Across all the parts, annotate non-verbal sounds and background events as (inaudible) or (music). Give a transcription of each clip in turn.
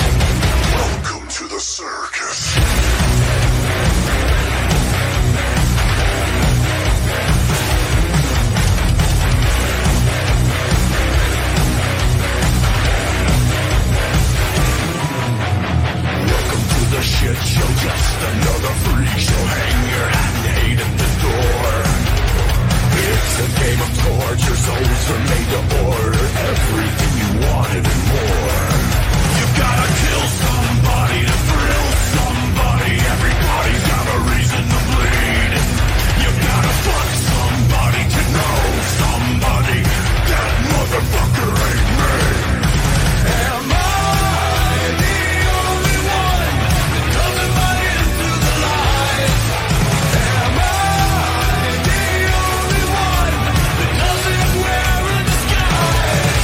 Welcome to the circus. Welcome to the shit show, just another freak show. Hang your hat and hate at the door. It's a game of torture, souls are made to order. Everything you wanted and more. You gotta kill somebody to thrill somebody. Everybody's got a reason to bleed. You gotta fuck somebody to know somebody. That motherfucker ain't me. Am I the only one that doesn't buy into the lies? Am I the only one that doesn't wear a disguise?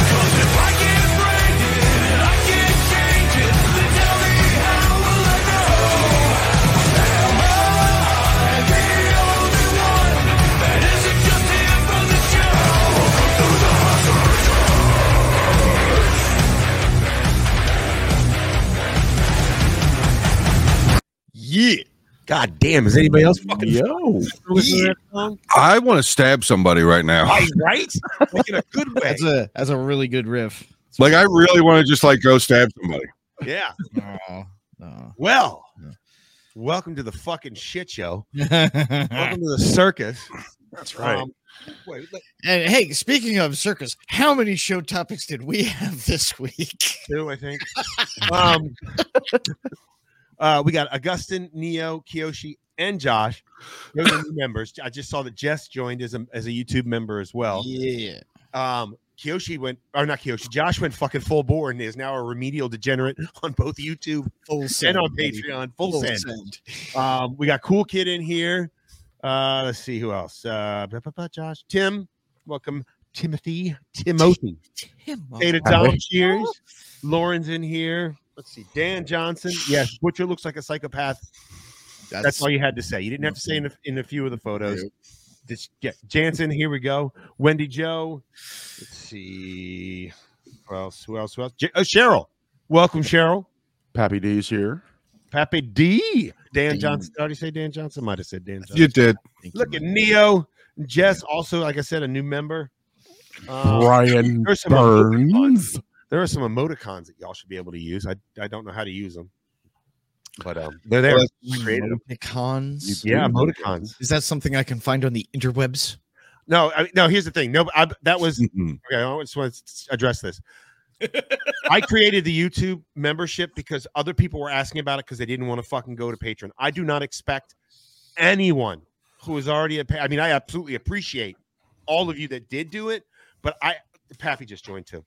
'Cause if I can't break it, I can't change it. Then tell me how will I know? Am I the only one that isn't just here for the show? Welcome to the circus. Yeah. God damn. Is anybody else fucking Yo. yeah. I want to stab somebody right now. right? Like in a good way. That's a that's a really good riff. (laughs) Like I really want to just like go stab somebody. Yeah. Oh, (laughs) no. Well, Yeah. welcome to the fucking shit show. and Welcome to the circus. That's Um, wait, let- hey, speaking of circus, how many show topics did we have this week? two, I (laughs) think. Um, uh, we got Augustin, Neo, Kiyoshi, and Josh. Those (laughs) are new members. I just saw that Jess joined as a, as a YouTube member as well. yeah. Um, Kiyoshi went, or not Kiyoshi, Josh went fucking full bore and is now a remedial degenerate on both YouTube Full and send, on buddy. Patreon. Full, Full send. send. Um, we got Cool Kid in here. Uh, let's see who else. Uh, ba- ba- ba- Josh, Tim, welcome. Timothy, Timothy, Data Dom, cheers. Lauren's in here. Let's see, Dan Johnson. Yes, Butcher looks like a psychopath. That's, That's, all you had to say. You didn't have to say in a, in a few of the photos. This, yeah, Jansen, here we go. Wendy Joe. Let's see. Who else? Who else? Who else? J- oh, Cheryl. Welcome, Cheryl. Pappy D's here. Pappy D. Dan Dan. Johnson. Did I already say Dan Johnson? Might have said Dan Johnson. You did. Thank you, Look at man. Neo, Jess, also, like I said, a new member. Um, Brian there's some Burns. there are some emoticons that y'all should be able to use. I, I don't know how to use them, but um, they're there. Well, I created 'em. Emoticons. Yeah, emoticons. Is that something I can find on the interwebs? No, I, no. Here's the thing. No, I, that was Mhm. okay. I just want to address this. I created the YouTube membership because other people were asking about it because they didn't want to fucking go to Patreon. I do not expect anyone who is already a pa- I mean, I absolutely appreciate all of you that did do it, but I Pappy just joined too.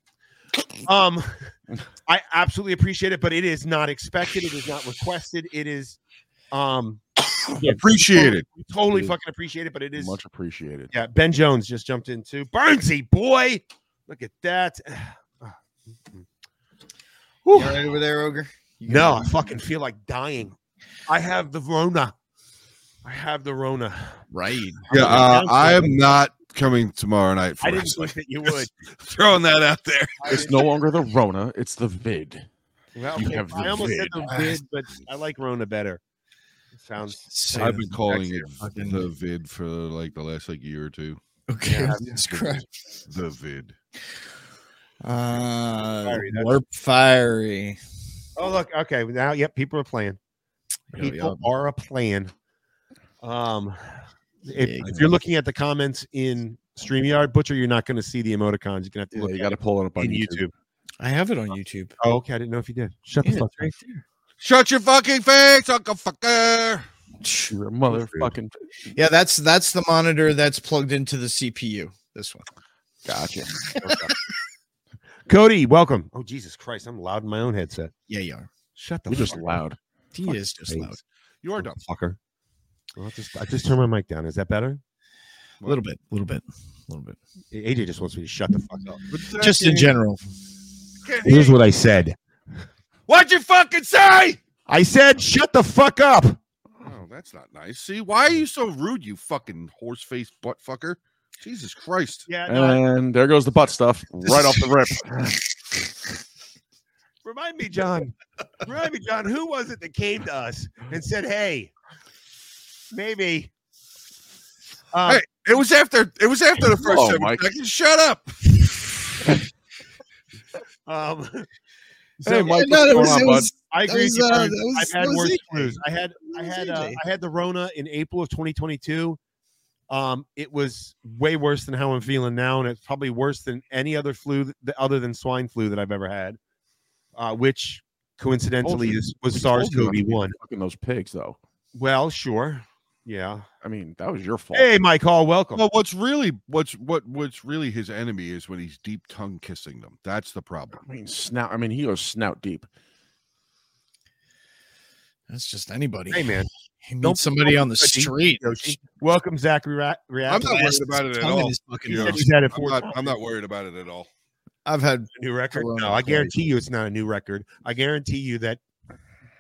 Um, I absolutely appreciate it, but it is not expected. It is not requested. It is, um, Appreciate it. we totally It is fucking appreciate it, but it is Much appreciated. yeah, Ben Jones just jumped in too. Burnsy boy, look at that. (sighs) Whew. You all right over there, ogre. You No, I gonna- fucking feel like dying. I have the Rona. I have the Rona. right. Yeah, uh, I am not coming tomorrow night. For I didn't wrestling. think that you (laughs) would. throwing that out there. It's no longer the Rona, it's the vid. Well, You have I the almost said the vid. vid, but I like Rona better. Sounds Say I've been calling it Fucking- the vid for like the last like year or (laughs) two. Okay. (laughs) Yeah. Jesus Christ. The vid. Uh, Fiery, that's- warp fiery. Oh look, okay. Now, yep, people are playing. Yeah, People are a playing. Um, if, Yeah, if you're looking at the comments in Streamyard, Butcher, you're not going to see the emoticons. You're going to have to Yeah, look you at got to pull it up it on in YouTube. YouTube. I have it on YouTube. Oh, okay. I didn't know if you did. Shut Yeah, the fuck it's right up. there. Shut your fucking face, Uncle Fucker. You're a motherfucking. Yeah, that's that's the monitor that's plugged into the CPU. This one. Gotcha. Cody, welcome. Oh, Jesus Christ. I'm loud in my own headset. Yeah, you are. Shut the You're just fuck loud. He Fuck is just face. loud. You are up, dumb. fucker. Well, I'll just, I just turned my mic down. Is that better? A little bit, a little bit, a little bit. AJ just wants me to shut the fuck up. Just in general. Here's what I said What'd you fucking say? I said, shut the fuck up. Oh, that's not nice. See, why are you so rude, you fucking horse face butt fucker? Jesus Christ. Yeah, no, I- And there goes the butt stuff right off the (laughs) rip. remind me, John. remind me, John. Who was it that came to us and said, "Hey, maybe"? Uh, Hey. It was after it was after the first Oh, seven Mike. seconds. Shut up. um, (laughs) Hey, Mike, no, what's it going on, bud? was, it was- I That agree. was, with you, uh, Tony. that was- I've that had was worse AJ. flus. I had I That was had uh, AJ. I had the Rona in April of 2022. Um, it was way worse than how I'm feeling now, and it's probably worse than any other flu th- other than swine flu that I've ever had, uh, which coincidentally you. is, was We told you not to SARS-CoV-1. Fucking those pigs, though. Well, sure, yeah. I mean, that was your fault. Hey, Mike Hall, welcome. Well, what's really what's what what's really his enemy is when he's deep tongue kissing them. That's the problem. I mean, snout. I mean, he goes snout deep. That's just anybody. Hey, man. He meets don't- somebody on the don't- street. Yoshi. Welcome, Zachary. Ra- React. I'm not worried Blast about it at tongue in all. his fucking Yeah. He said (laughs) nose. he's had it I'm four not, times. I'm not worried about it at all. I've had new record. Corona No, I plague. guarantee you it's not a new record. I guarantee you that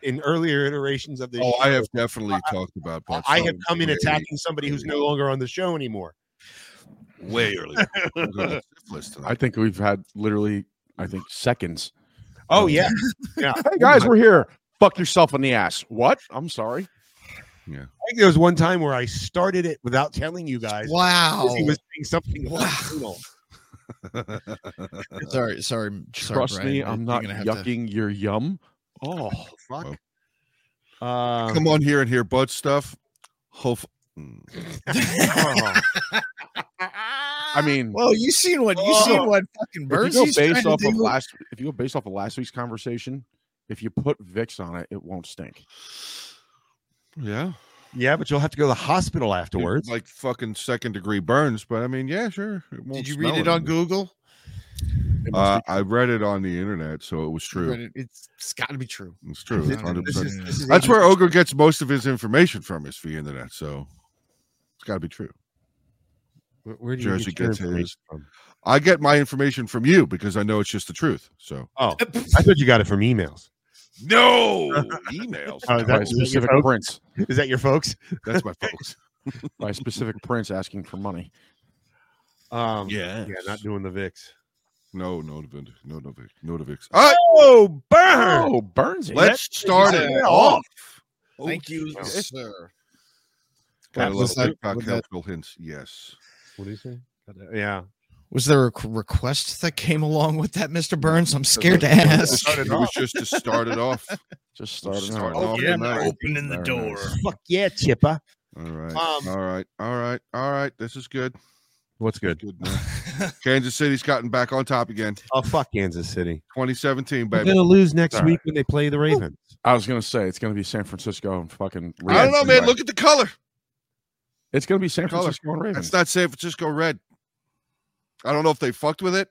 in earlier iterations of the Oh, I show, have definitely talked about Buck I have Sutton come in way- attacking somebody who's no longer on the show anymore. way earlier. I'm gonna have syphilis tonight. I think we've had literally, I think, seconds. Oh yeah, Hey guys, we're here. Fuck yourself in the ass. What? I'm sorry. I think there was one time where I started it without telling you guys. wow. because He was saying something. about Wow. (laughs) anal. sorry, sorry. sorry, Trust Brian. me, You're I'm not gonna have to- yucking your yum. Oh, Fuck. Well. Uh, (laughs) come on here and hear butt stuff. mm, Hope oh. I Ah. mean, Well, you seen what you seen Oh. what fucking if birds you go he's trying based to off of do? last, if you go based off of last week's conversation, if you put Vicks on it, it won't stink. yeah, yeah, but you'll have to go to the hospital afterwards. like fucking second degree burns. But I mean, yeah, sure. it won't Did you read smell it on Google? It must Uh, I read it on the internet, so it was You read true. it. It's, it's got to be true. It's true. This- 100%. this is- this is That's where Ogre gets most of his information from is the internet. So it's got to be true. Where- where do you Jersey get your gets his. information from? I get my information from you because I know it's just the truth. So Oh, (laughs) (laughs) I thought you got it from emails. no emails. Oh, be by is a that- specific prince, Is that your folks? That's my folks. by a specific prince asking for money. (laughs) Um, Yeah. yeah, not doing the Vicks. No, no, Novik. No, Novik. No, Novik. All right. Oh, burn! Oh, Burns! Let's start it Yeah. off. Thank you, wow. sir. Got a Was little that- TikTok was that- helpful hints. Yes. What do you say? Yeah. Was there a c- request that came along with that, Mr. Burns? I'm scared to ask. It was just to start it off. Just We'll start it start off. off the night. opening the door. Fuck yeah, Chippa. All right. Um, all right. All right. All right. This is good. What's good? Good. now. Kansas City's gotten back on top again. Oh, fuck Kansas City. 2017, (laughs) They're baby. going to lose next All week when they play the Ravens. I was gonna say it's gonna be San Francisco and fucking. I don't know, Ravens. man. Look at the color. it's gonna be San Color. Francisco and Ravens. That's not San Francisco red. I don't know if they fucked with it,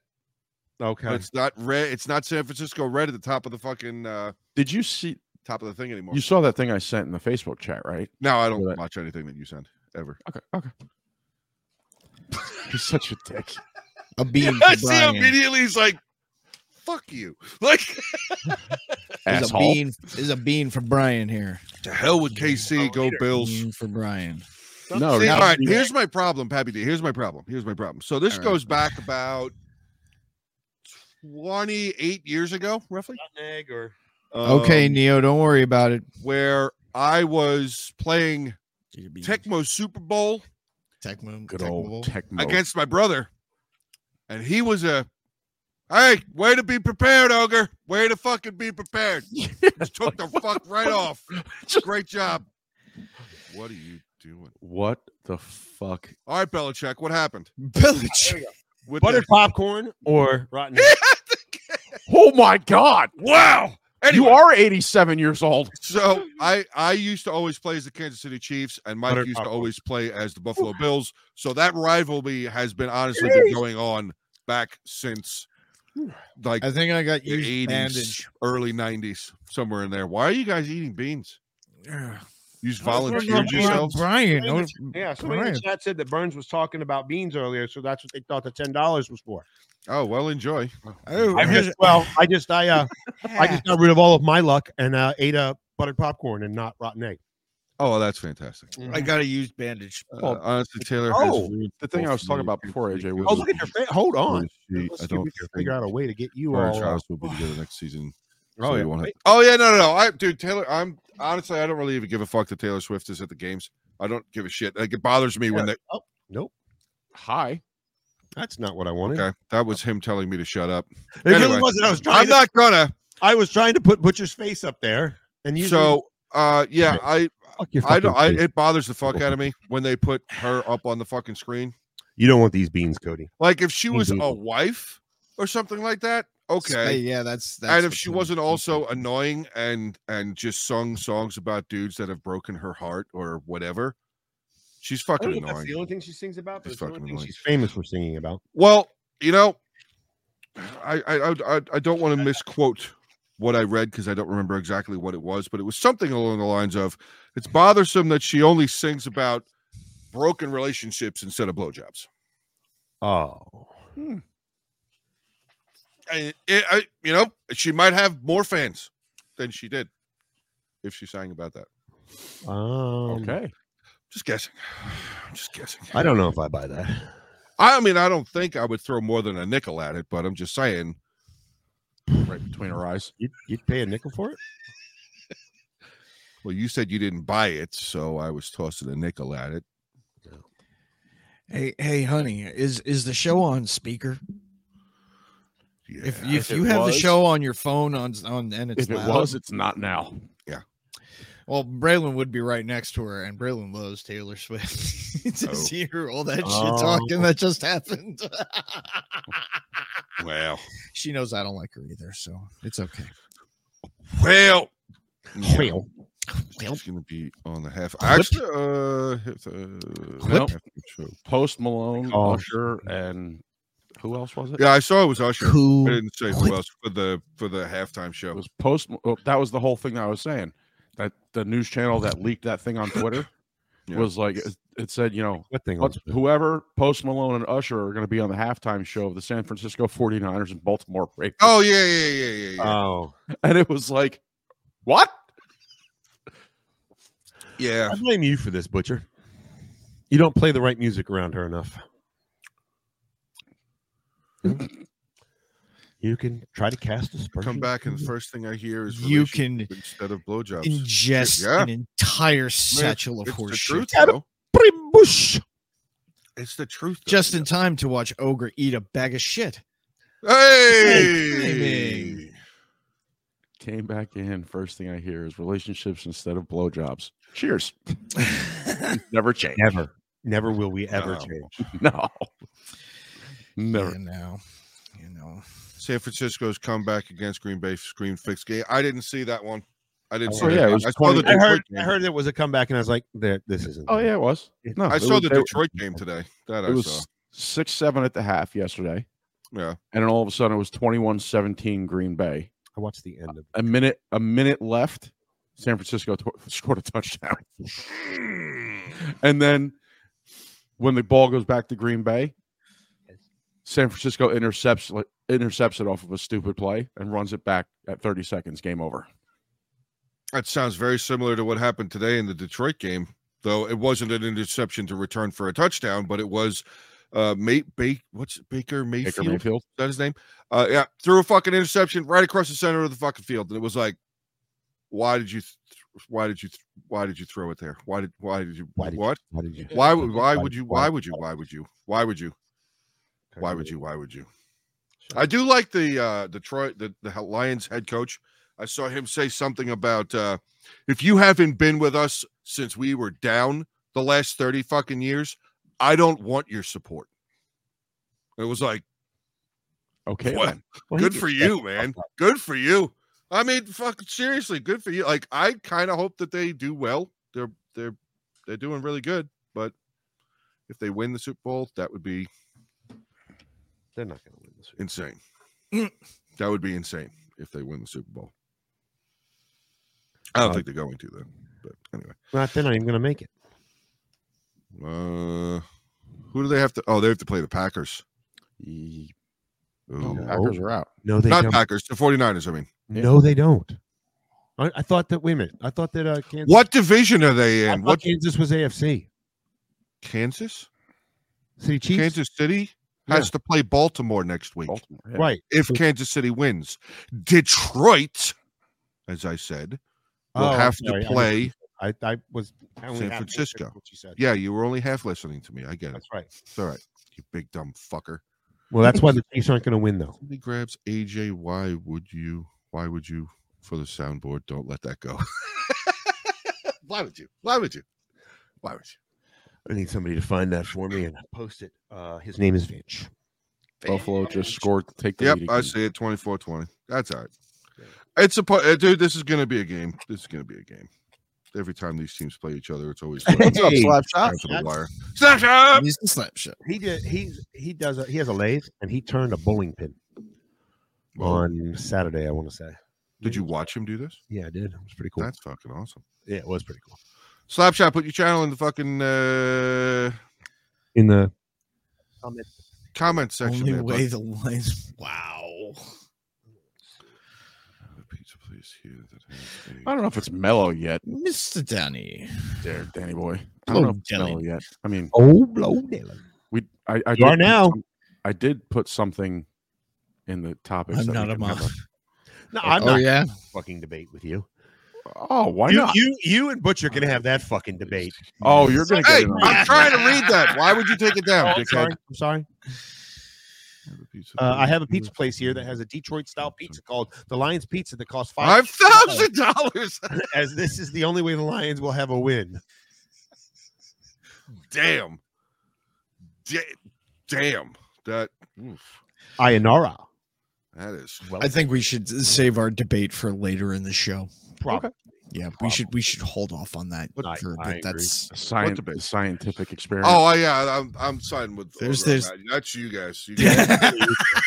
but Okay. it's not red. It's not San Francisco red at the top of the fucking uh, Did you see? top of the thing anymore. You saw that thing I sent in the Facebook chat, right? No, I don't Right. watch anything that you send (laughs) ever. Okay, okay. You're such a dick. (laughs) A beam I for see him Brian. immediately. He's like, "Fuck you!" (laughs) Like There's a Asshole. bean. There's a bean for Brian here. to hell with KC. go Bills. Bean for Brian. No, Mm, See, now all right. you- Here's my problem, Pappy D. Here's my problem. Here's my problem. So this All right. goes back about twenty-eight years ago, roughly. or okay, um, Neo, don't worry about it. where I was playing Tecmo Super Bowl Tech Moon. good old Tecmo. against my brother, and he was a, hey, way to be prepared, ogre. Way to fucking (laughs) be prepared. Just took the fuck right off. Just- Great job. What are you doing? What the fuck? All right, Belichick, what happened? Village. With buttered the- popcorn or rotten. (laughs) egg? Oh my god! wow. Anyway, You are 87 years old. so I I used to always play as the Kansas City Chiefs, and Mike Buttered used to popcorn. always play as the Buffalo Bills. So that rivalry has been honestly been going on back since like I think I got the used 80s, bandage. early 90s, somewhere in there. Why are you guys eating beans? Ugh. You just I was wondering volunteered about yourselves. Brian. Brian, oh, Yeah, somebody in Brian. the chat said that Burns was talking about beans earlier, so that's what they thought the ten dollars was for. Oh, well, enjoy. Oh, I here's- just, well, I just, I, uh, I just got rid of all of my luck and uh, ate a buttered popcorn and not rotten egg. Oh, well, that's fantastic. I got a used bandage. Uh, Well, honestly, Taylor. oh. has ruined The thing I football was for talking me. about before, AJ, was- Oh, look at your face. Hold on. She- Let's I see if don't we can think figure out a way to get you her and all. Travis will be together next season. Oh, so yeah. you won't have- oh yeah, no, no, no. I, dude, Taylor. I'm honestly, I don't really even give a fuck that Taylor Swift is at the games. I don't give a shit. Like it bothers me when they. oh. Hi. That's not what I wanted. Okay, that was him telling me to shut up. It really Anyway, wasn't. I was trying. I'm To, not gonna. I was trying to put Butcher's face up there, and you. So, uh, yeah, I, fuck your I don't. I, fucking face. it bothers the fuck out of me when they put her up on the fucking screen. you don't want these beans, Cody. Like if she was a Indeed. wife or something like that. Hey, Okay. yeah, that's that's. and if what she kinda wasn't makes me also think. annoying and and just sung songs about dudes that have broken her heart or whatever, she's I fucking don't know if annoying. that's the only thing she sings about, but It's it's the only fucking thing annoying. she's famous for singing about. Well, you know, I I I, I- I don't want to misquote what I read because I don't remember exactly what it was, but it was something along the lines of it's bothersome that she only sings about broken relationships instead of blowjobs. Oh, I, it, I, you know, she might have more fans than she did if she sang about that. um, Okay. Just guessing. (sighs) Just guessing. I don't know if I buy that. (laughs) I mean, I don't think I would throw more than a nickel at it, but I'm just saying. Right between her eyes. You'd, you'd pay a nickel for it. Well, you said you didn't buy it, so I was tossing a nickel at it. Hey, hey, honey, is is the show on speaker? Yeah. If if if you it have the was- show on your phone on on and it's If it loud- was, it's not now. well, Braylon would be right next to her, and Braylon loves Taylor Swift. (laughs) You Oh. just hear all that Oh. shit talking that just happened. (laughs) well, she knows I don't like her either, so it's okay. well, yeah, Well, it's gonna be on the half. Clip. Actually, uh, it's, uh, Clip. half show. Post Malone, Oh. Usher, and who else was it? yeah, I saw it was Usher. I Cool. didn't say Clip. who else for the for the halftime It show. was post. oh, that was the whole thing that I was saying. That the news channel that leaked that thing on Twitter Yeah. was like it, it said, you know, what thing? what- whoever Post Malone and Usher are going to be on the halftime show of the San Francisco 49ers and Baltimore Ravens. Oh yeah, yeah, yeah, yeah. (laughs) yeah. Oh, (laughs) and it was like, what? yeah. I blame you for this, Butcher. You don't play the right music around her enough. you can try to cast a Come back, and the first thing I hear is You relationship can instead of blowjobs. ingest Yeah. an entire satchel of it's the horseshit truth, Adam- though. Bush. It's the truth. though. just in time to watch Ogre eat a bag of shit. Hey! Came back in. First thing I hear is relationships instead of blowjobs. Cheers. (laughs) Never change. Never, never will we ever No. change. (laughs) No. Never. You know, you know. San Francisco's comeback against Green Bay screen fix game. I didn't see that one. I didn't see Oh, that yeah, it game. was I saw the 20 I heard, Detroit I game. heard it was a comeback, and I was like, "There- "This isn't." Oh yeah, it was. No, I it saw was- the they- Detroit game today. That I It saw. was six seven at the half yesterday, Yeah. and then all of a sudden it was 21-17 Green Bay. I watched the end of. A minute, a minute left. San Francisco t- scored a touchdown, and then when the ball goes back to Green Bay, San Francisco intercepts like, intercepts it off of a stupid play and runs it back at thirty seconds. Game over. That sounds very similar to what happened today in the Detroit game, though it wasn't an interception to return for a touchdown, but it was uh Mate Ba- what's it, Baker Mayfield? Baker Mayfield. Is that his name? Uh yeah, threw a fucking interception right across the center of the fucking field. And it was like, why did you th- why did you th- why did you throw it there? Why did why did you Why did you- what? Why did you? Why would why Why- would you why why- would you why would you why would you why would you why would you? I do like the uh Detroit the, the Lions head coach. I saw him say something about uh if you haven't been with us since we were down the last 30 fucking years, I don't want your support. It was like, Okay. what? then. Well, he good did for that. you, man. Good for you. I mean, fucking seriously, good for you. Like, I kind of hope that they do well. They're they're they're doing really good, but if they win the Super Bowl, that would be They're not going to win this week. insane. Mm. that would be insane if they win the Super Bowl. I don't Uh, think they're going to though. But anyway, Not, they're not even going to make it. uh, who do they have to? Oh, they have to play the Packers. Ye- Ooh. Oh, no, Packers are out. No, they Not don't. Packers, the 49ers. I mean, No, they don't. I, I thought that. Wait a minute. I thought that uh, Kansas. What division are they I in? thought What Kansas was AFC Kansas? City Chiefs. Kansas City has to play Baltimore next week Baltimore, yeah. Right. if Kansas City wins. Detroit, as I said, will Oh, have sorry, I to didn't- play. I, I was I only San half understood Francisco. What you said. Yeah, you were only half listening to me. I get it. That's right. It's all right. You big dumb fucker. Well, that's why the Chiefs aren't going to win though. Somebody grabs AJ. Why would you? Why would you? For the soundboard, don't let that go. (laughs) why would you? Why would you? Why would you? I need somebody to find that for me and post it. Uh, his name is Vinch. Buffalo just scored. to Take the Yep, lead I again. see it. 24 20. That's all right. It's a part, dude. This is going to be a game. This is going to be a game. Every time these teams play each other, it's (laughs) always down What's up, Hey, slap shot? to the that's- wire. Snatch up! He's the slap shot. He did. He's he does. A, he has a lathe and he turned a bowling pin Well, on Saturday. I want to say. did you watch him do this? Yeah, I did. It was pretty cool. That's fucking awesome. yeah, it was pretty cool. Slapshot, put your channel in the fucking uh, In the comment section. Only there, bud. way the lines. (laughs) Wow. A pizza place here that has a- I don't know if it's mellow yet. Mr. Danny. There, Danny boy. I don't know if it's Blow mellow yet. I mean, oh blow Dylan. we. I, I You are did put now. some- I did put something in the topics. I'm that we not a can mom. cover. No, I'm oh not yeah. fucking debate with you. Oh, why you, not? you you and Butch are going to have that fucking debate. oh, you're gonna get Hey, it. on- I'm trying to read that. Why would you take it down, Oh, I'm dickhead? sorry. I'm sorry. Have a pizza Uh, I place have a here. pizza place here that has a Detroit style pizza called the Lions Pizza that costs Five five thousand dollars. (laughs) As this is the only way the Lions will have a win. Damn. Da- damn. That. oof. Ayanara. that is. Well, I think we should save our debate for later in the show. probably. Yeah, we Probably. should we should hold off on that. I- for a I bit. agree. That's A Science, debate? a scientific experiment. Oh I- yeah, I'm I'm siding with. There's- Oliver on there's- that. That's you guys. (laughs)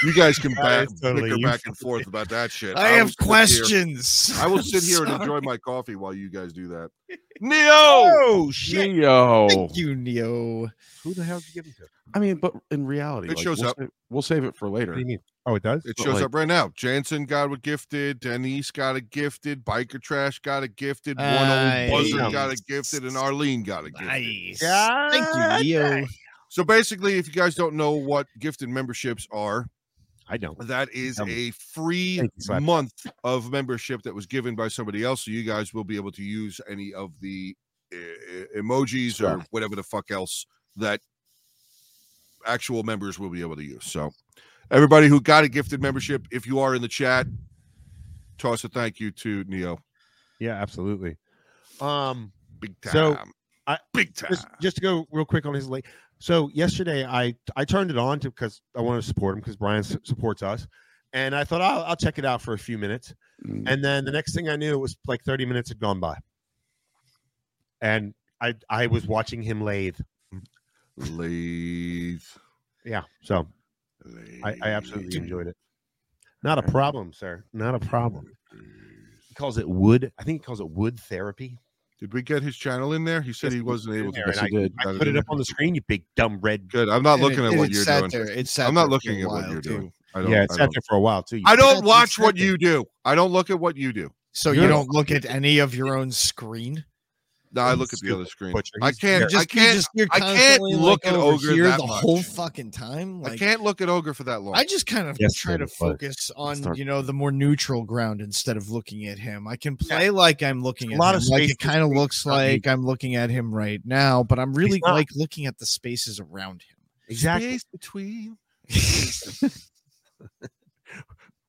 You guys, you guys can back, is totally bicker you. back and forth about that shit. I will have sit here- questions. I will I'm sit (laughs) here and sorry. Oh, enjoy my coffee while you guys do (laughs) that. Neo. shit. Neo. Thank you, Neo. Who the hell did you give it to? I mean, but in reality, It shows we'll up. sa- we'll save it for What later. do you mean? Oh, it does? It But, shows like- up right now. Jansen got a gifted. Denise got a gifted. Biker Trash got a gifted. One Aye. old buzzard got a Nice. gifted, and Arlene got a gifted. Nice. Yeah, Thank you, Neo. So basically, if you guys don't know what gifted memberships are, I don't. that is Tell me. a free Thank you, Slap. month of membership that was given by somebody else. So you guys will be able to use any of the uh, emojis or whatever the fuck else that actual members will be able to use. So everybody who got a gifted membership, if you are in the chat, toss a thank you to Neo. Yeah, absolutely. Um, Big time. So, I- Big time. just, just to go real quick on his late. So yesterday, I I turned it on to because I wanted to support him because Brian s- supports us, and I thought I'll, I'll check it out for a few minutes. Mm, And then the next thing I knew, it was like 30 minutes had gone by, and I I was watching him lathe. Lathe. Yeah, so I, I absolutely enjoyed it. Not a problem, sir. Not a problem. it. He calls it wood. I think he calls it wood therapy. Did we get his channel in there? He said Yes, he we wasn't did able in to. there, yes, and you did. I Got it put in it there? up on the screen. You big dumb red. Good. I'm not And looking it- at and what it you're sat doing. There. It sat I'm not there for looking a at what while, you're too. doing. I don't, Yeah, it's I sat don't, there for a while too. I That's don't what watch what happened. you do. I don't look at what you do. So Good. you don't look at any of your own screen. No, I He's look at the stupid other screen. butcher. I He's- can't. You're I can't. you're I can't constantly, look at over Ogre here that the whole much. fucking time. I Like, can't look at ogre for that long. I just kind of Yes, try man, to but- focus on start- you know the more neutral ground instead of looking at him. I can play like I'm looking A at lot him, of like space it kind of looks not like I'm looking at him right now, but I'm really not. like looking at the spaces around him. Exactly. Space between.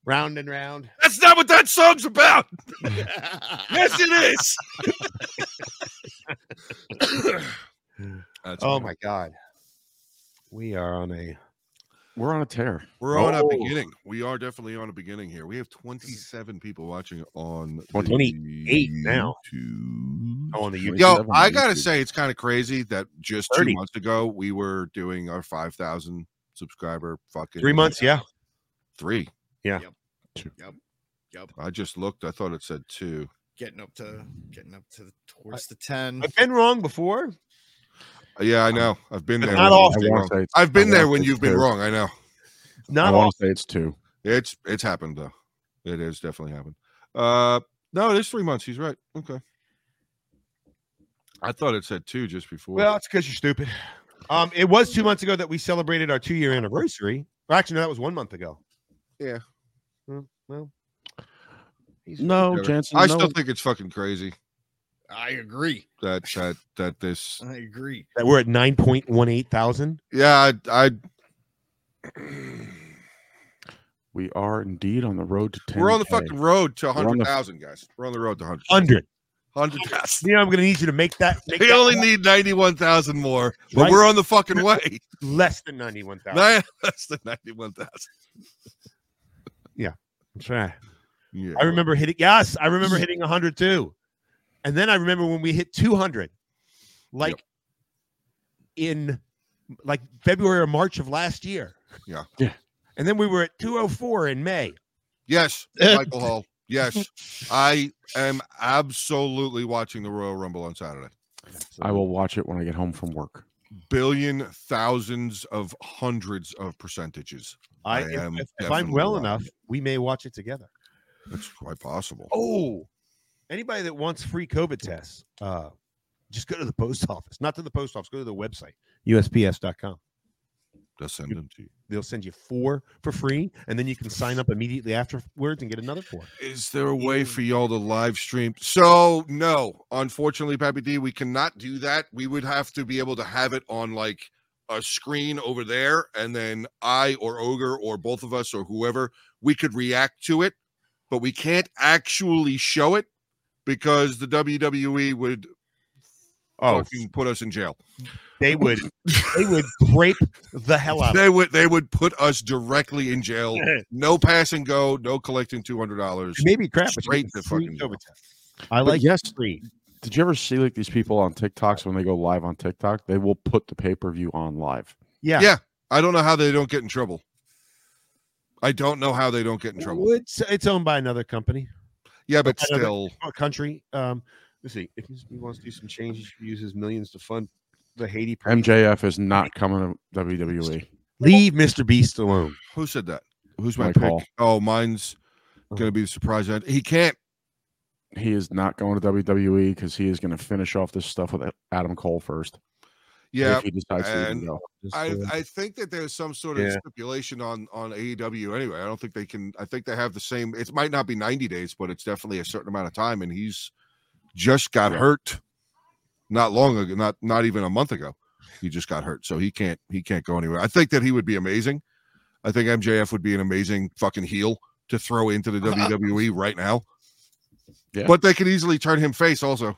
Round and round. That's not what that song's (laughs) about. Mm-hmm. (laughs) yes, it is. That's Oh fine. my god. We are on a We're on a tear. We're on Oh. a beginning. We are definitely on a beginning here. We have 27 people watching on the 28 now. YouTube. on the YouTube. Yo, 27 on I gotta YouTube. say, it's kind of crazy that just 30. two months ago we were doing our 5,000 subscriber fucking three months. Yeah, Three. Yeah. Yep. Two. Yep. Yep. I just looked. I thought it said two. Getting up to getting up to towards the ten. I've been wrong before. Uh, Yeah, I know. I've been But there. not when often. I you've been wanna wrong. say it's- I've I been there wanna when say you've it's been two. wrong. I know. I want Not all. to say it's two. It's it's happened though. It has definitely happened. Uh No, it is three months. He's right. Okay. I thought it said two just before. Well, it's because you're stupid. Um, it was two months ago that we celebrated our two year anniversary. Well, actually, no, that was one month ago. Yeah. Mm, well, he's- No, Whatever. Jansen. I no. still think it's fucking crazy I agree. that that that (laughs) this. (laughs) I agree. that we're at nine point one eight thousand. Yeah, I. I we are indeed on the road to 10 We're on the fucking road to on the- 100,000, guys. We're on the road to 100. Hundred. 100,000. You know, I'm going to need you to make that. Make We that only need 91,000 more, but Right. we're on the fucking way. less than ninety one (laughs) thousand. Nine, less than 91,000. That's right. Yeah. I remember hitting. Yes, I remember hitting 100 too, and then I remember when we hit 200, like in like February or March of last year. Yeah. Yeah. And then we were at 204 in May. (laughs) Yes, Michael Hall. Yes. I am absolutely watching the Royal Rumble on Saturday. I will watch it when I get home from work. Billion, thousands of hundreds of percentages. I, I if, am if- if I'm well definitely enough, we may watch it together. That's quite possible. Oh, anybody that wants free COVID tests, uh, just go to the post office. Not to the post office. Go to the website usps.com. They'll send them to you. They'll send you four for free, and then you can sign up immediately afterwards and get another four. Is there a way for y'all to live stream? So no, unfortunately, Pappy D, we cannot do that. We would have to be able to have it on like a screen over there, and then I or Ogre or both of us or whoever we could react to it, but we can't actually show it because the WWE would fucking put us in jail. they would they would grape the hell out of They would they would put us directly in (laughs) jail. No pass and go, no collecting two hundred dollars. maybe crap but you Straight get to free fucking COVID test. i But like yes, free did you ever see like these people on TikToks when they go live on TikTok? They will put the pay per view on live. yeah, Yeah, I don't know how they don't get in trouble. I don't know how they don't get in trouble. It's, it's owned by another company Yeah, but I still, don't a country um let's see if he wants to do some changes he uses millions to fund the haiti project. MJF is not coming to E. WWE. leave mr beast alone who said that? Who's my My pick? call. Oh, mine's gonna be the surprise. end. He can't. He is not going to WWE because he is going to finish off this stuff with Adam Cole first. Yeah, if he decides to even and- go. uh, I I think that there's some sort of Yeah. stipulation on on AEW anyway. I don't think they can. I think they have the same. It might not be 90 days, but it's definitely a certain amount of time. And he's just got hurt not long ago, not not even a month ago. He just got hurt, so he can't he can't go anywhere. I think that he would be amazing. I think MJF would be an amazing fucking heel to throw into the WWE right now. Yeah. But they could easily turn him face also.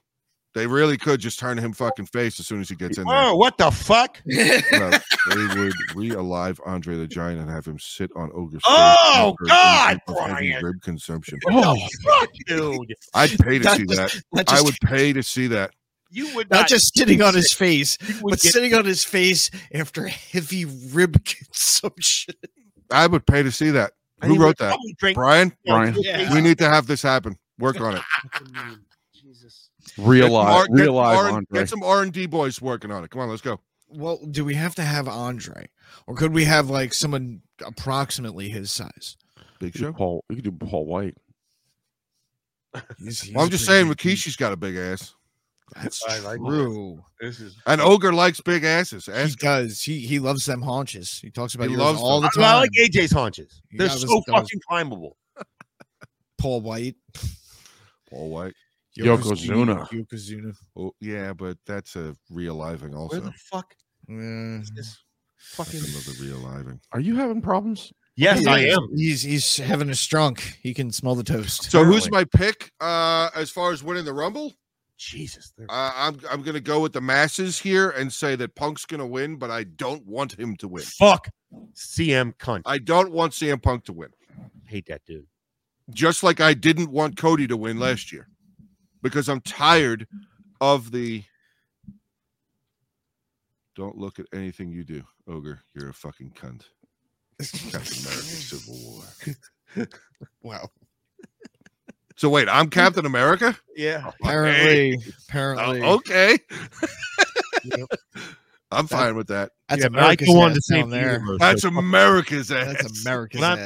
They really could just turn him fucking face as soon as he gets in there. oh what the fuck No, they would realive Andre the Giant and have him sit on Ogre's. face Oh, after an God, injury of heavy Brian. Rib consumption. (laughs) oh fuck dude I'd pay to Not see just- that. Not I just, would pay to see that. you would not not, just (laughs) sitting on his face, you would but get- sitting on his face after heavy rib (laughs) consumption. I would pay to see that. and he who would wrote that? probably drink- Brian, Brian. Yeah. we need to have this happen. Work on it. (laughs) Realize, Get some R- realize, Get some, R- Andre. get some R&D boys working on it. Come on, let's go. Well, do we have to have Andre, or could we have like someone approximately his size? Big You could do show. Paul, you could do Paul White. He's- Well, I'm he's just saying, pretty big. Rikishi's got a big ass, That's I like that. true. this is and Ogre likes big asses. He Ask does. He he loves them haunches. He talks about He he loves all them. the I, I time. like aj's haunches You they're gotta so listen to us. fucking climbable Paul White, Paul White. Yokozuna. Yokozuna. Oh, yeah, but that's a realiving where also. the fuck Yeah. is this That's fucking another realiving. Are you having problems? yes i am He's he's having a strunk. He can smell the toast. So who's Apparently. my pick uh as far as winning the Rumble? jesus they're- Uh, I'm I'm gonna go with the masses here and say that Punk's gonna win, but I don't want him to win. Fuck CM cunt. I I don't want CM Punk to win, hate that dude. just like I didn't want Cody to win last year, because I'm tired of the. Don't look at anything you do, ogre. You're a fucking cunt. Captain (laughs) America: (laughs) Civil War. Wow. So wait, I'm Captain America. Yeah. Apparently, Oh, apparently, okay. Yep. (laughs) I'm fine with that. that's Yeah, but I America's go on to ass save down the (laughs) there. universe. That's so fuck- America's ass. That's America's Well, I'm-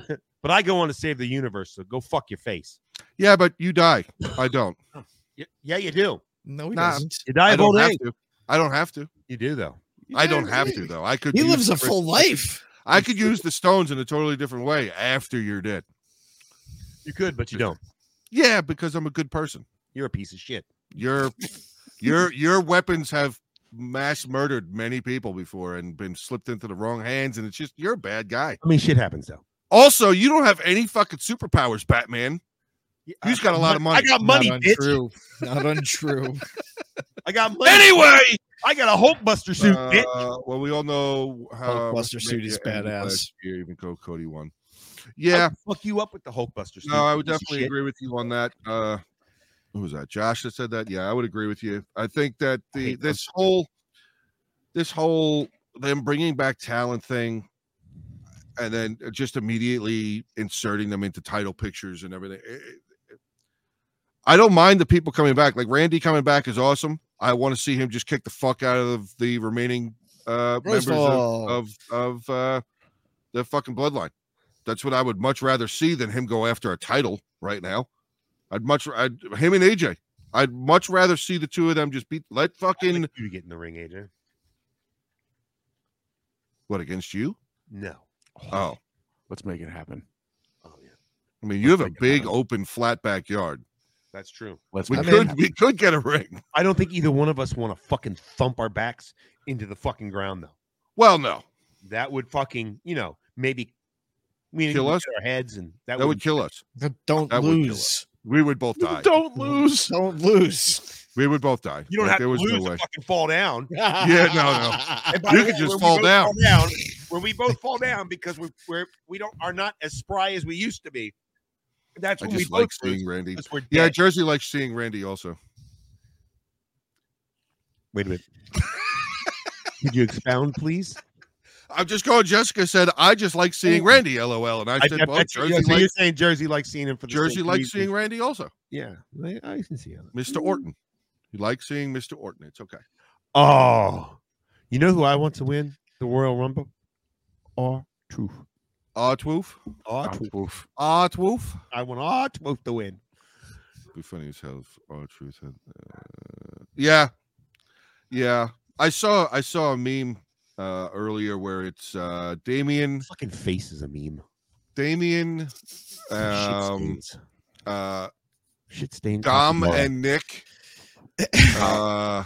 ass. but I go on to save the universe, so go fuck your face. Yeah, but you die. I don't. Y- Yeah, you do. No, he Nah. doesn't. You die I of don't old have age. to. I don't have to. You do though. I Yeah, don't have yeah. to though. I could. He use lives a the- full life. I could use the stones in a totally different way after you're dead. You could, but you don't. Yeah, because I'm a good person. You're a piece of shit. Your your your weapons have mass murdered many people before and been slipped into the wrong hands, and it's just you're a bad guy. I mean, shit happens though. Also, you don't have any fucking superpowers, Batman. He's I- got a lot of money. I got money, Not bitch. untrue. (laughs) Not untrue. I got money. Anyway, I got a Hulk Buster suit, bitch. Uh, well, we all know how Hulkbuster suit is WrestleMania ended badass. last Year, even go Cody won. Yeah, I'd fuck you up with the Hulk Buster suit. No, I would piece of definitely shit. agree with you on that. Uh, who was that? Josh that said that. Yeah, I would agree with you. I think that I the hate those this whole this whole them bringing back talent thing, and then uh, just immediately inserting them into title pictures and everything. it- it- it- I don't mind the people coming back. Like Randy coming back is awesome. I want to see him just kick the fuck out of the remaining uh, members First of, of all, of of uh, the fucking bloodline. That's what I would much rather see than him go after a title right now. I'd much I'd, him and AJ. I'd much rather see the two of them just beat. Let I'd like fucking you to get in the ring, AJ. what against you? No. Oh, Let's make it happen. Oh yeah, I mean, you have a Let's make it big happen. open flat backyard. that's true. Let's We I make could it happen. we could get a ring. I don't think either one of us want to fucking thump our backs into the fucking ground though. Well, no, That would fucking you know maybe we Kill we us? hit our heads and that, that would kill us. don't that would kill lose. We would both (laughs) die. Don't lose. Don't lose. We would both die. You don't Like, have to lose to fucking fall down. (laughs) Yeah, no, And by You the could just way, when we fall both down. Where we both fall down because we we're, we don't are not as spry as we used to be. That's I when we just both like lose seeing Randy. because we're dead. Yeah, Jersey likes seeing Randy also. Wait a (laughs) minute. Could you expound, please? I'm just going. Jessica said, "I just like seeing Randy." LOL, and Oh. I I, said, I- "Well, that's- yeah, Jersey so you're likes saying Jersey likes seeing him for the Jersey same likes reason. seeing Randy also." Yeah, I, I can see Mm-hmm. that. Mr. Orton. You like seeing Mr. Orton. It's okay. Oh, you know who I want to win the Royal Rumble? Or truth. Artwoof. Oof. Artwoof. I want Artwolf to win. Be funny as hell if R-Truth had, uh, yeah. Yeah. I saw I saw a meme uh earlier where it's uh Damien Fucking face is a meme. Damien um Shit stains. uh Shit stains. Dom tomorrow. and Nick uh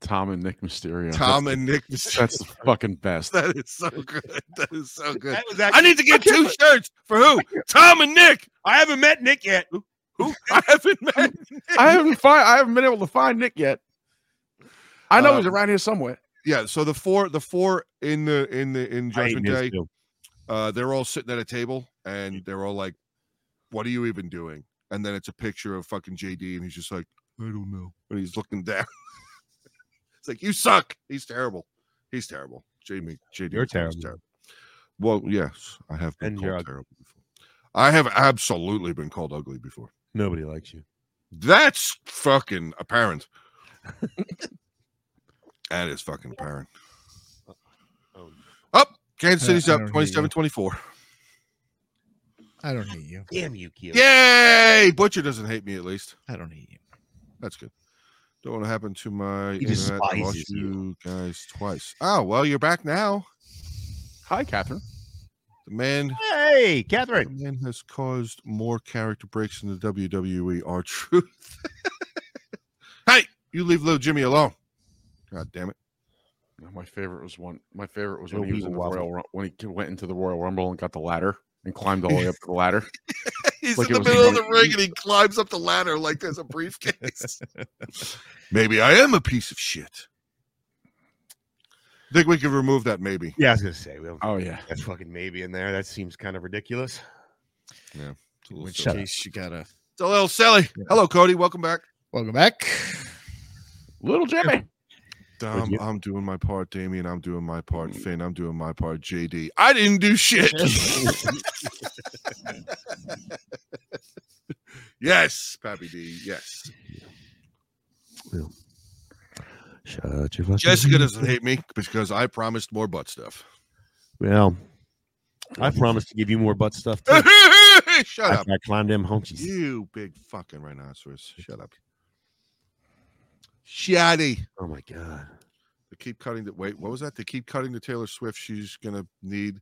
Tom and Nick Mysterio. Tom That's- and Nick (laughs) (laughs) That's the fucking best. that is so good. That is so good. That was I actually- need to get two shirts for who? Tom and Nick. I haven't met Nick yet. Who (laughs) I haven't met. I haven't find I haven't been able to find Nick yet. I know he's Um, around here somewhere. (laughs) yeah so the four the four in the in the in I hate judgment Miz day too. uh they're all sitting at a table and they're all like what are you even doing and then it's a picture of fucking jd and he's just like i don't know and he's looking (laughs) down it's like you suck he's terrible he's terrible jamie jd You're is terrible. well yes i have been And you're called ugly. terrible before i have absolutely been called ugly before Nobody likes you. that's fucking (laughs) apparent that is fucking apparent Oh, up kansas Uh, city's I up don't hear you. 27 24 I don't need you. damn you, kid. Yay! Butcher doesn't hate me at least. I don't need you. That's good. Don't want to happen to my He internet. I lost despises you. you. guys twice. Oh well, you're back now. Hi, Catherine. The man, Hey, the Catherine. man has caused more character breaks in the WWE. Our truth. (laughs) hey, you leave little Jimmy alone. God damn it! No, My favorite was one. My favorite was Little when he was in the Weevil Waffle. Royal Ru- when he k- went into the Royal Rumble and got the ladder and climbed all the way up to the ladder. (laughs) He's Like in it the was middle of the Mark- ring and he climbs up the ladder like there's a briefcase. maybe I am a piece of shit. Think we can remove that? Maybe. Yeah, I was gonna say we Uh, don't (laughs) Oh yeah, that's fucking maybe in there. That seems kind of (laughs) ridiculous. It's a (laughs) In little which silly. case, you gotta It's a little silly. Hello, Cody. Welcome back. welcome back. little Jimmy. Dom, you- I'm doing my part. Damien, I'm doing my part. Finn, I'm doing my part. JD, I didn't do (laughs) shit. yes, Pappy D. Yes. Shut your fucking Jessica doesn't hate me because I promised more butt stuff. (laughs) Well, I promised to give you more butt stuff. Too. That's Shut up. After I climbed them hunchies. You big fucking rhinoceros. Shut up. Shaddy. Oh my god. They keep cutting the wait. What was that? They keep cutting the Taylor Swift. She's gonna need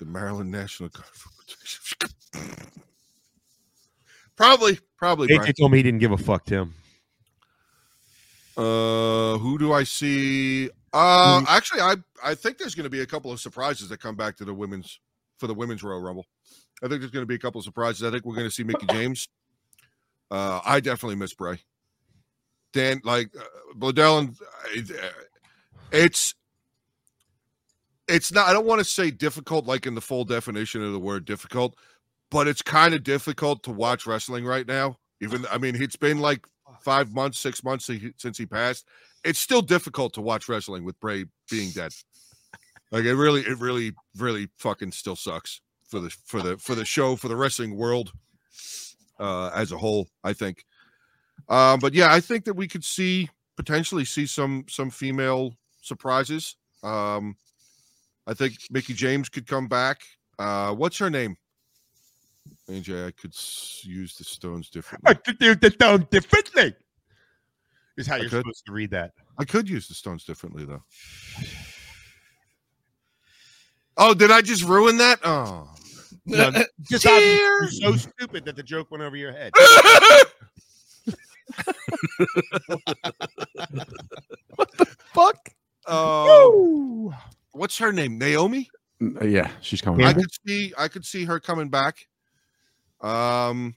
the Maryland National Guard for protection. (laughs) probably, probably. Brian. AJ told me he didn't give a fuck, Tim. Uh, who do I see? Uh, Mm. actually, I I think there's going to be a couple of surprises that come back to the women's for the women's Royal Rumble. I think there's going to be a couple of surprises. I think we're going to see Mickey James. Uh, I definitely miss Bray. Dan, like uh, Bladell, and uh, it's it's not. I don't want to say difficult, like in the full definition of the word difficult, but it's kind of difficult to watch wrestling right now. Even I mean, it's been like five months, six months since he- since he passed. It's still difficult to watch wrestling with Bray being dead. Like it really, it really, really fucking still sucks for the for the for the show for the wrestling world uh, as a whole. I think, um, but yeah, I think that we could see potentially see some some female surprises. Um, I think Mickey James could come back. Uh, what's her name? AJ, I could s- use the stones differently. I could do the done differently. Is how I you're could. supposed to read (laughs) that. I could use the stones differently though. Oh, did I just ruin that? Oh. No, Just obviously you're so stupid that the joke went over your head. Fuck. Oh, what's her name? Naomi? N- uh, Yeah, she's coming. I back. could see I could see her coming back. Um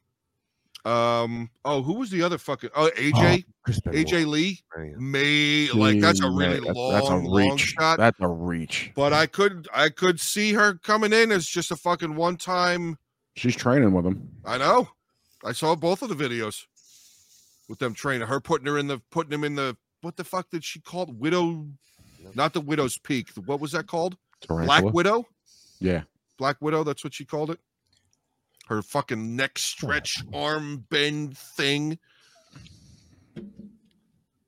um oh, who was the other fucking Oh, AJ Chris Benoit. AJ Lee? Man. May like that's a Yeah, really uh, that's- long that's a long reach. shot. That's a reach. But I could I could see her coming in as just a fucking one time. She's training with him. I know. I saw both of the videos with them training her, putting her in the putting him in the what the fuck did she call it? widow? Not the widow's peak. What was that called? Tarantula. Black widow. Yeah. Black widow. That's what she called it. Her fucking neck stretch, arm bend thing.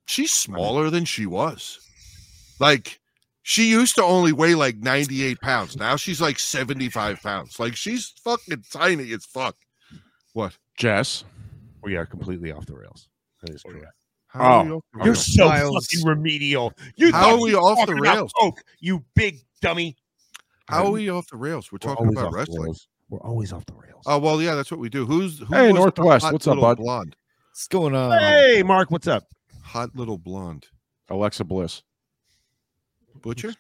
She's smaller than she was. Like she used to only weigh like 98 pounds. Now she's like 75 pounds. Like she's fucking tiny as fuck. What? Jess. We are completely off the rails. That is correct. How are Oh, we off the You're rails? so Miles. fucking remedial. (laughs) You How thought are we you were off the talking about rails? Coke, you big dummy. How are we off the rails? We're We're talking always off about the wrestling. rails. We're always off the rails. Oh well, yeah, that's what we do. Who's who Hey, was the Northwest, hot what's up, little bud? Blonde, What's going on? hey, Mark, what's up? hot little blonde Alexa Bliss. butcher.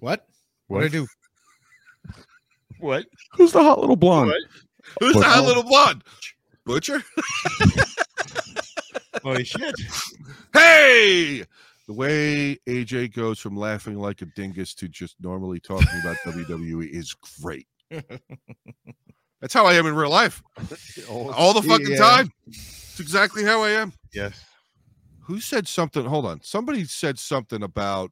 What? What would I do? What? Who's the hot little blonde? What? Who's the Butcher. hot little blonde? Butcher. Holy (laughs) shit. (laughs) Hey, the way AJ goes from laughing like a dingus to just normally talking (laughs) about WWE is great. That's how I am in real life, Oh, all the fucking Yeah. time. It's exactly how I am. Yes. who said something hold on somebody said something about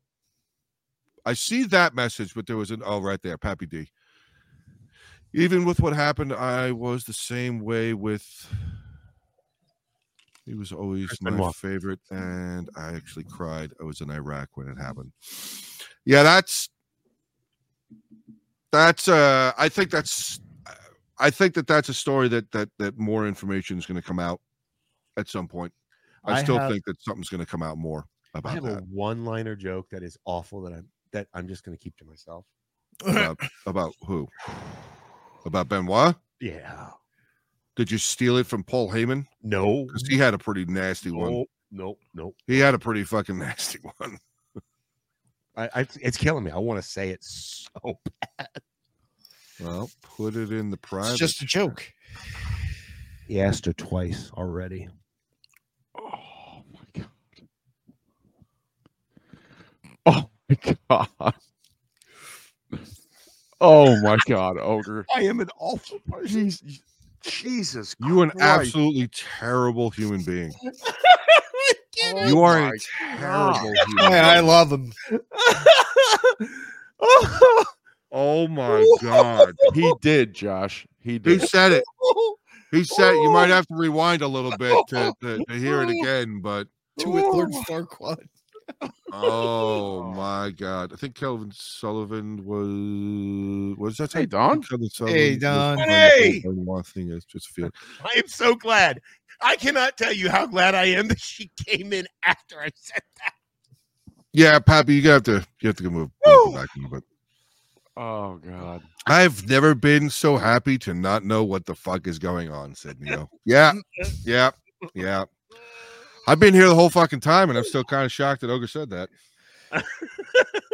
i see that message but there was an oh right there pappy d even with what happened i was the same way with he was always Chris my Benoit. favorite and i actually cried i was in iraq when it happened yeah that's that's uh i think that's i think that that's a story that that that more information is going to come out at some point i, I still have- think that something's going to come out more I about have a that one-liner joke that is awful that I'm that I'm just gonna keep to myself. (clears throat) about, about who about benoit Yeah. did you steal it from paul heyman No. because he had a pretty nasty one No. No. No. he had a pretty fucking (laughs) nasty one I, I, it's killing me. I want to say it so well put it in the private It's just a joke. (laughs) He asked her twice already. Oh my god. Oh my god. (laughs) Oh my god, (laughs) ogre. I am an awful person. Jeez, Jesus. you an Christ. absolutely terrible human being Oh you are a my God. terrible (laughs) Why human I (laughs) love him. oh my god (laughs) He did, Josh. He He did. said it. He said you might have to rewind a little bit to, to, to hear it again, but To with Lord Farquaad. Oh my God! I think Kelvin Sullivan was was that. Hey, how- Don. Kelvin Hey, Sullivan was Don. playing the Hey! Golden Law thing as just feel. I am so glad. I cannot tell you how glad I am that she came in after I (laughs) said Yeah, Pappy, you have to you have to move, Woo! move back in, but Oh God. I've never been so happy to not know what the fuck is going on, said Neo. Yeah, yeah, yeah. I've been here the whole fucking time, and I'm still kind of shocked that Ogre said that.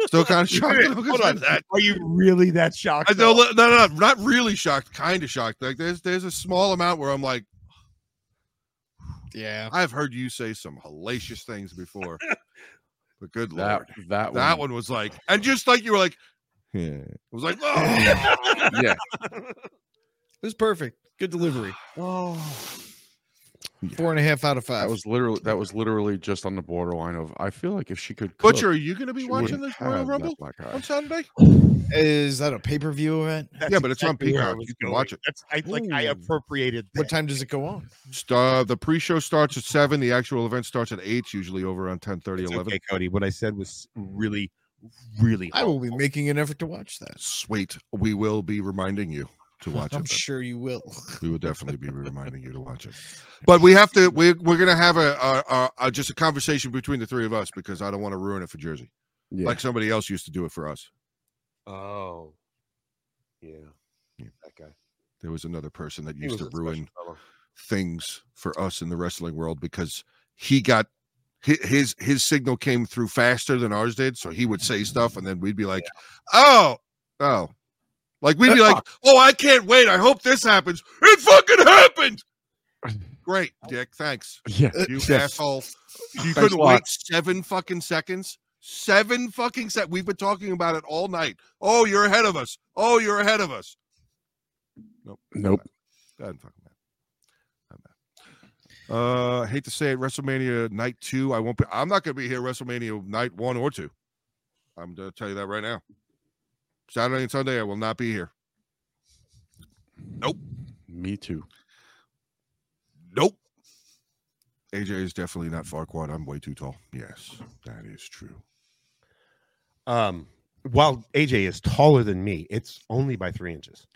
Still kind of shocked. that Ogre Hold said on. that. Are you really that shocked? I know, (sighs) though? no, no, no, not really shocked. Kind of shocked. Like there's there's a small amount where I'm like, Yeah. I've heard you say some hellacious things before, but good That lord, that that one was like, and just like you were like, yeah, it was like, (laughs) oh. one. Yeah. It was perfect. Good (sighs) delivery. Oh. Four and a half out of five. That was literally that (laughs) was literally just on the borderline of. I feel like if she could cook, Butcher, are you going to be she watching wouldn't this Royal have that Rumble black eye. on Saturday? Is that a pay per view event? That's Yeah, but it's on where I Peacock. was You can going. watch it. That's I like I Ooh. appropriated What that. time does it go on? Star, the pre-show starts at seven. The actual event starts at eight. Usually over around 10, 30, It's 11. okay, Cody. What I said was really, really. I will be making an effort to watch that. Sweet. We will be reminding you (laughs) to watch it. I'm then. sure you will. (laughs) We will definitely be reminding you to watch it. But we have to. We're, we're going to have a, a, a, a just a conversation between the three of us because I don't want to ruin it for Jersey, Yeah. like somebody else used to do it for us. Oh, yeah. Yeah. That guy There was another person that He used was to a special ruin (laughs) fellow. things for us in the wrestling world because he got hi- his his signal came through faster than ours did so he would say stuff and then we'd be like oh oh like we'd be like oh i can't wait i hope this happens it fucking (laughs) happened great dick thanks yeah. Uh, you (laughs) Yes. asshole you Thanks couldn't a lot. wait seven fucking seconds seven fucking sec we've been talking about it all night oh you're ahead of us oh you're ahead of us Nope. Doesn't fucking matter. Not bad. Uh, I hate to say it, WrestleMania night two. I won't be. I'm not gonna be here WrestleMania night one or two. I'm gonna tell you that right now. Saturday and Sunday, I will not be here. Nope. Me too. Nope. AJ is definitely not Farquaad. I'm way too tall. Yes, that is true. Um, while AJ is taller than me, it's only by three inches.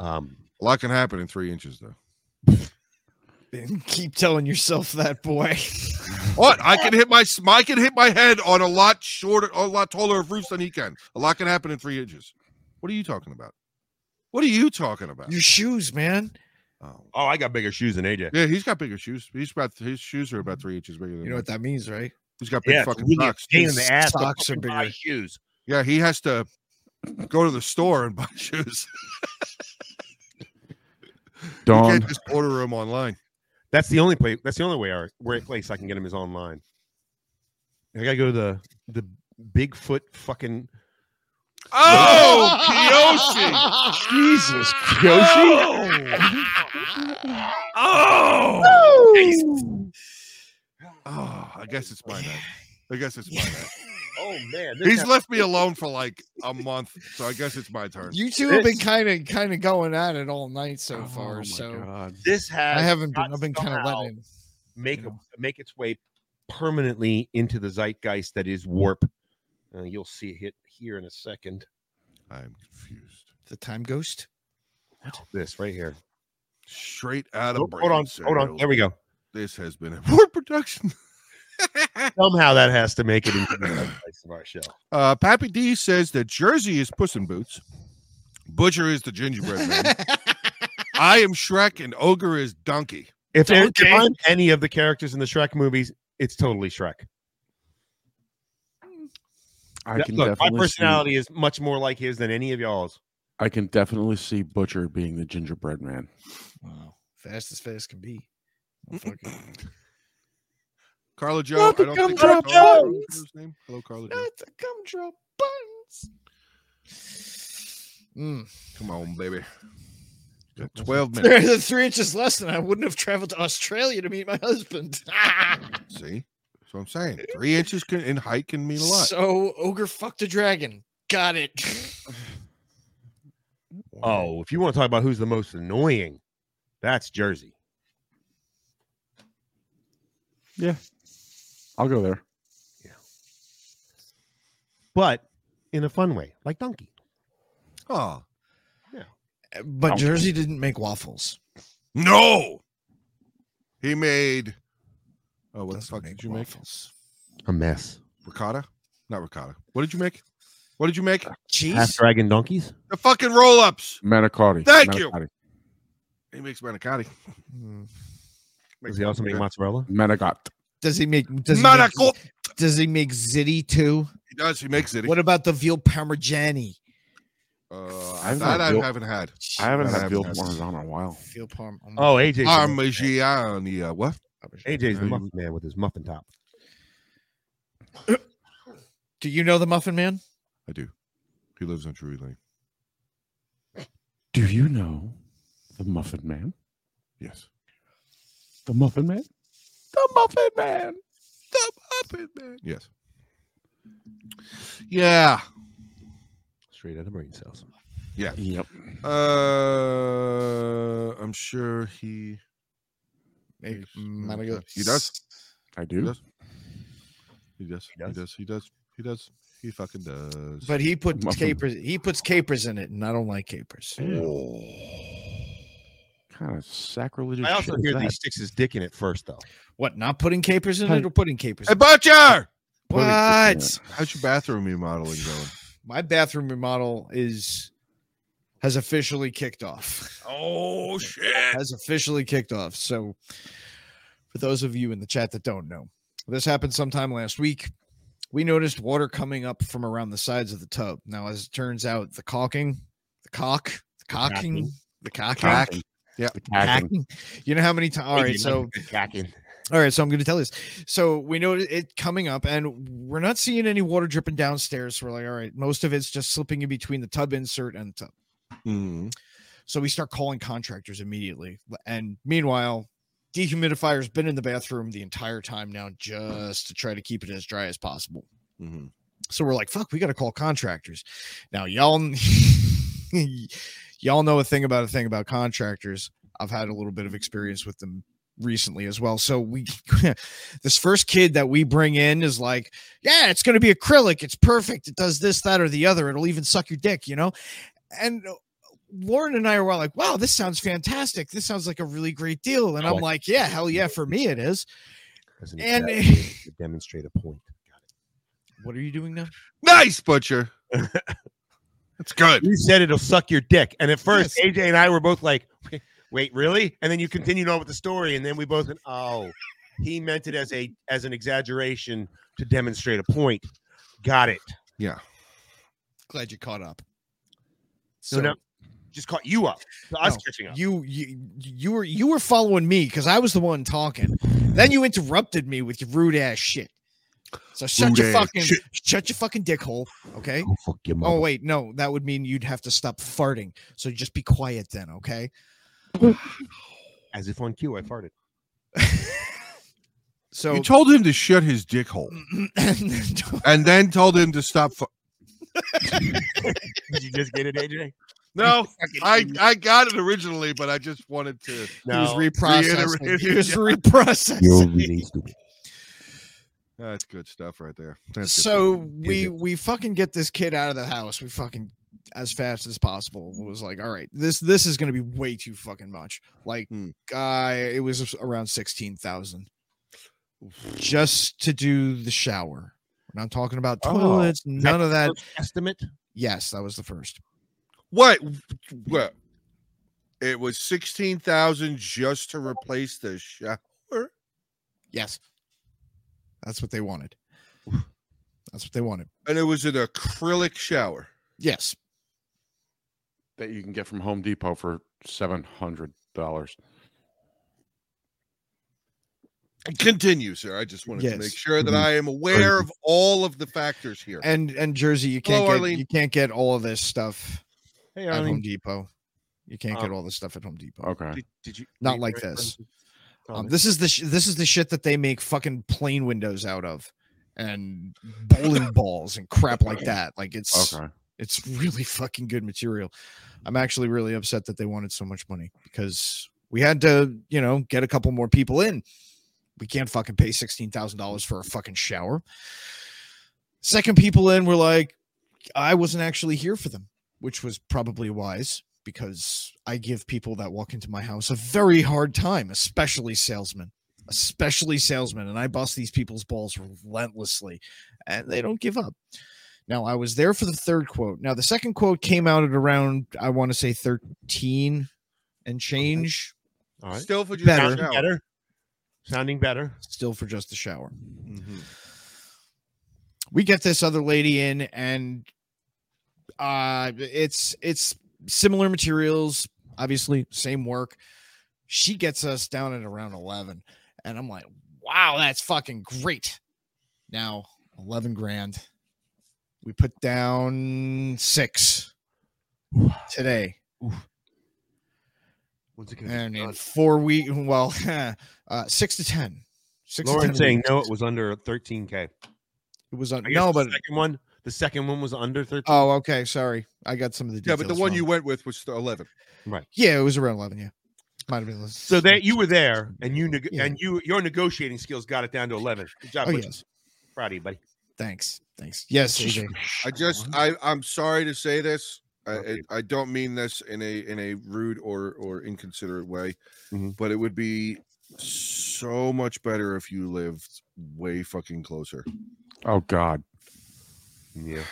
Um, A lot can happen in three inches, though. Keep telling yourself that, boy. What? I can hit my I can hit my head on a lot shorter, a lot taller of roofs than he can. A lot can happen in three inches. What are you talking about? What are you talking about? Your shoes, man. Oh. oh, I got bigger shoes than AJ. Yeah, he's got bigger shoes. He's about his shoes are about three inches bigger than You know what mine. that means, right? He's got big Yeah, it's fucking really a socks. pain in His the ass. to socks are fucking buy bigger. shoes. Yeah, he has to go to the store and (laughs) buy shoes. He Dawn. can't just order them online. That's the only place. That's the only way. Our where place I can get them is online. I gotta go to the the Bigfoot fucking. (laughs) Oh, Kiyoshi! (laughs) Jesus, Kyoshi. Oh, oh I guess it's my night. I guess it's my night. Oh man, this He's guy- (laughs) left me alone for like a month, so I guess it's my turn. You two have been This- kind of kind of going at it all night so Oh far. my so God. this has. I haven't got been. I've been kind of somehow letting. make you a, make its way permanently into the zeitgeist that is warp. Uh, you'll see it hit here in a second. I'm confused. The time ghost. This right here. Straight out of Oh, hold on, hold on. There we go. This has been a (laughs) poor production. Somehow that has to make it into the zeitgeist of our show. Uh, Pappy D says that Jersey is Puss in Boots, Butcher is the Gingerbread (laughs) (laughs) Man, I am Shrek, and Ogre is Donkey. If, there- if Okay. I'm any of the characters in the Shrek movies, it's totally Shrek. I Yeah, can Look, my definitely personality is much more like his than any of y'all's. See, I can definitely see Butcher being the gingerbread man. Wow, fast as fast can be. Oh, fuck it. Carla Joe. Not the I don't think gumdrop that's Carla buttons. Joe's name. Hello, Carla Joe. Not the gumdrop buttons. Mm. Come on, baby. You got 12 (laughs) minutes. They're the three inches less than I wouldn't have traveled to Australia to meet my husband. (laughs) See? That's what I'm saying. Three inches can, in height can mean a lot. so ogre fucked a dragon. (laughs) Got it. Oh, if you want to talk about who's the most annoying, that's Jersey. I'll go there. but in a fun way, like donkey. Oh But Oh. Jersey didn't make waffles. no, he made. Oh, what the Doesn't fuck make did you waffles. A mess. make? Ricotta? Not ricotta. What did you make? What did you make? Cheese? Half dragon donkeys. The fucking roll ups. Manicotti. Thank you. He makes manicotti. Hmm. Does he also make mozzarella? Manicotti. Does he make does he make, manicotti? does he make ziti too? He does. He makes it. What about the veal parmigiani? Uh, I haven't that had I veal- haven't had. I haven't That had I've veal had. parmesan in a while. Veal parm. Oh, AJ. Parmigiani. Uh, what? AJ's the Mm. muffin man with his muffin top. do you know the Muffin Man? I do. He lives on Drury Lane. Do you know the Muffin Man? Yes. The Muffin Man? The Muffin Man. The Muppet Man. Yes. Yeah. Straight out of brain cells. Yep. Uh, I'm sure he. Make Yes. Mm, manigo- he does. I do. does. He does. He does? does. He does. He does. He fucking does. But he puts Muffin. capers. He puts capers in it, and I don't like capers. Kind of sacrilegious. I also shit is hear that that? he sticks his dick in it first, though. What? Not putting capers in Hey. it, or putting capers? hey, in it? Butcher! Putting it in What? How's your bathroom remodeling going? My bathroom remodel is has officially kicked off. Oh, shit. Has officially kicked off. So, for those of you in the chat that don't know, this happened sometime last week. We noticed water coming up from around the sides of the tub. Now, as it turns out, the caulking, the cock, the cocking, the cocking, Cacking. Yeah. The cacking. You know how many times? All right, so all right, so I'm going to tell you this. So we know it coming up, and we're not seeing any water dripping downstairs. So we're like, all right, most of it's just slipping in between the tub insert and the tub. Mm-hmm. So we start calling contractors immediately. And meanwhile, dehumidifier's been in the bathroom the entire time now, just to try to keep it as dry as possible. Mm-hmm. So we're like, fuck, we got to call contractors. Now, y'all, (laughs) y'all know a thing about a thing about contractors. I've had a little bit of experience with them recently as well. So we, (laughs) this first kid that we bring in is like, yeah, it's going to be acrylic. It's perfect. It does this, that, or the other. It'll even suck your dick, you know? And uh, Lauren and I were like, wow, this sounds fantastic. This sounds like a really great deal. And I I'm like like, yeah, hell yeah, for me it is. And- and to demonstrate a point. What are you doing now? Nice, (laughs) Butcher. That's good. (laughs) You said it'll suck your dick, and at first Yes. AJ and I were both like, "Wait, really?" And then you continued on with the story, and then we both went, "Oh, he meant it as a as an exaggeration to demonstrate a point." Got it. Glad you caught up. So, now just caught you up. So us No, catching up. You, you you were you were following me because I was the one talking. Then you interrupted me with your rude ass shit. So shut your Rude ass fucking shit. shut your fucking dick hole, okay? Go fuck your Oh mother. wait, no, that would mean you'd have to stop farting. So just be quiet then, okay? As if on cue, I farted. So You (clears throat) told him to shut his dick hole and then told him to stop. Fu- Did you just get it, (laughs) AJ? no, I, I got it originally, but I just wanted to. he was No. (laughs) (laughs) reprocessing. He reiterated, was yeah. reprocessing. That's good stuff right there. That's good so stuff. we we fucking get this kid out of the house. We fucking as fast as possible. It was like, all right, this this is gonna be way too fucking much. Like, Hmm. uh, it was around sixteen thousand just to do the shower. We're not talking about Oh, toilets, none of that. First estimate. Yes, that was the first. What? What? It was sixteen thousand just to replace the shower. Yes, that's what they wanted. That's what they wanted. and it was an acrylic shower. Yes, That you can get from Home Depot for seven hundred dollars. Continue, sir. I just wanted Yes. to make sure that I am aware of all of the factors here. and and Jersey, you Hello, can't get Arlene. you can't get all of this stuff Hey, at Home Arlene. Depot. You can't Uh, get Um, all this stuff at Home Depot. Okay. Did, did you Not were you like referring this. to- Um, Tommy? this is the sh- this is the shit that they make fucking plane windows out of, and bowling balls and crap like that. Like it's Okay. it's really fucking good material. I'm actually really upset that they wanted so much money because we had to you know get a couple more people in. We can't fucking pay sixteen thousand dollars for a fucking shower. Second people in were like, I wasn't actually here for them, which was probably wise because I give people that walk into my house a very hard time, especially salesmen. Especially salesmen, and I bust these people's balls relentlessly, and they don't give up. Now I was there for the third quote. Now the second quote came out at around I want to say 13 and change. All right. Still for just Better. Sounding better. Sounding better. still for just the shower. Mm-hmm. We get this other lady in, and uh, it's it's similar materials, obviously same work. She gets us down at around eleven, and I'm like, wow, that's fucking great. Now eleven grand. We put down six today. When's it And in four weeks, well, (laughs) uh, six to ten. Six to Lauren 10 saying weeks. no, it was under 13k. It was on. I guess No, the but second one, the second one was under 13. oh, okay. Sorry, I got some of the Yeah, details. but the one wrong. you went with was still 11. yeah, it was around eleven. Yeah, might have been. less. So that you were there, and you neg- Yeah. and you your negotiating skills got it down to 11. Good job, Oh buddy. yes, proud of you, buddy. thanks, thanks. Yes, AJ. I just I I'm sorry to say this. I, I Okay. I don't mean this in a in a rude or or inconsiderate way, Mm-hmm. Mhm. but it would be so much better if you lived way fucking closer. Mm-hmm. Oh God. Yeah.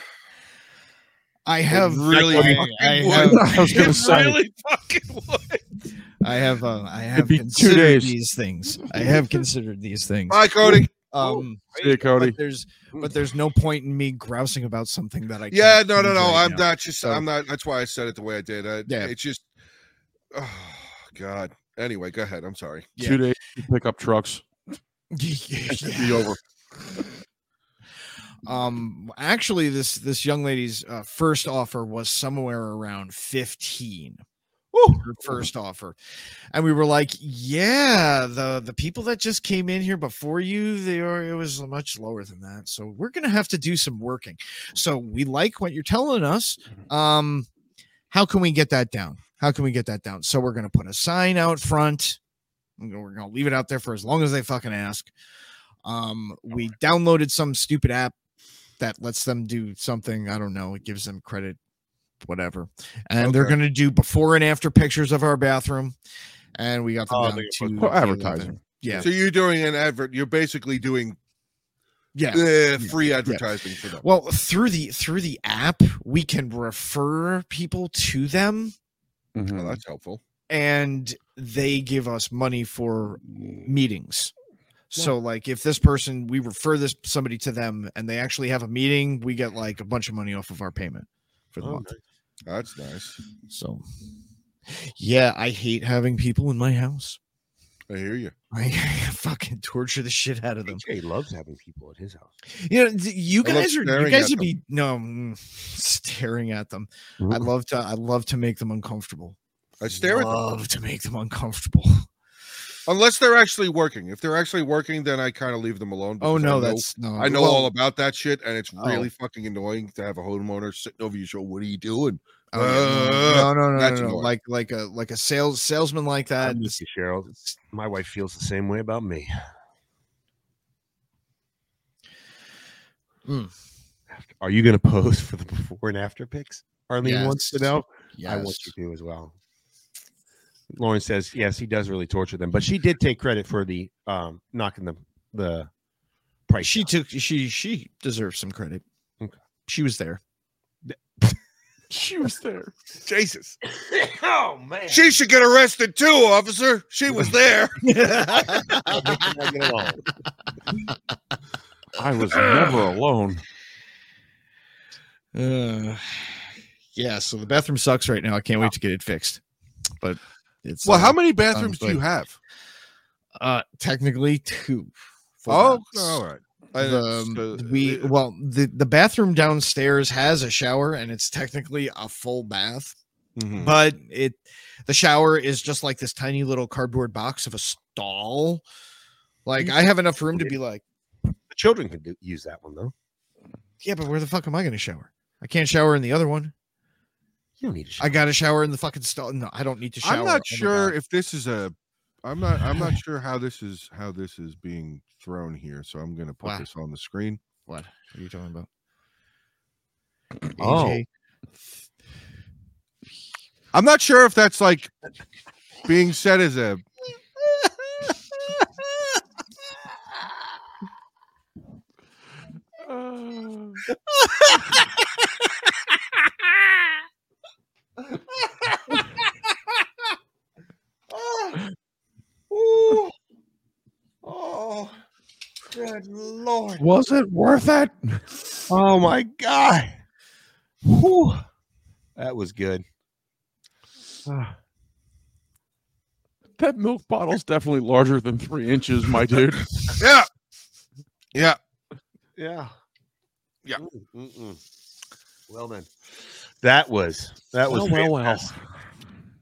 I have really I, fucking I would. (laughs) have. I was gonna say. (laughs) I have. Uh, I have be two considered days. these things. I have considered these things. Bye, Cody. Um, See you, Cody. but there's, but there's no point in me grousing about something that I. Yeah, can't no, no, change no. right I'm now. not just. So- I'm not. That's why I said it the way I did. I, Yeah. It's just. Oh God. Anyway, go ahead. I'm sorry. Yeah. Two days to pick up trucks. (laughs) Yeah. Be (laughs) over. um actually this this young lady's uh, first offer was somewhere around 15 her first offer and we were like yeah the the people that just came in here before you they are it was much lower than that so we're gonna have to do some working so we like what you're telling us um how can we get that down how can we get that down so we're gonna put a sign out front I'm gonna- we're gonna leave it out there for as long as they fucking ask um we downloaded some stupid app that lets them do something. I don't know. It gives them credit, whatever. And they're Okay. going to do before and after pictures of our bathroom. And we got them Oh, down they're to gonna put- Oh, the advertising. 11. Yeah. So you're doing an advert. You're basically doing Yeah. eh, free advertising for them. Oh, Well, through the through the app, we can refer people to them Mm-hmm. Well, Mhm. that's helpful. and they give us money for meetings. So like if this person we refer this somebody to them and they actually have a meeting, we get like a bunch of money off of our payment for the Oh, month. That's nice. So, yeah, I hate having people in my house. I hear you. I (laughs) fucking torture the shit out of them. AJ loves having people at his house. You know, th- you I love guys are you staring guys at would them. be no mm, staring at them. I love to I love to make them uncomfortable. I stare at them. love to make them uncomfortable. (laughs) Unless they're actually working. If they're actually working, then I kind of leave them alone. Oh because I no, know- that's no. I know well, all about that shit, and it's Oh. really fucking annoying to have a homeowner sitting over your shoulder. What are you doing? oh, (laughs) yeah, no, no, no, no, that's no, no, no. annoying. Like like a like a sales salesman like I that. miss you, Cheryl. It's- My wife feels the same way about me. Mm. After- Are you going to pose for the before and after pics? Arlene wants to Yes. know. Yes. I want you to as well. Lauren says yes, he does really torture them, but she did take credit for the um knocking the the price. she took she she deserves some credit. Okay. She (laughs) was there. (laughs) She was there. Jesus, (coughs) oh (clears throat) man, she should get arrested too, officer. She (laughs) was there. I was never alone. Uh, yeah, so the bathroom sucks right now. I can't wait to get it fixed. But it's Well, how uh, many bathrooms do like- you have? uh technically two. full Oh, baths. all right. I- Um, so, we uh, well the the bathroom downstairs has a shower and it's technically a full bath, mhm. but it the shower is just like this tiny little cardboard box of a stall. Like I have enough room to be like, The children can do, use that one though. yeah, but where the fuck am I going to shower? I can't shower in the other one. You don't need to. Show. I got to shower in the fucking stall. No, I don't need to shower. I'm on not the sure bath. if this is a. I'm not. I'm (laughs) not sure how this is how this is being thrown here. So I'm going to put Wow. this on the screen. what are you talking about? Oh. I'm not sure if that's like being said as a. Oh. oh, good lord. Was it worth it? Oh my god. Whew. That was good. Ah. That milk bottle's definitely larger than three inches, my dude. Yeah. Yeah. Yeah. Yeah. Mm, mm, mm. Well then. That was that was Well, well, well. fantastic. That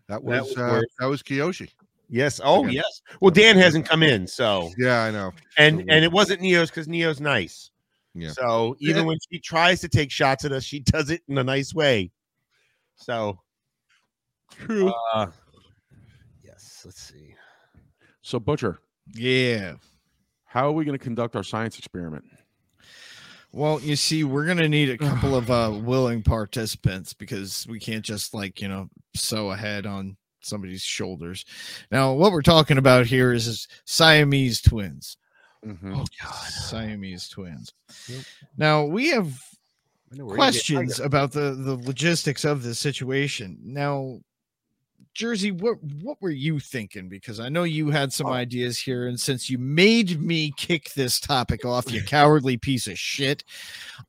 That was would uh, work. that was Kiyoshi. Yes. Oh Okay. yes. Well, Dan hasn't come in, so Yeah, I (laughs) know. and Absolutely. and it wasn't Neo's because Neo's nice. Yeah. So even Yeah. when she tries to take shots at us, she does it in a nice way. So True. uh, yes, let's see. so, Butcher, Oh. Yeah. how are we going to conduct our science experiment? Well, you see, we're gonna need a couple of uh willing participants because we can't just like you know sew a head on somebody's shoulders. Now, what we're talking about here is, is Siamese twins. Mm-hmm. Mhm. Siamese twins. Yep. Now we have I know where you get- questions about the the logistics of this situation. Now, Jersey, what what were you thinking? Because I know you had some ideas here, and since you made me kick this topic off, you cowardly piece of shit,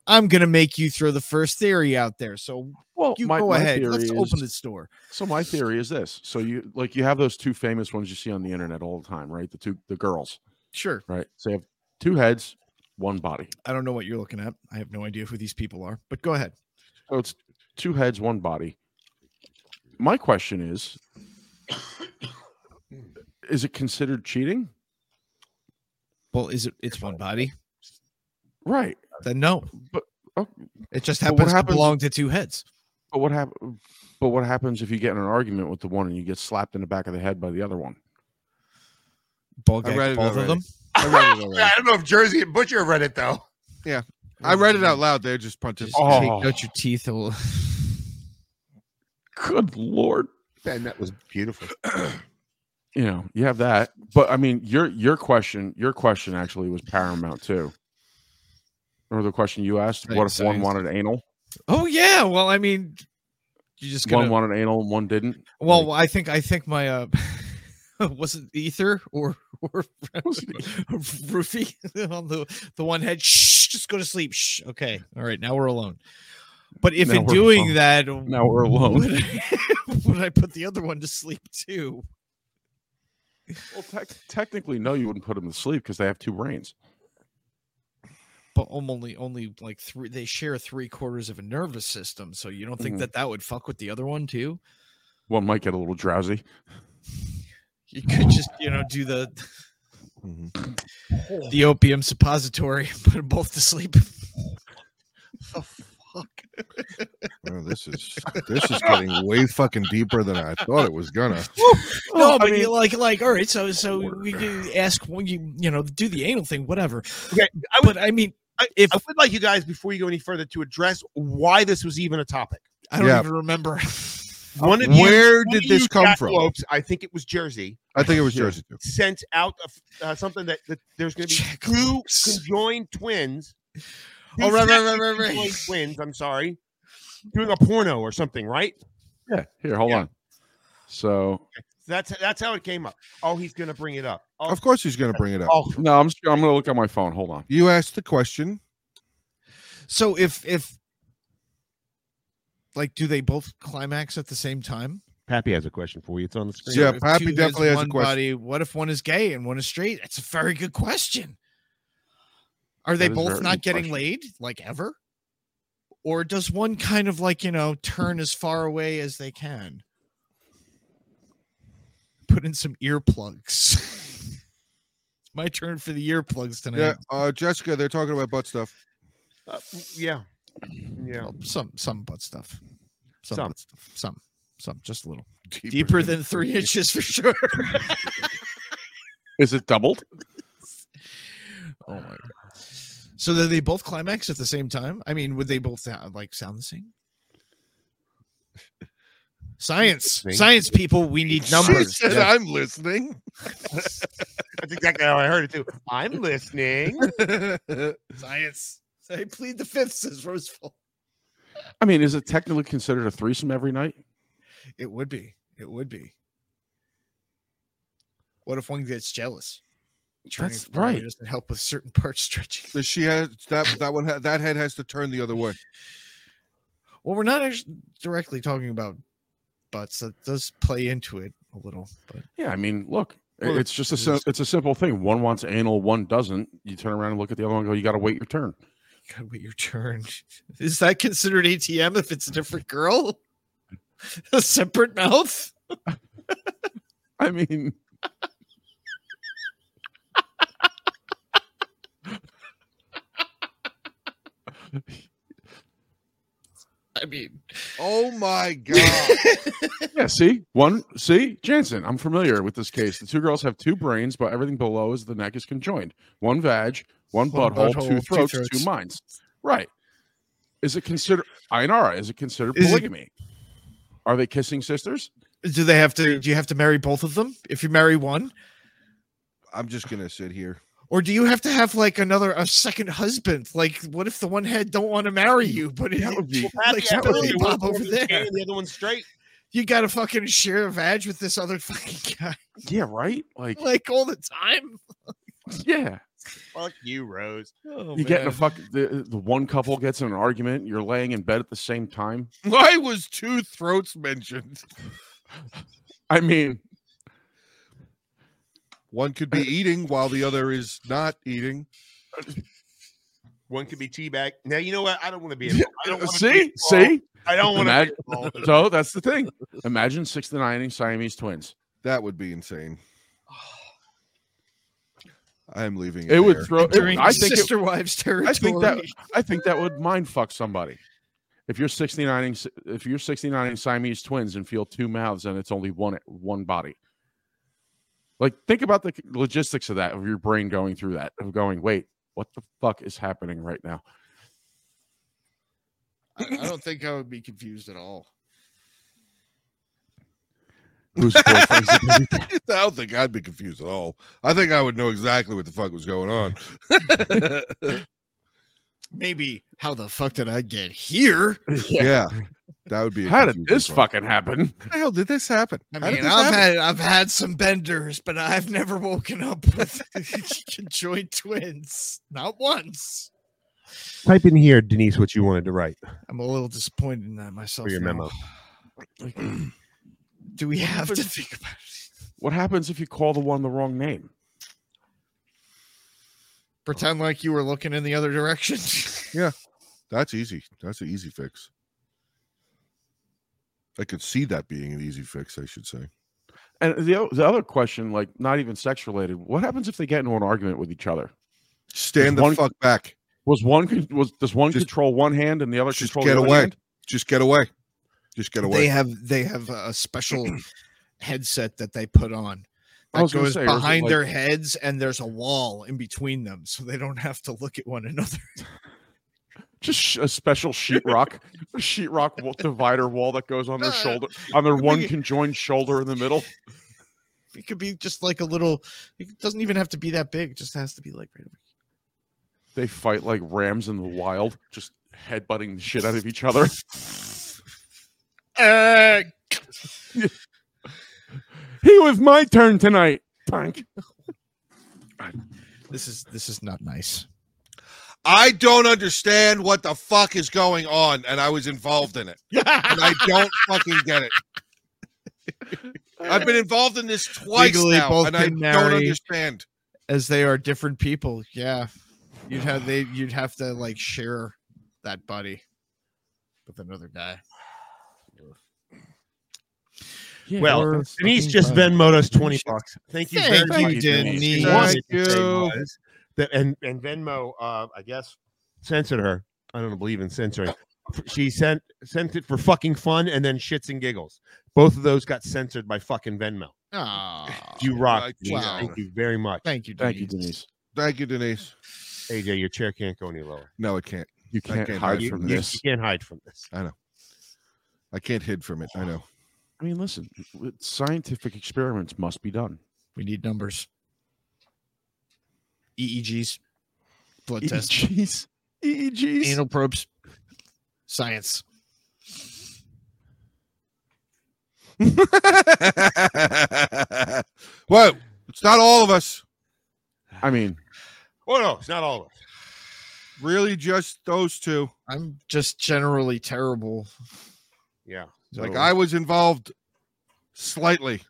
I'm gonna make you throw the first theory out there. So Well, you Oh, my, go my ahead. theory Let's is- open this door. So my theory is this: so you like you have those two famous ones you see on the internet all the time, right? The two the girls, Sure. right? So you have two heads, one body. I don't know what you're looking at. I have no idea who these people are, but go ahead. So it's two heads, one body. My question is: (coughs) Is it considered cheating? Well, is it? It's one body. Right. Then no. But- oh. it just But happens what to happens- belong to two heads. But what happens? But what happens if you get in an argument with the one and you get slapped in the back of the head by the other one? Ball I gag, read it both of already. them. I read it I already. don't know if Jersey and Butcher read it though. I read (laughs) it out loud. They're just Just participating. Oh. take out your teeth. a little- (laughs) Good lord! And that was beautiful. You know you have that, but I mean your your question your question actually was paramount too. Remember the question you asked? Right, what if one science. wanted anal? Oh yeah. Well, I mean, you just one gonna. wanted anal and one didn't. well, I think I think my uh, (laughs) was it ether or or (laughs) roofie (laughs) on the the one head? Shh, just go to sleep. Shh. Okay. All right. Now we're alone. But if Now in we're doing alone. that, Now we're alone. would (laughs) I, (laughs) would I put the other one to sleep too? well, tec- technically, no, you wouldn't put them to sleep because they have two brains. But only only like three. They share three quarters of a nervous system, so you don't think Mhm. that that would fuck with the other one too? One might get a little drowsy. You could just you know do the Mm-hmm. the opium suppository, put them both to sleep. (laughs) the fuck? Oh, this is this is getting way fucking deeper than I thought it was (laughs) gonna. Well, No, I but mean- you like like all right. So so we can ask when you you know do the anal thing, whatever. Okay, I would- but I mean, I would like you guys before you go any further to address why this was even a topic. I don't Yeah. even remember. (laughs) One of Where one did of this you come from? jackalopes, I think it was Jersey. I think it was Yeah. Jersey too. sent out a f- uh, something that, that there's going to be two Jackalopes. conjoined twins. two Oh, right, right, right, separate right, right. conjoined Twins, I'm sorry, doing a porno or something, right? Yeah. Here, hold Yeah. on. So That's that's how it came up. Oh, he's going to bring it up. Oh, Of course, he's gonna bring it up. oh, no, I'm just, I'm gonna look at my phone. Hold on. You asked the question. So if if like do they both climax at the same time? Pappy has a question for you. It's on the screen. So Yeah, if Pappy two heads, definitely has a one question. Body, what if one is gay and one is straight? That's a very good question. Are they That is a both very not good getting question. laid like ever? Or does one kind of like, you know, turn as far away as they can? Put in some earplugs. (laughs) it's my turn for the earplugs tonight. Yeah, uh, Jessica, they're talking about butt stuff. Uh, yeah, yeah. Well, some some butt stuff. Some Some. butt stuff. Some. Some, just a little. Deeper than three inches for sure. Is it doubled? Oh my god. So that they both climax at the same time? I mean, would they both sound, like sound the same? Science, Interesting. science people, we need numbers. She (laughs) said, Yeah. I'm listening. That's exactly how I heard it too. I'm (laughs) listening. Science. I plead the fifth, says Roseville. I mean, is it technically considered a threesome every night? It would be. It would be. What if one gets jealous? Training That's for one right. Doesn't help with certain part stretching. Does she has that that one ha- that head has to turn the other way. Well, we're not actually directly talking about butts. That does play into it a little, but Yeah, I mean, look, i- Well, it's just a it's sim- just- it's a simple thing. One wants anal, one doesn't. You turn around and look at the other one and go, "You got to wait your turn." you gotta wait your turn. (laughs) Is that considered ATM if it's a different girl? (laughs) a separate mouth? I (laughs) mean, I mean, Oh (laughs) my god. yeah. See, one, see, Jansen. I'm familiar with this case. The two girls have two brains, but everything below is the neck is conjoined. One vag, one, One butthole, butthole, two two throats, two throats. minds. Right? Is it considered Ainara? Is it considered Is it- polygamy? Are they kissing sisters? do they have to? Do you have to marry both of them if you marry one, I'm just gonna sit here. or do you have to have like another a second husband? Like, what if the one head don't want to marry you, but it, That would be like Billy Bob over there? The other one's straight. You gotta fucking share a vag with this other fucking (laughs) guy, yeah, right. Like like all the time. yeah. Fuck you, Rose. Oh, you get in a man. fuck the, the one couple gets in an argument you're laying in bed at the same time Why was two throats mentioned? i mean One could be eating while the other is not eating. One could be teabag. Now you know what? I don't want to be. involved. I don't wanna see be involved. see I don't want to. Imagine- so that's the thing imagine 69 siamese twins That would be insane. I am leaving. It, it would there. throw it- during i think it, sister wives territory. i think that i think that would mind fuck somebody if you're 69 if you're 69 siamese twins and feel two mouths and it's only one one body like think about the logistics of that of your brain going through that of going wait what the fuck is happening right now I, I don't think I would be confused at all. whose boyfriend's the baby I don't think I'd be confused at all. I think I would know exactly what the fuck was going on. Maybe how the fuck did I get here? Yeah, that would be. a How did confusing this one. fucking happen? How the hell did this happen? I How did mean, this I've happen? had I've had some benders, but I've never woken up with (laughs) conjoined twins. Not once. Type in here, Denise, what you wanted to write I'm a little disappointed in that myself. for your now. memo. (clears throat) Do we (laughs) have to think about it? What happens if you call the one the wrong name? Pretend like you were looking in the other direction. That's easy. That's an easy fix. I could see that being an easy fix. I should say. And the o- the other question, like not even sex related, what happens if they get into an argument with each other? Stand the one- fuck back. Was one con- was does one Just- control one hand and the other just control get the other away. hand? Just get away. Just (laughs) get They away. have they have a special (clears throat) headset that they put on I that was gonna goes say, or is it behind like- their heads, and there's a wall in between them, so they don't have to look at one another. Just sh- a special sheetrock, a sheetrock wall, divider wall that goes on their No, no. shoulder, on their one Big- conjoined shoulder in the middle. It could be just like a little. It doesn't even have to be that big. It just has to be like right over. They fight like rams in the wild, just headbutting the shit out of each other. Uh, (laughs) he was my turn tonight. Punk. this is this is not nice. I don't understand what the fuck is going on, and I was involved in it, and I (laughs) don't fucking get it. I've been involved in this twice Legally, now, both and I can don't marry. understand. As they are different people, yeah, you'd have they you'd have to like share that buddy with another guy. Well, Or Denise fucking just buddy. Venmoed us twenty bucks. Thank you Thank very you, much, Denise. What I wanted Thank to say you. was That and and Venmo, uh, I guess, censored her. I don't believe in censoring. She sent sent it for fucking fun and then shits and giggles. Both of those got censored by fucking Venmo. Aw, You rock. Right, Denise. wow. Thank you very much. thank you, Thank you, Denise. Denise. Thank you, Denise. AJ, your chair can't go any lower. No, it can't. You I can't can't hide hide You, from you- this. you can't hide from this. I can't hid from it. I (laughs) know. I mean, listen, w- scientific experiments must be done. We need numbers. EEGs, E blood tests, EEGs. EEGs. anal probes, science. well, it's not all of us. I mean, Oh no, it's not all of us. Really, just those two. I'm just generally terrible. Yeah. Like So- I was involved slightly.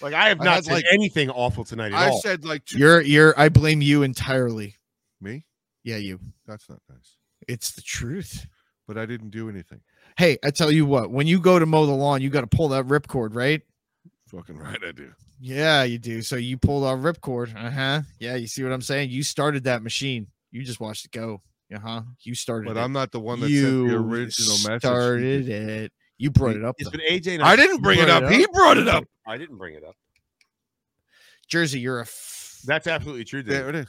Like I have I not had, said like- anything awful tonight at I all. said like two. You're you're I blame you entirely. Me? Yeah, you. That's not nice. It's the truth. But I didn't do anything. Hey, I tell you what, when you go to mow the lawn, you got to pull that ripcord, right? Fucking right, I do. Yeah, you do. So you pulled our ripcord. Uh huh. Yeah, you see what I'm saying? You started that machine. You just watched it go. Uh huh. You started. But it. I'm not the one that sent the you original message. started it. You brought it up. It's though. been AJ. And I didn't bring it brought up. it He brought it up. I didn't bring it up. Jersey, you're a. F- That's absolutely true. Dude. (laughs) There it is.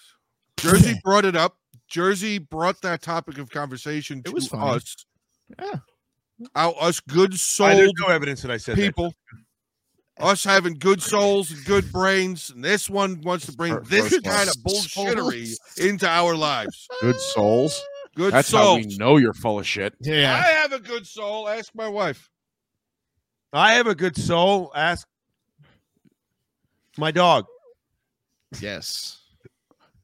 Jersey brought it up. Jersey brought that topic of conversation to was funny. us. Yeah. Our, us good I, there's souled no evidence that I said that. people. Us having good souls and good brains, and this one wants to bring First this class. kind of bullshittery into our lives. good souls. Good That's how soul. we know you're full of shit. yeah. (laughs) I have a good soul. Ask my wife. I have a good soul. Ask my dog. yes.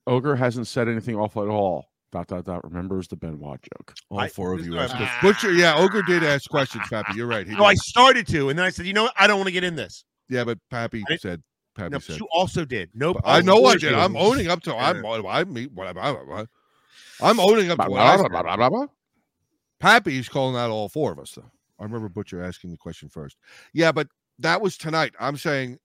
Ogre hasn't said anything awful at all. Dot dot dot. Remembers the Benoit joke. All I- four of this you is asked what us. Ah. Butcher, yeah, Ogre did ask questions, Pappy. You're right. He No, Oh, I did. started to, and then I said, you know what? I don't want to get in this. yeah, but Pappy I- said. Pappy No, but said. you also did. Nope. I know I what did. I'm owning up to. I'm. I'm. I'm owning up to what I said. Pappy's calling out all four of us, though. I remember Butcher asking the question first. Yeah, but that was tonight. I'm saying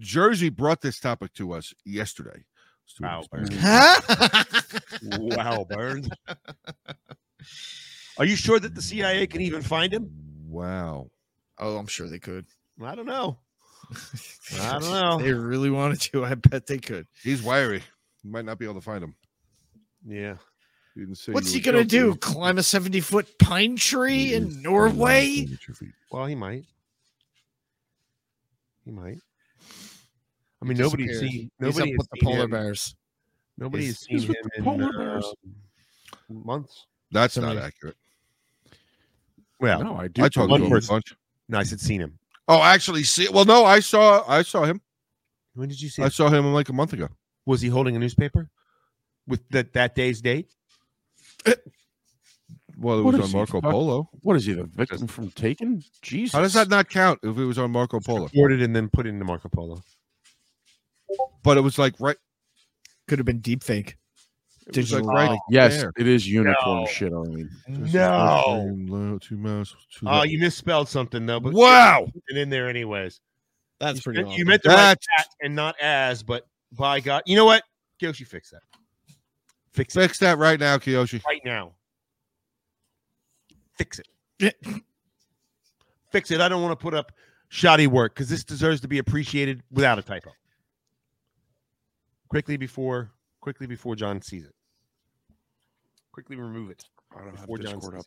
Jersey brought this topic to us yesterday. It's too Wow. (laughs) inspiring. Wow, (laughs) Burns. Are you sure that the CIA can even find him? Wow. oh, I'm sure they could. I don't know. I (laughs) don't know. They really wanted to. I bet they could. He's wiry. You might not be able to find him. Yeah. You didn't say What's you he were gonna guilty. do? Climb a 70 foot pine tree in Norway? Well, he might. He might. I He mean, nobody's seen. disappeared. He's up Nobody has with the seen polar him. bears. Nobody has He's- seen he's him with the in polar uh, bears. months. That's not Somebody- accurate. Well, No, I do. I think talked to one him a he- person. bunch. no, I said seen him. Oh, actually, see. Well, no, I saw. I saw him. When did you see? I him? saw him like a month ago. Was he holding a newspaper with that that day's date? Well, it What was is on he, Marco fuck? Polo. What is he? The victim from Taken? Jesus. How does that not count if it was on Marco Polo? Recorded and then put into Marco Polo. But it was like right. Could have been deep fake. It was like Digital right. Yes, there. it is unicorn No. shit. Arlene. No. Two mouse. Two Oh, you misspelled something though. But wow. and in there anyways. That's you, pretty. meant- Awesome. you meant to write at and not as, but by God, you know what? Kyoshi, fix that. Fix it Fix that right now, Kiyoshi. right now. Fix it. fix it. I don't want to put up shoddy work because this deserves to be appreciated without a typo. Quickly before, quickly before John sees it. Quickly remove it I don't have before John Discord sees up.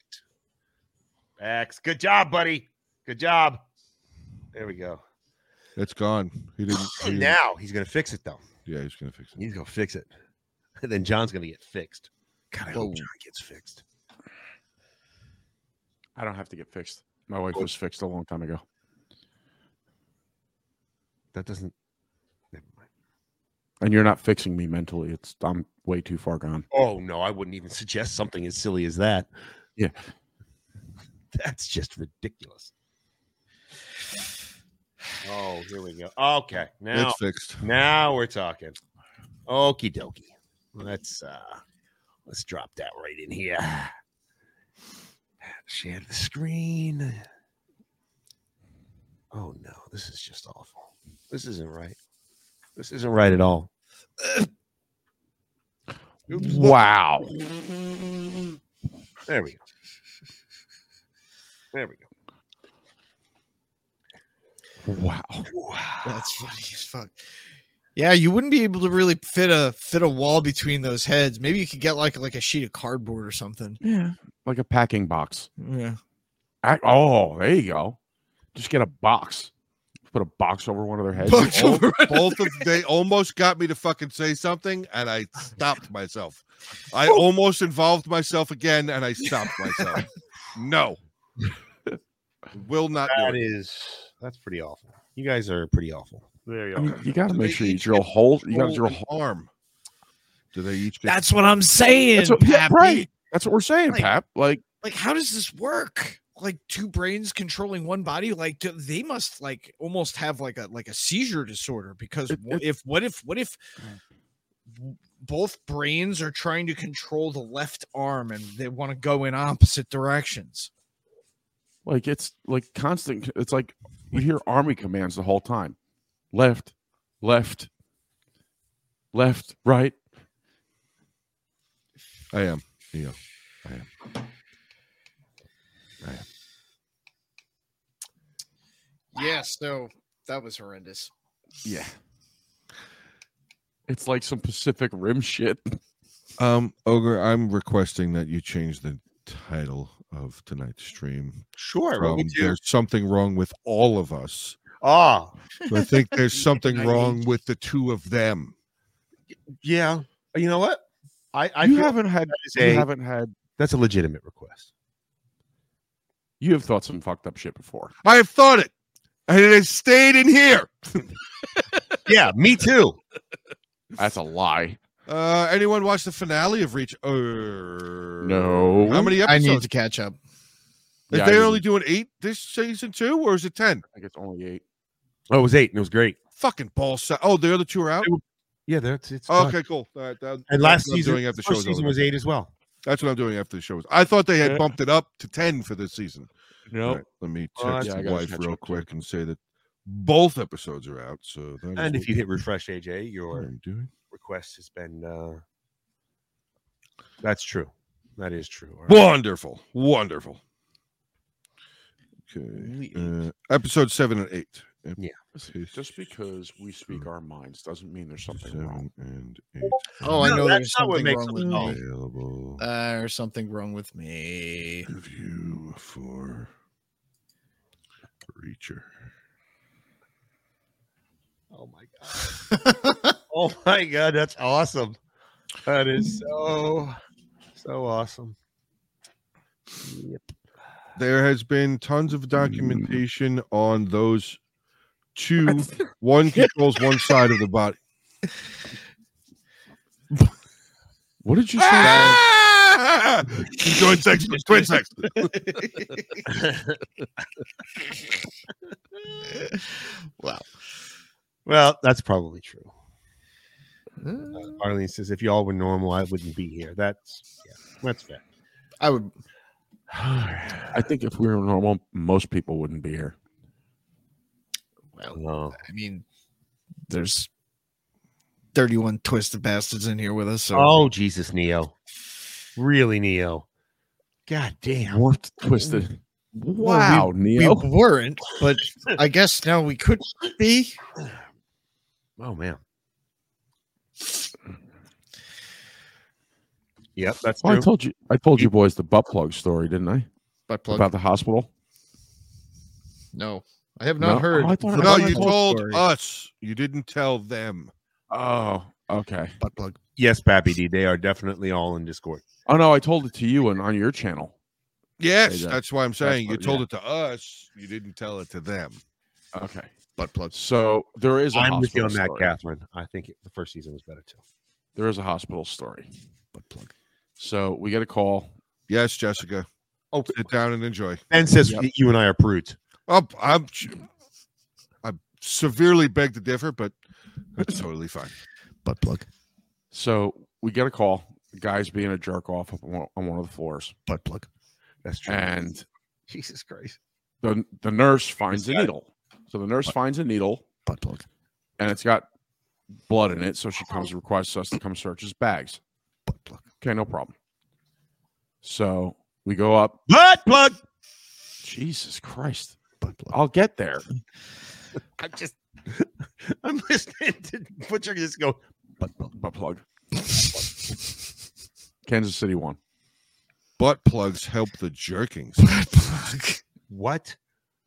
it. X. Good job, buddy. Good job. There we go. It's gone. He didn't. he didn't- Oh, Now he's gonna fix it though. Yeah, he's gonna fix it. He's gonna fix it. (laughs) And then John's gonna get fixed. God, I Whoa. hope John gets fixed. I don't have to get fixed. My wife was fixed a long time ago. That doesn't. Never mind. And you're not fixing me mentally. It's I'm way too far gone. (laughs) Oh no, I wouldn't even suggest something as silly as that. Yeah. (laughs) That's just ridiculous. Oh, here we go. Okay, now It's fixed. now we're talking. Okie dokie. Let's uh let's drop that right in here. (sighs) Share the screen. Oh no, this is just awful. This isn't right. This isn't right at all. Wow. There we go. There we go. Wow. That's funny as fuck. Yeah, you wouldn't be able to really fit a fit a wall between those heads. Maybe you could get like like a sheet of cardboard or something. Yeah, like a packing box. Yeah. I, oh, there you go. Just get a box. Put a box over one of their heads. Box Oh, Both, (laughs) both of they almost got me to fucking say something, and I stopped myself. I almost involved myself again, and I stopped (laughs) myself. No, will not do That it. is that's pretty awful. You guys are pretty awful. There you Oh, I go. mean, you got to Do make they sure you each drill get holes. You got to Hole drill in holes. arm. Do they each get? That's what I'm saying. That's what, yeah, Pappy. right. That's what we're saying, Like- Pap. Like, Like, how does this work? Like two brains controlling one body. Like do- they must like almost have like a like a seizure disorder because It- what it- if what if what if w- both brains are trying to control the left arm and they want to go in opposite directions? like it's like constant. It's like you hear army commands the whole time. Left, left, left, right. I am. Yeah. Yes. No, that was horrendous. Yeah. It's like some Pacific Rim shit. Um, Ogre, I'm requesting that you change the title of tonight's stream. Sure. From there's something wrong with all of us. Ah, I think there's something I wrong with the two of them. yeah. You know what? I, I you feel haven't had. that is you a- haven't had. that's a legitimate request. You have thought some fucked up shit before. I have thought it, and it has stayed in here. Yeah, me too. That's a lie. Uh, anyone watch the finale of Reach? Er, No. How many I need episodes? to catch up. Is Yeah, I they need only to- doing eight this season too, or is it ten? I think it's only eight. Oh, it was eight and it was great. Fucking ball sa- Oh, the other two are out. It Yeah, that's it's. Oh, okay, cool. All right, that- And last that's what I'm season, doing after the first show's season over. was eight as well. That's what I'm doing after the show. is- I thought they had Yeah. bumped it up to ten for this season. No. All right, let me Oh, text yeah, I the gotta wife catch real up too. quick and say that both episodes are out. So that is And if what you hit refresh, AJ, your I'm doing. request has been. uh That's true. That is true. All right. Wonderful, wonderful. Okay, Only uh, episode seven and eight. Listen, Just because we speak our minds doesn't mean there's something wrong. Seven and eight. Oh, I No, know that's there's not what something makes wrong with them me. available Uh, or something wrong with me. review for Reacher. Oh my god. (laughs) oh my god, that's awesome. That is so so awesome. There has been tons of documentation on those two. One controls one side of the body. What did you say? Ah! Enjoying sex, but twin sex. wow. (laughs) Well, that's probably true. Uh, Arlene says if y'all were normal, I wouldn't be here. That's yeah, that's (sighs) fair. I would. I think if we were normal, most people wouldn't be here. Well, No. I mean, there's 31 twisted bastards in here with us. So Oh Jesus, Neo. Really, Neo. God damn. Warped, twisted. Well, Wow, we Neo. weren't, but I guess now we could be. Oh man. Yep, that's Well, Oh, I true. told you, I told you boys the butt plug story, didn't I? Butt plug. About the hospital. no, I have not No? heard. Oh, I thought- I No, thought you I told Story. us. You didn't tell them. Oh, okay. butt plug. yes, Pappy D, they are definitely all in Discord. Oh no, I told it to you and on your channel. Yes, Exactly. that's why I'm saying you what- told yeah. it to us. You didn't tell it to them. Okay. Butt plug. So there is a I'm with you hospital on that, story. Catherine. I think it, the first season was better too. There is a hospital story. Butt plug. So we get a call. Yes, Jessica. Oh. sit down and enjoy. Ben says Yep. y- you and I are prudes. Oh, I'm, I severely beg to differ, but that's totally fine. Butt plug. So we get a call. The guy's being a jerk off on one- on one of the floors, Butt plug. That's true. and Ah, (laughs) Jesus Christ. the the nurse finds a got- needle. So the nurse finds a needle Butt plug. and it's got blood in it. So she comes and requests us to come search his bags. Butt plug. Okay, no problem. So we go up. Butt plug. Jesus Christ. Butt plug. I'll get there. I'm just (laughs) I'm listening to Butcher just go. Butt, butt, butt plug. Kansas City (laughs) won. Butt plugs help the jerkings. What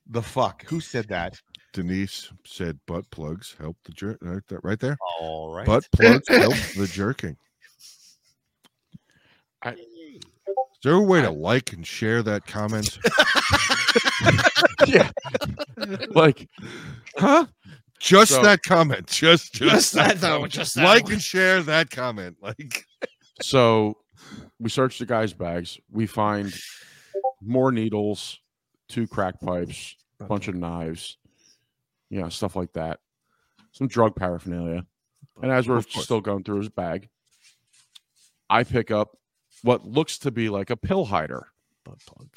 the fuck? Who said that? Denise said butt plugs help the jerk. Right there. Right there. All (laughs) right. Butt plugs help the jerking. I- Is there a way to like and share that comment? yeah. (laughs) like, huh? Just So- that (laughs) comment. Just, just, (laughs) Just that, though. Just that like one. and share that comment. Like, So we search the guy's bags. We find more needles, two crack pipes, a bunch of knives, you know, stuff like that. Some drug paraphernalia. And as we're Of course. still going through his bag, I pick up what looks to be like a pill hider. butt plug.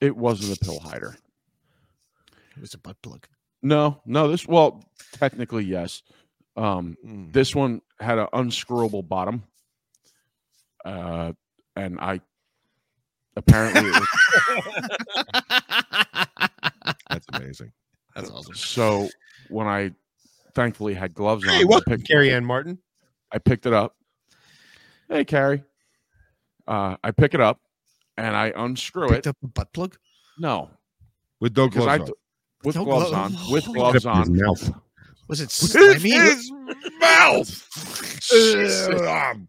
It wasn't a pill hider. It was a butt plug. No, no, this well, technically yes. Um, mm, This one had an unscrewable bottom. Uh, and I apparently it was- that's amazing. That's awesome. (laughs) so when I thankfully had gloves on, Hey, I welcome, picked, Carrie Ann Martin. I picked it up. Hey, Carrie. Uh, I pick it up and I unscrew Picked it. up a butt plug. No, With no because I Oh, gloves on. d- with No gloves on, with gloves gloves. Picked Up his on. mouth. (laughs) Was it With slimy? his mouth. Jesus. Ugh.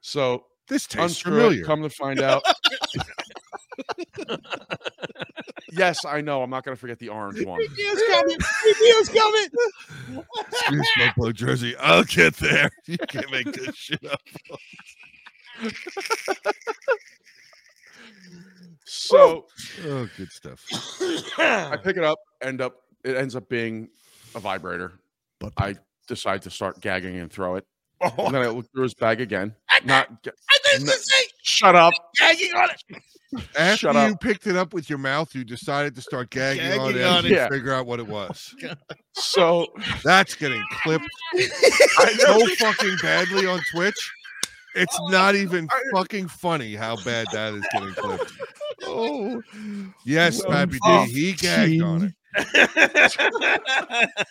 So um, this tastes unscrew familiar. It, come to find out. (laughs) yes, I know. I'm not going to forget the orange (laughs) one. Neil's coming. (laughs) Neil's coming. Excuse my blue jersey. I'll get there. (laughs) You can't make this shit up. So Oh, good stuff. I pick it up, end up, it ends up being a vibrator. Butt I decide to start gagging and throw it. Oh, And then I look through his bag again. Not ga- I No. didn't say shut (laughs) up. gagging on it. After Shut you up. picked it up with your mouth, you decided to start gagging, on Gagging it, on and it. figure out what (laughs) it was. So That's getting clipped I so fucking badly on Twitch. It's not even fucking funny how bad that is getting (laughs) clipped. Oh, Yes, Well, Mappy oh, D, he gagged on it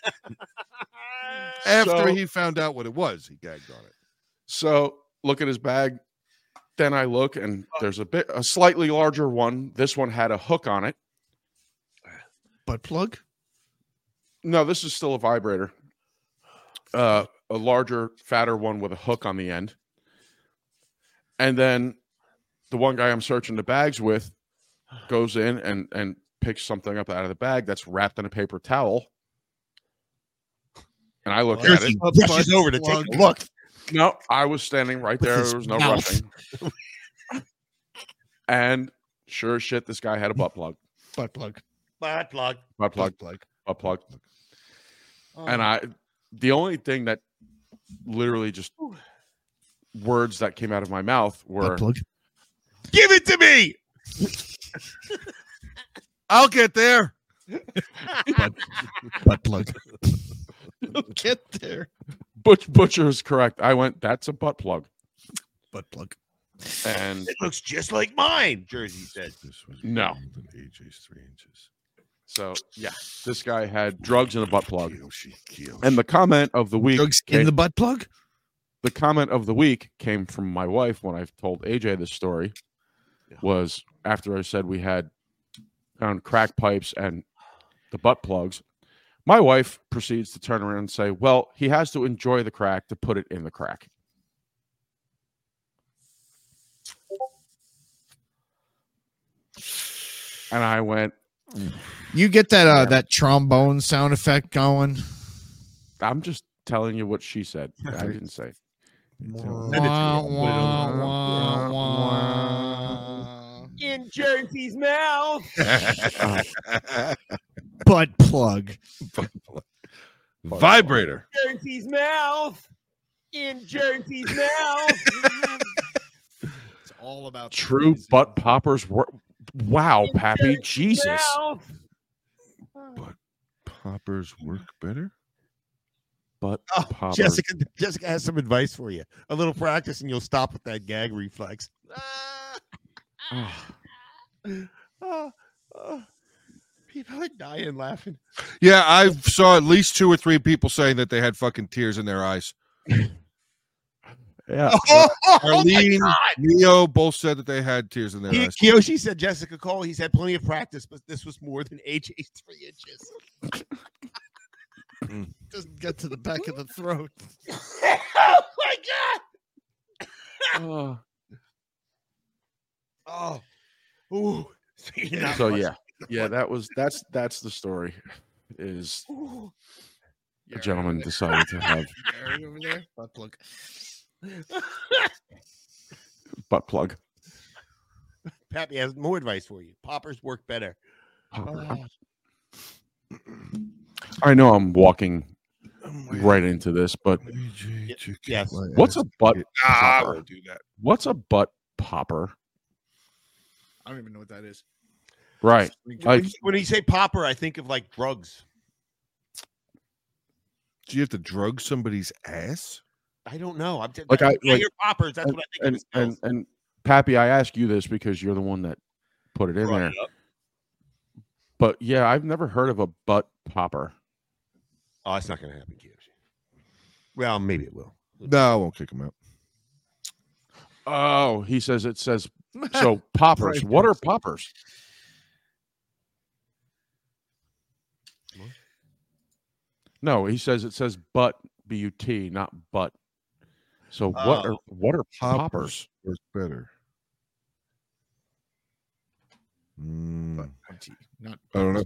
(laughs) after So- he found out what it was. He gagged on it. so look at his bag. Then I look and there's a bit a slightly larger one. This one had a hook on it. butt plug. No, this is still a vibrator. Uh, a larger, fatter one with a hook on the end. And then the one guy I'm searching the bags with goes in and and picks something up out of the bag that's wrapped in a paper towel. And I look at it. Jersey rushes over to take a look. No, I was standing right With there. his There was no mouth. rushing. and sure as shit, this guy had a butt plug. Butt plug. Butt plug. Butt plug. Butt plug. Butt plug. and I the only thing that literally just words that came out of my mouth were Butt plug. Give it to me. I'll get there. Butt plug. (laughs) Get there. Butch Butcher is correct. I went, that's a butt plug. Butt plug. And It looks just like mine. Jersey said. This was No. more than AJ's three inches. so yeah, this guy had drugs in a butt plug. Kiyoshi, (laughs) Kiyoshi. And the comment of the week Drugs in came- the butt plug. the comment of the week came from my wife when I've told AJ this story was after I said we had found crack pipes and the butt plugs. My wife proceeds to turn around and say, Well, he has to enjoy the crack to put it in the crack. And I went, You get that uh, Yeah. that trombone sound effect going. I'm just telling you what she said. I didn't say. it to me. Wah, wah, wah, wah. In Jersey's mouth. (laughs) Butt plug. (laughs) Vibrator. Jersey's mouth. In Jersey's mouth. It's all about True butt poppers were. Wow, Pappy. Jesus. (laughs) Poppers work better. Butt Oh, poppers. Jessica, Jessica has some advice for you. A little practice, and you'll stop with that gag reflex. Ah, ah, ah. People are dying laughing. Yeah, I saw at least two or three people saying that they had fucking tears in their eyes. Yeah. Oh, (laughs) Arlene, Neo both said that they had tears in their Oh He- eyes. Kiyoshi said Jessica Cole. He said plenty of practice, but this was more than AJ's (laughs) three inches. Doesn't get to the back of (laughs) the throat. oh my god! Oh. Oh, ooh. (laughs) Speaking of- so (laughs) yeah, yeah. That was that's that's the story. Is Ooh. a gentleman decided to have over there. Butt plug. butt plug? Pappy has more advice for you. Poppers work better. Oh, Oh. I know I'm walking Oh right into this, but Yes. what's a butt? Ah, I popper? won't do that. What's a butt popper? I don't even know what that is. Right. When, I- you- when you say popper, I think of like drugs. Do you have to drug somebody's ass? I don't know. I'm t- Like, I- when I like- hear poppers. That's what I think. And of the and smells. and Pappy, I ask you this because you're the one that put it in Brought there. it up. But yeah, I've never heard of a butt popper. Oh, it's not going to happen, Kiyoshi. Well, maybe it will. No, I won't kick him out. Oh, he says it says so poppers. Right. What are poppers? What? No, he says it says butt b u t, not butt. So what Oh. are what are poppers? Poppers is better. Mm, Not I don't know.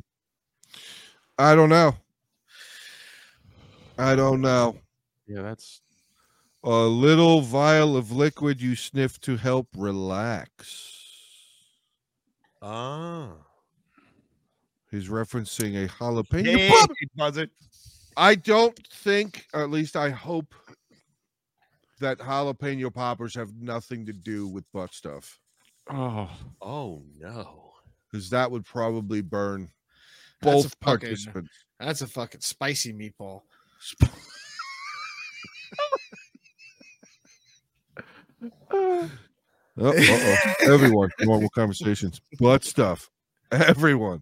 I don't know. I don't know. Yeah, that's A little vial of liquid you sniff to help relax. Ah. He's referencing a jalapeno. Hey, pop- buzzard. I don't think, or at least I hope, that jalapeno poppers have nothing to do with butt stuff, oh (laughs) Oh no. because that would probably burn That's a both fucking- participants. That's a fucking spicy meatball. Oh, uh-oh. Everyone, normal conversations. Butt stuff. Everyone,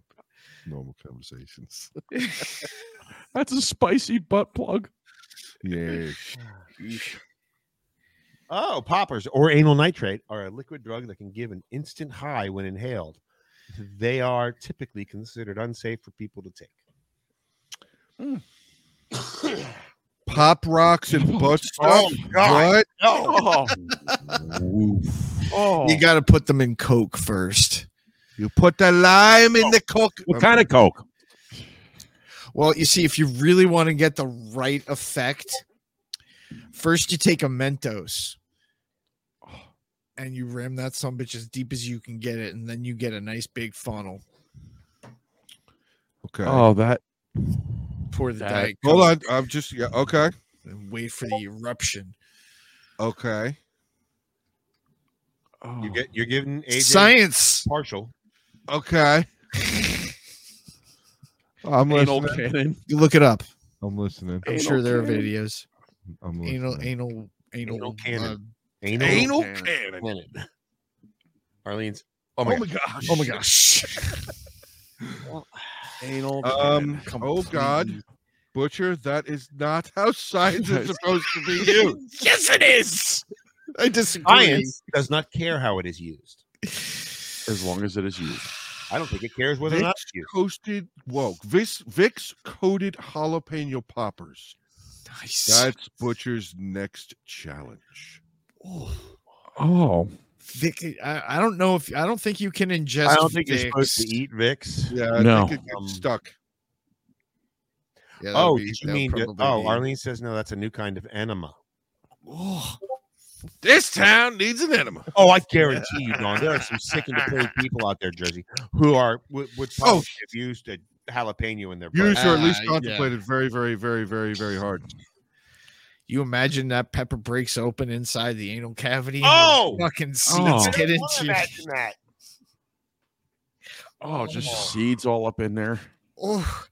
normal (laughs) conversations. that's a spicy butt plug. Yeah. Oh, poppers or anal nitrate are a liquid drug that can give an instant high when inhaled. Mm-hmm. They are typically considered unsafe for people to take. Pop rocks and Oh, butt stuff. God. What? No. Oh, oh. You got to put them in Coke first. You put the lime in the cook. Oh, what kind of coke? Well, you see, if you really want to get the right effect, first you take a Mentos and you ram that some bitch as deep as you can get it, and then you get a nice big funnel. Okay. Oh, that Pour the That- diet. Hold Coke on. I'm just, yeah. Okay. And wait for the eruption. Okay. oh. You get you're giving AJ Science. partial. Okay. I'm anal listening. (laughs) cannon. You look it up. I'm listening. I'm Anal sure there are cannon. videos. I'm listening. Anal, anal, anal, Anal uh, cannon. Anal. Anal cannon. cannon. cannon. Arlene's. Oh Oh my my God. gosh. oh my gosh. Anal Um. Come Oh God, on. Butcher. That is not how science is Yes. supposed to be used. Yes, it is. I disagree. Science does not care how it is used. as long as it is used. I don't think it cares whether or not it's used. Coated. Whoa. Vis, Vicks coated jalapeno poppers. Nice. That's Butcher's next challenge. Oh, Vic, I, I don't know if I don't think you can ingest. I don't think you're Vicks. supposed to eat Vicks. Yeah. I No. Think it Um, gets stuck. Yeah, that oh, would be- did you that would mean? that- probably Oh, be- Arlene says no. That's a new kind of enema. Oh, This town needs an enema. Oh, I guarantee you, Don. There are some sick and (laughs) depraved people out there, Jersey, who are would, would probably Oh. have used a jalapeno in their brain. Used or at uh, least Ah, yeah. contemplated very, very, very, very, very hard. you imagine that pepper breaks open inside the anal cavity? and Oh! those fucking seeds Oh. get into you. that. oh, just seeds all up in there. Oh,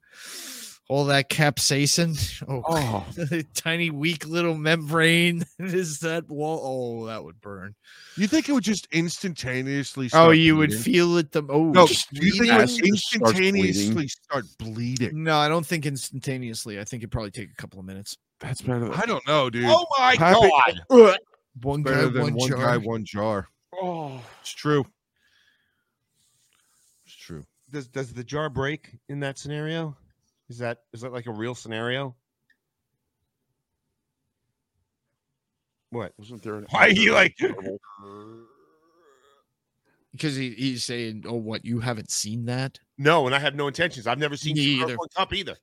all that capsaicin. (laughs) Oh, Oh, the tiny weak little membrane (laughs) is that wall. Oh, that would burn. You think it would just instantaneously? Oh, start you would bleeding? feel it the oh No, sh- do you think it Yes, would it just starts bleeding. instantaneously start bleeding? no, I don't think instantaneously. I think it'd probably take a couple of minutes. that's better. Than, I don't know, dude. Oh my Happy- god! One guy, Better than one, one jar. guy, one jar. oh, It's true. It's true. Does does the jar break in that scenario? Is that is that like a real scenario? What? wasn't there? An Why are you like- because he, he's saying, "Oh, what you haven't seen that? No, and I have no intentions. I've never seen Me Sugar either. One Cup either.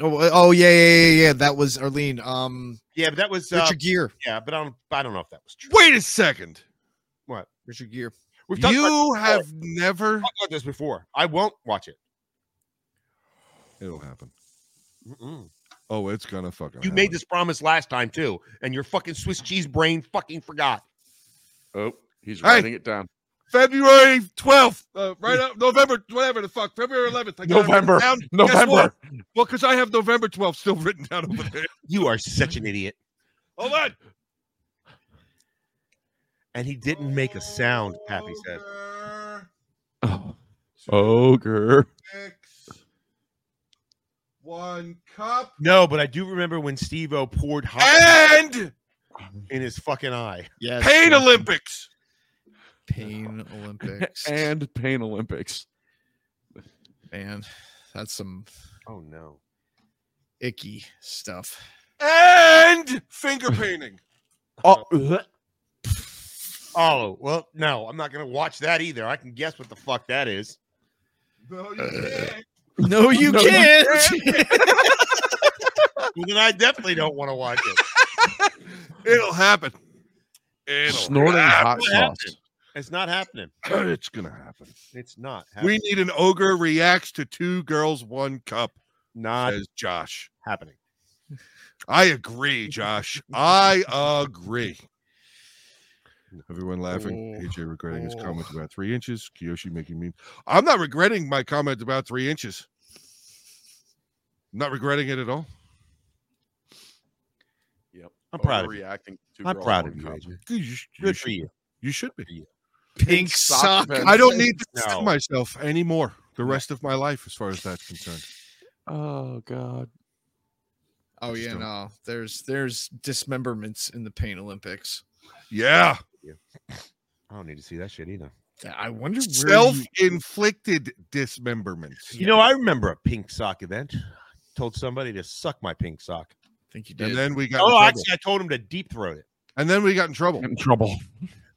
Oh, uh, oh yeah, yeah, yeah, yeah. That was Arlene. Um, Yeah, but that was uh, Richard Gear. yeah, but I don't I don't know if that was true. Wait a second. Richard Gear. We've talked, about, You have never. talked about this before. I won't watch it. It'll happen. Mm-mm. Oh, it's gonna fucking. You made happen. this promise last time too, and your fucking Swiss cheese brain fucking forgot. Oh, he's Hey. writing it down. February twelfth, uh, right up November, whatever the fuck, February eleventh. November. Well, November. because I have November twelfth still written down over (laughs) there. You are such an idiot. Hold on. And he didn't make a sound. Pappy Oh. said. Oh, ogre. Six. One cup. No, but I do remember when Steve O poured hot And in his fucking eye. Yeah, Pain Olympics. Pain (laughs) Olympics. (laughs) and Pain Olympics. man, that's some Oh no. icky stuff. And (laughs) finger painting. Oh, Oh, well, no, I'm not gonna watch that either. I can guess what the fuck that is. No, you can't. No, you Oh, No, you can't. (laughs) Well, then I definitely don't want to watch it. It'll happen. It'll snorting hot happen. sauce. It's not happening. It's gonna happen. It's not happening. We need an ogre reacts to two girls, one cup. not Says Josh. happening. I agree, Josh. I agree. Everyone laughing. Oh, AJ regretting his oh. comments about three inches. Kiyoshi making me. I'm not regretting my comment about three inches. Not regretting it at all. Yep. I'm proud of you. Reacting to I'm girls proud of on you. top. AJ. You, sh- you Good for should, you. you should be. Pink sock sock. fence. I don't need to No. no. myself anymore the rest of my life, as far as that's concerned. Oh God. Oh yeah, Just don't. no. There's there's dismemberments in the Pain Olympics. Yeah. I don't need to see that shit either. I wonder where Self you- inflicted dismemberments. You know, I remember a pink sock event. told somebody to suck my pink sock. think you did. And then we got. in Oh, trouble. actually, I told him to deep throat it. and then we got in trouble. in trouble.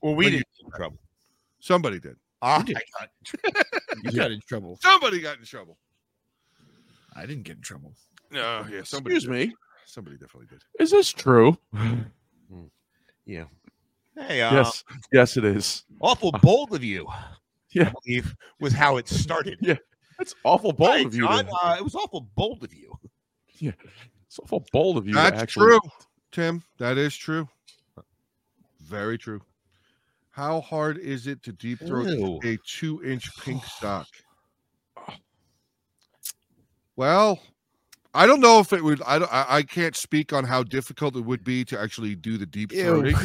Well, we Well, you- didn't get in trouble. Somebody did. I did. got- you got in trouble. Somebody got in trouble. I didn't get in trouble. No, Oh, yeah. Somebody. Excuse did. me. Somebody definitely did. Is this true? Hey, uh, yes. Yes, it is. awful bold of you. Yeah. I believe was how it started. That's awful bold Hey, of you. John, to- uh, it was awful bold of you. it's awful bold of you. to That's actually, (laughs) true, Tim. That is true. Very true. How hard is it to deep throat Ew. a two inch (sighs) pink sock? Well, I don't know if it would. I, don't, I I can't speak on how difficult it would be to actually do the deep throating.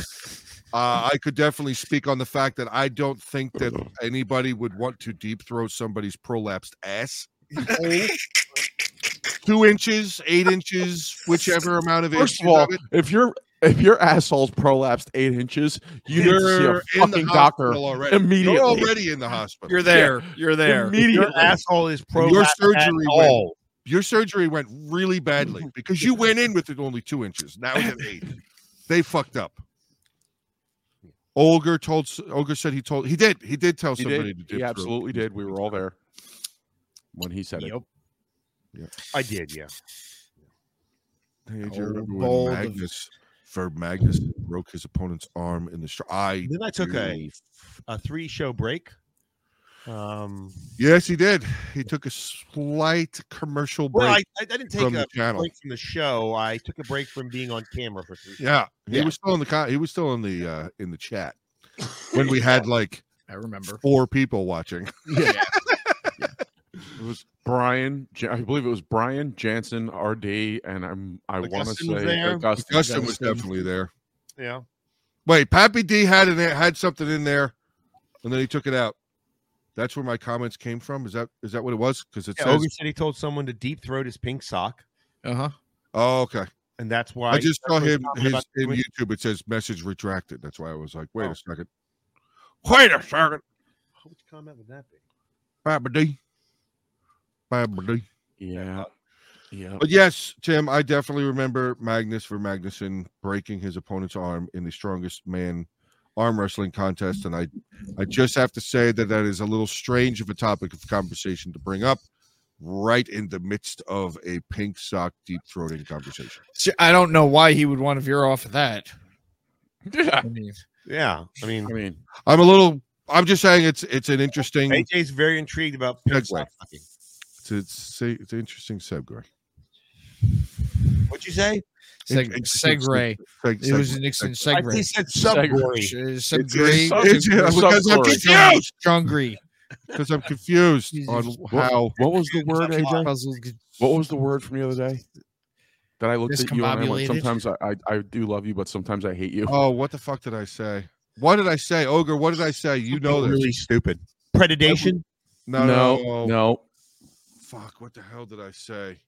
Uh, I could definitely speak on the fact that I don't think that Uh-huh. anybody would want to deep throat somebody's prolapsed ass. Two inches, eight inches, whichever amount of First of inches all, of it. if you're if your asshole's prolapsed eight inches, you You're need to see a in the fucking doctor hospital already. immediately. You're already in the hospital. You're there. You're there. Immediately. Your asshole is pro. Your surgery at went- all. Your surgery went (laughs) really badly because you went in with it only two inches. Now it's an eight. They fucked up. Olger told. Olger said he told. He did. He did tell He somebody did. to dip He through. absolutely did. We were all there when he said it. Yep. I did, yeah. Hey, do Oh, you remember bold when of- Magnus, Verb Magnus, broke his opponent's arm in the str- I Then I took a a three show break. Um, yes, he did. He took a slight commercial break well, I, I I didn't take from a the channel. break from the show. I took a break from being on camera for three. Yeah, he Yeah. was still in the con- he was still in the uh, in the chat (laughs) when we had like I remember. four people watching. Yeah. It was Brian. J- I believe it was Brian Jansen, RD, and I'm. I want to Augustin was say there. Augustin. Justin was definitely there. Yeah. Wait, Pappy D had it had something in there, and then he took it out. That's where my comments came from. Is that is that what it was? Because it yeah says, Ogie said he told someone to deep throat his pink sock, Uh huh. "Oh, okay." and that's why I just saw that's what him comment his, about the in twins. YouTube. It says message retracted. That's why I was like, "Wait Oh. a second, wait a second, Which comment would that be? Pappy D, Pappy D." Yeah. Oh. Yeah. But yes, Tim, I definitely remember Magnus for Magnuson breaking his opponent's arm in the strongest man arm wrestling contest. And I, I just have to say that that is a little strange of a topic of conversation to bring up right in the midst of a pink sock deep throating conversation. I don't know why he would want to veer off of that. Yeah. I mean, Yeah, I I mean mean, I'm a little, I'm just saying it's, it's an interesting, AJ's very intrigued about Segue. pink sock fucking. it's, it's, a- it's an interesting segue. What'd you say? seg- Interesting segray. Seg- It was segue. an instant I think he segray. said Segway. subgory. It's It's a- Segray. it's- yeah, because I'm Subgory. (laughs) confused. Strongry. Because I'm confused Jesus. on What- how (laughs) what was the word, AJ? Puzzle. What was the word from the other day? That I looked at you and I went, Discombobulated? sometimes I, I, I do love you, but sometimes I hate you. Oh, what the fuck did I say? What did I say, Ogre? What did I say? You know this. really stupid predation. No, no, no, no. no. Fuck! What the hell did I say?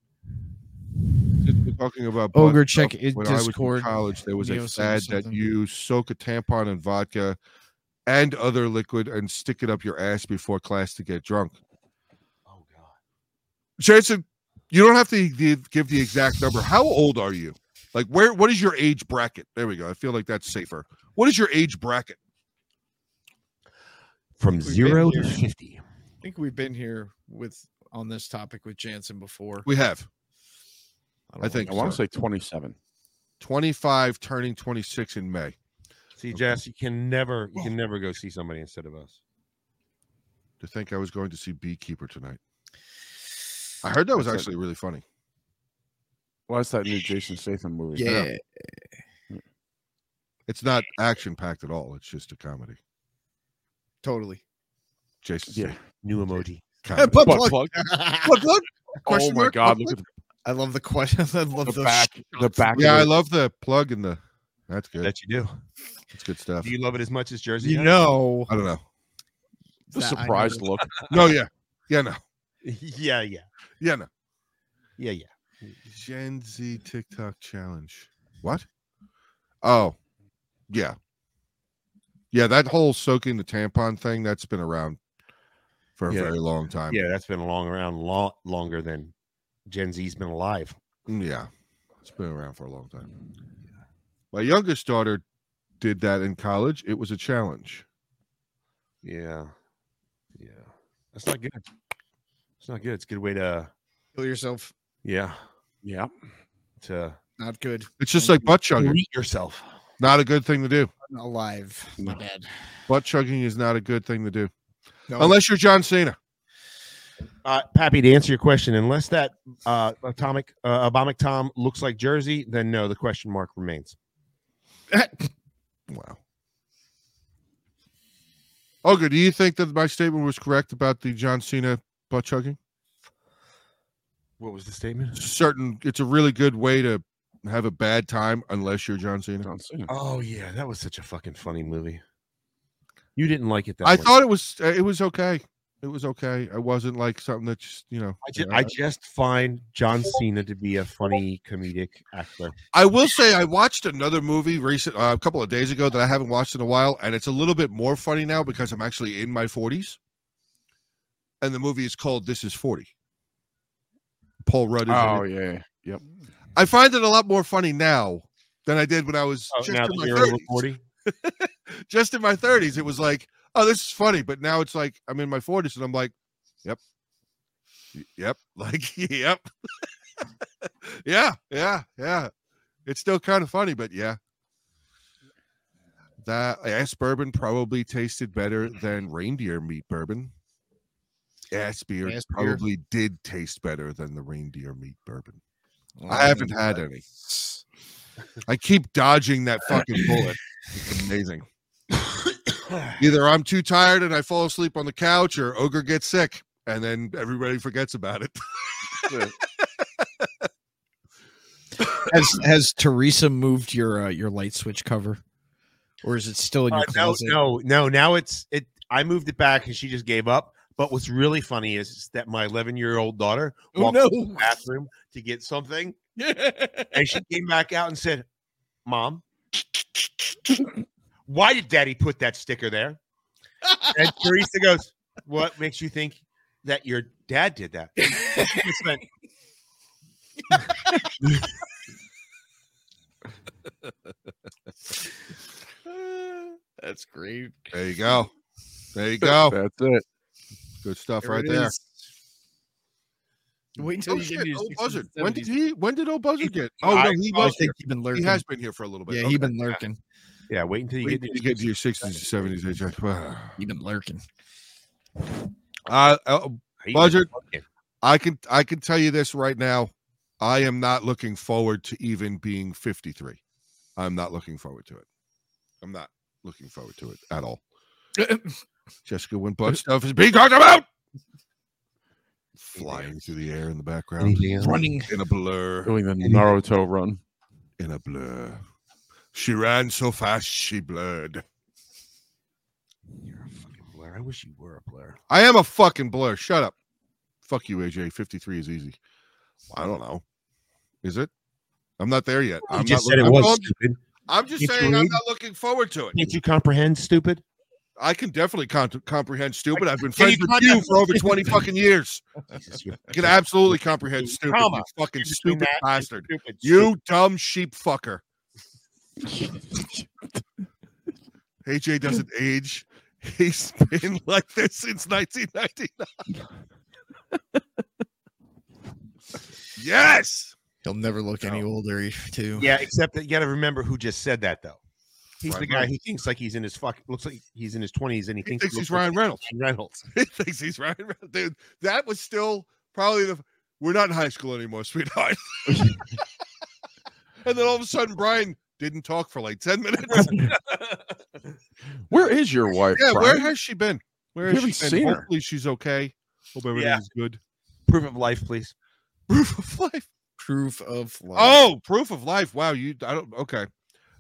Just been talking about butt Ogre, check stuff. it- When uh, I was Discord. in college, there was Neo a said fad that something. you soak a tampon in vodka and other liquid and stick it up your ass before class to get drunk. Oh god, Jason, you don't have to gi- give the exact number. How old are you? Like, where? What is your age bracket? There we go. I feel like that's safer. What is your age bracket? from been zero to here. fifty. I think we've been here with on this topic with Jansen before. We have don't I think- I want to Sorry. say 27. 25, turning 26 in May. See, Jess, you can never, you can never go see somebody instead of us. to think I was going to see Beekeeper tonight. I heard that was That's it. actually really funny. Well, that's that new Jason Statham movie. Yeah. It's not action packed at all. It's just a comedy. Totally. Jason, Yeah. yeah, New emoji. (laughs) comedy. Butt plug. plug. What, what? (laughs) Oh Question my mark, God. butt Look at I love the question. (laughs) I love the, the, back. The back. yeah, I of love the plug and the. That's good. That you do. That's good stuff. Do you love it as much as Jersey? You does? know, I don't know. the, the that I know surprised it. look. No, yeah, yeah, no, (laughs) yeah, yeah, yeah, no. yeah, yeah. Gen Z TikTok challenge. What? Oh, yeah, yeah. That whole soaking the tampon thing—that's been around for a Yeah. very long time. Yeah, that's been a long around lot longer than Gen Z's been alive. Mm, Yeah, it's been around for a long time. My youngest daughter did that in college. It was a challenge. Yeah. Yeah. That's not good. It's not good. It's a good way to kill yourself. yeah, Yeah. to Not good. It's just like butt chugging. eat yourself. Not a good thing to do. Alive. My bad. Butt chugging is not a good thing to do No, unless you're John Cena. Uh Pappy, to answer your question, unless that uh atomic uh abomic Tom looks like Jersey, then no, the question mark remains. Wow. Okay, do you think that my statement was correct about the John Cena butt chugging? What was the statement? Certain, it's a really good way to have a bad time unless you're John Cena. John Cena. Oh yeah, that was such a fucking funny movie. You didn't like it that I much. thought it was uh, it was okay. It was okay. I wasn't like something that just you know. I just, I just find John Cena to be a funny comedic actor. I will say I watched another movie recent uh, a couple of days ago that I haven't watched in a while, and it's a little bit more funny now because I'm actually in my 40s. And the movie is called "This Is 40." Paul Rudd is. in Oh, it. yeah. Yep. I find it a lot more funny now than I did when I was Oh, just, now in that my you're over 30s. 40. just in my 30s. It was like, oh, this is funny, but now it's like I'm in my 40s, and I'm like, yep, Y- yep, (laughs) like yep, (laughs) yeah, yeah, yeah. It's still kind of funny, but yeah. That ass bourbon probably tasted better than reindeer meat bourbon. Ass beer Ass beer. probably did taste better than the reindeer meat bourbon. well, I haven't had any. I keep dodging that Uh, fucking (clears throat) bullet. It's amazing. Either I'm too tired and I fall asleep on the couch, or Ogre gets sick, and then everybody forgets about it. (laughs) Has has Teresa moved your uh, your light switch cover, or is it still in your Uh, no, closet? no, no. Now it's it. I moved it back, and she just gave up. But what's really funny is, is that my 11 year old daughter Oh, walked no. to the bathroom to get something, and she came back out and said, "Mom, why did Daddy put that sticker there?" And Teresa goes, "What makes you think that your dad did that?" It's like, (laughs) That's great. There you go. There you go. (laughs) That's it. Good stuff There right it there. is. Wait until Oh you get shit! to your Old 60s Buzzard. and When did 70s. he? When did old Buzzard get? Oh I- no, he I was. think he's been here. lurking. He has been here for a little bit. yeah, Okay. he's been lurking. "Yeah, wait until you Wait get." until you get to your sixties and seventies. (sighs) He's been (laughs) lurking. Uh, uh, Hey, Buzzard. okay. I can I can tell you this right now. I am not looking forward to even being 53. I'm not looking forward to it. I'm not looking forward to it at all. Jessica, when butt stuff is being talked about, flying through the air in the background, Running. in a blur, Doing the Naruto run. in a blur. She ran so fast she blurred. You're a fucking blur. I wish you were a blur. I am a fucking blur. Shut up. Fuck you, AJ. 53 is easy. I don't know. Is it? I'm not there yet. I'm not look- I'm going- stupid. I'm just Can't you saying I'm read? not looking forward to it. (laughs) Can't you comprehend, stupid? I can definitely con- comprehend stupid. I've been Can friends you with you for over 20 fucking years. Jesus, (laughs) you're I can absolutely comprehend Between stupid, you comma, fucking between stupid that and bastard. stupid. You dumb sheep (laughs) fucker. AJ doesn't age. He's been (laughs) like this since 1999. (laughs) yes. He'll never look Oh. any older, he- too. Yeah, except that you got to remember who just said that though. He's the Ryan guy who Reynolds. thinks like he's in his fuck looks like he's in his twenties and he, He thinks, thinks he he's looks like Ryan Reynolds. Ryan Reynolds. He (laughs) thinks he's Ryan Reynolds. Dude, that was still probably the. We're not in high school anymore, (laughs) sweetheart. and then all of a sudden, Brian didn't talk for like 10 minutes. Where is your wife? yeah, where Brian? has she been? Where We has she haven't been? seen her. Hopefully, she's okay. Hope everything's good. Proof of life, please. Proof of life. Proof of life. Oh, proof of life. Wow, you I don't okay.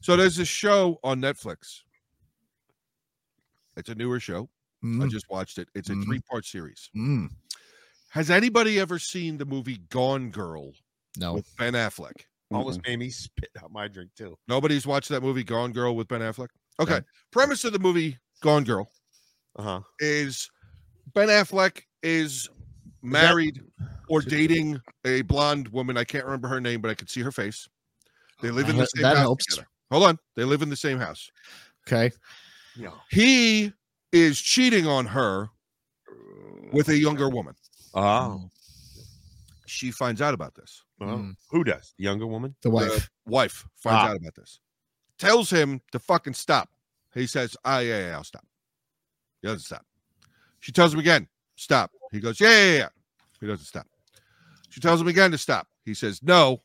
So there's this show on Netflix. It's a newer show. I Mm, just watched it. It's a Mhm. three-part series. mm. Has anybody ever seen the movie Gone Girl No. with Ben Affleck? (laughs) Mm-hmm. Almost made me spit out my drink too. Nobody's watched that movie Gone Girl with Ben Affleck. Okay. No. Premise of the movie Gone Girl Uh huh. is Ben Affleck is married or dating a blonde woman. I can't remember her name, but I could see her face. They live in the That- same Uh, that house helps. together. Hold on. They live in the same house. Okay. No. he is cheating on her with a younger woman. Oh. She finds out about this. Well, Who does? The younger woman? The wife. Wife finds Ah. out about this. Tells him to fucking stop. He says, "Ah, yeah, yeah, I'll stop." He doesn't stop. She tells him again, "Stop." He goes, "Yeah, yeah, yeah." He doesn't stop. She tells him again to stop. He says, "No."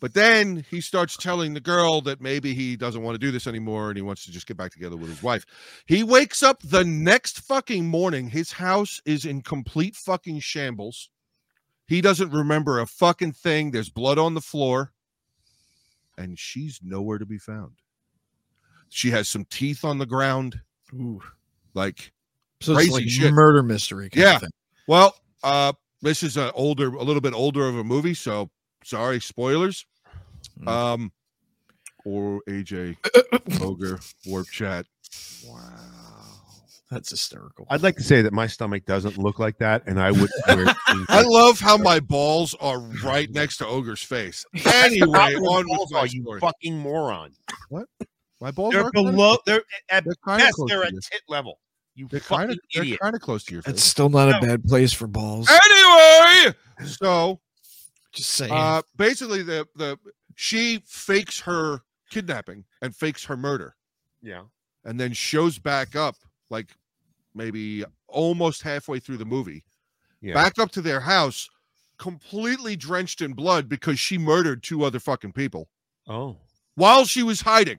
But then he starts telling the girl that maybe he doesn't want to do this anymore and he wants to just get back together with his wife. He wakes up the next fucking morning. His house is in complete fucking shambles. He doesn't remember a fucking thing. There's blood on the floor. And she's nowhere to be found. She has some teeth on the ground. Ooh. Like, So Crazy it's like shit. murder mystery. Kind Yeah. Of thing. well, uh, this is an older, a little bit older of a movie, so sorry, spoilers. Mm. Um, or (coughs) AJ Ogre Warp Chat. Wow. That's hysterical. I'd like to say that my stomach doesn't look like that, and I would. wear (laughs) I love how my balls are right next to Ogre's face. (laughs) Anyway, on with my you story. fucking moron. My balls They're are kinda- below. They're at They're kind of best. close. They're to at your- tit level. You They're kind fucking of they're idiot. kind of close to your That's face. still not No. Uh, a bad place for balls. Anyway, (laughs) so Just saying. uh, basically, the the she fakes her kidnapping and fakes her murder. Yeah. and then shows back up like maybe almost halfway through the movie Yeah. back up to their house completely drenched in blood because she murdered two other fucking people Oh. while she was hiding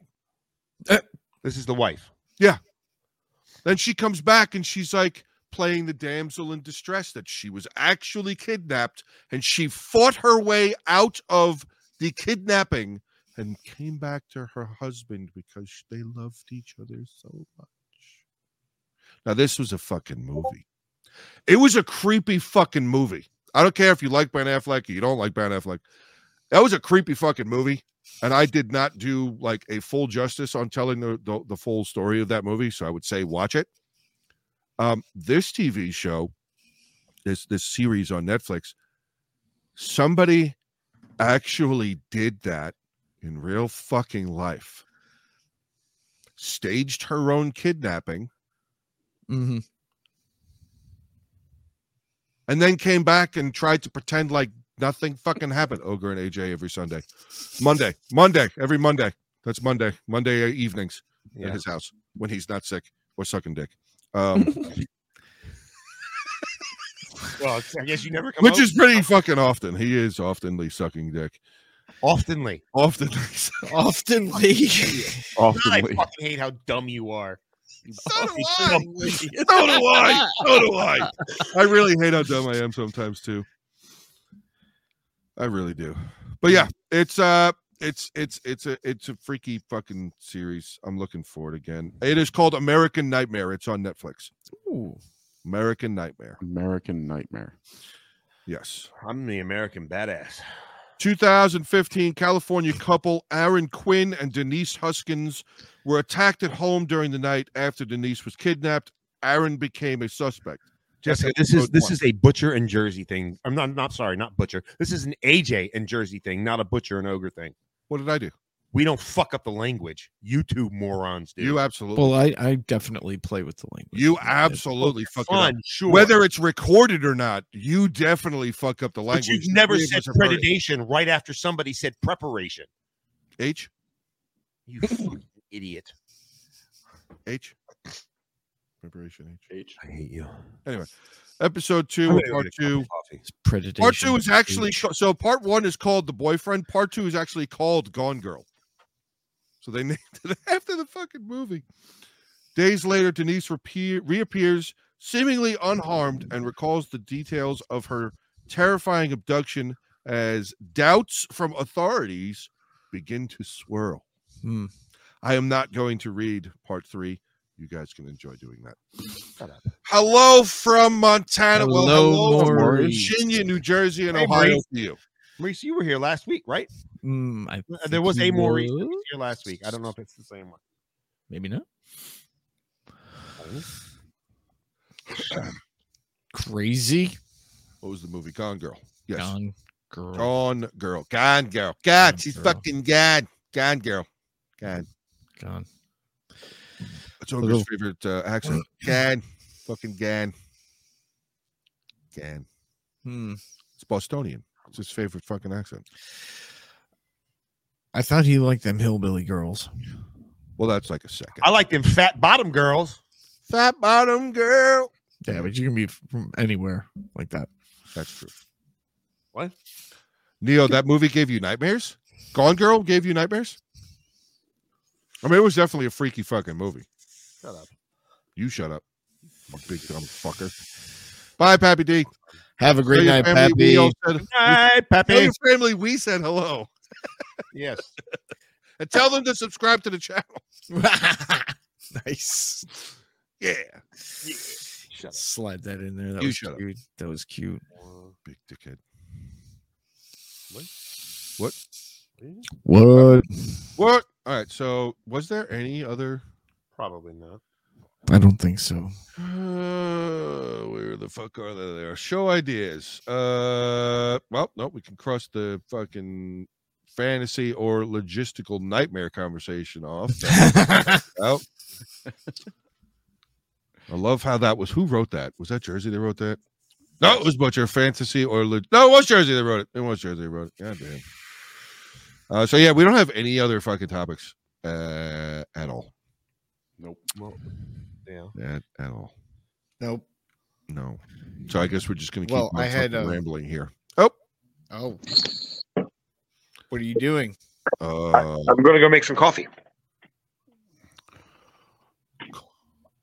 This is the wife. then she comes back and she's like playing the damsel in distress that she was actually kidnapped and she fought her way out of the kidnapping and came back to her husband because sh- they loved each other so much. Now, this was a fucking movie. It was a creepy fucking movie. I don't care if you like Ben Affleck or you don't like Ben Affleck. That was a creepy fucking movie. And I did not do like a full justice on telling the, the, the full story of that movie. So I would say watch it. Um, this TV show, this this series on Netflix, somebody actually did that in real fucking life. Staged her own kidnapping Mm-hmm. and then came back and tried to pretend like nothing fucking happened. Ogre and AJ every Sunday, Monday, Monday, every Monday. That's Monday, Monday evenings Yeah. at his house when he's not sick or sucking dick. (laughs) Um, Well, uh, it's- I guess you never come. which over. is pretty fucking often. He is oftenly sucking dick. oftenly. Often, (laughs) (laughs) Often, Lee. God, I Often, fucking hate how dumb you are. You So do fucking I. dumb pussy. so do I. So do I. I really hate how dumb I am sometimes too. I really do. But yeah, it's uh it's it's it's a it's a freaky fucking series. I'm looking for it again. It is called American Nightmare. It's on Netflix. Ooh. American Nightmare. American Nightmare. Yes. I'm the American badass. 2015 California couple Aaron Quinn and Denise Huskins were attacked at home during the night after Denise was kidnapped. Aaron became a suspect. Jessica, That's this is episode this one. is a butcher and Jersey thing. I'm not not sorry, not butcher. This is an AJ and Jersey thing, not a butcher and ogre thing. What did I do? We don't fuck up the language. You two morons do. You absolutely Well, I, I definitely play with the language. You absolutely fucking up. fun, sure. whether it's recorded or not, you definitely fuck up the but language. you've The never three of said us have heard it. predation right after somebody said preparation. H (laughs) You fucking idiot. H preparation H. I hate you. Episode two, part two. It's predation. Part two is actually ca- so. Part one is called the boyfriend. Part two is actually called Gone Girl. So they (laughs) named it after the fucking movie. Days later, Denise reappear, reappears, seemingly unharmed, and recalls the details of her terrifying abduction as doubts from authorities begin to swirl. Hmm. I am not going to read part three. You guys can enjoy doing that. Shut up. Hello from Montana. well, Hello, hello from Maurice. Virginia, New Jersey, and Hey, Ohio Maurice. to you. Maurice, you were here last week, right? Mm, I Uh, There was a think Maurice that was. was here last week. I don't know if it's the same one. (clears throat) Maybe not. Crazy What was the movie? Gone Girl. Yes. Gone, gone girl. Girl. Gone Girl. God, Gone she's Girl. fucking gone. Gone Girl. God. Gone. That's Ogre's Little- favorite uh, (clears throat) accent. Gan. Fucking Gan. Gan. Hmm. It's Bostonian. It's his favorite fucking accent. I thought he liked them hillbilly girls. Well, that's like a second. I like them fat bottom girls. Fat bottom girl. Yeah, but you can be from anywhere like that. That's true. What? Neo, that movie gave you nightmares? Gone Girl gave you nightmares? I mean, it was definitely a freaky fucking movie. Shut up. You shut up, you big dumb fucker. Bye, Pappy D. Have a Tell great your night, family we Pappy. all said- Hi, Tell Pepe. your family we said hello. Yes. And tell them to subscribe to the channel. (laughs) (laughs) nice. Yeah. Shut up. Slide that in there. That You was shut up. cute. That was cute. Big dickhead. What? What? All right. So, was there any other? Probably not. I don't (laughs) think so. Uh, where the fuck are they there? Show ideas. Uh, well, no, we can cross the fucking fantasy or logistical nightmare conversation off. Well, I love how that was. Who wrote that? Was that Jersey that wrote that? No, it was Butcher Fantasy or Lo- no, it was Jersey that wrote it. It was Jersey that wrote it. God damn. Uh, so yeah, we don't have any other fucking topics uh, at all. Nope. Yeah. At, at all. nope. No. So I um, guess we're just gonna keep Well, my I had, fucking uh, rambling here. Oh. What are you doing? Uh, I'm gonna go make some coffee.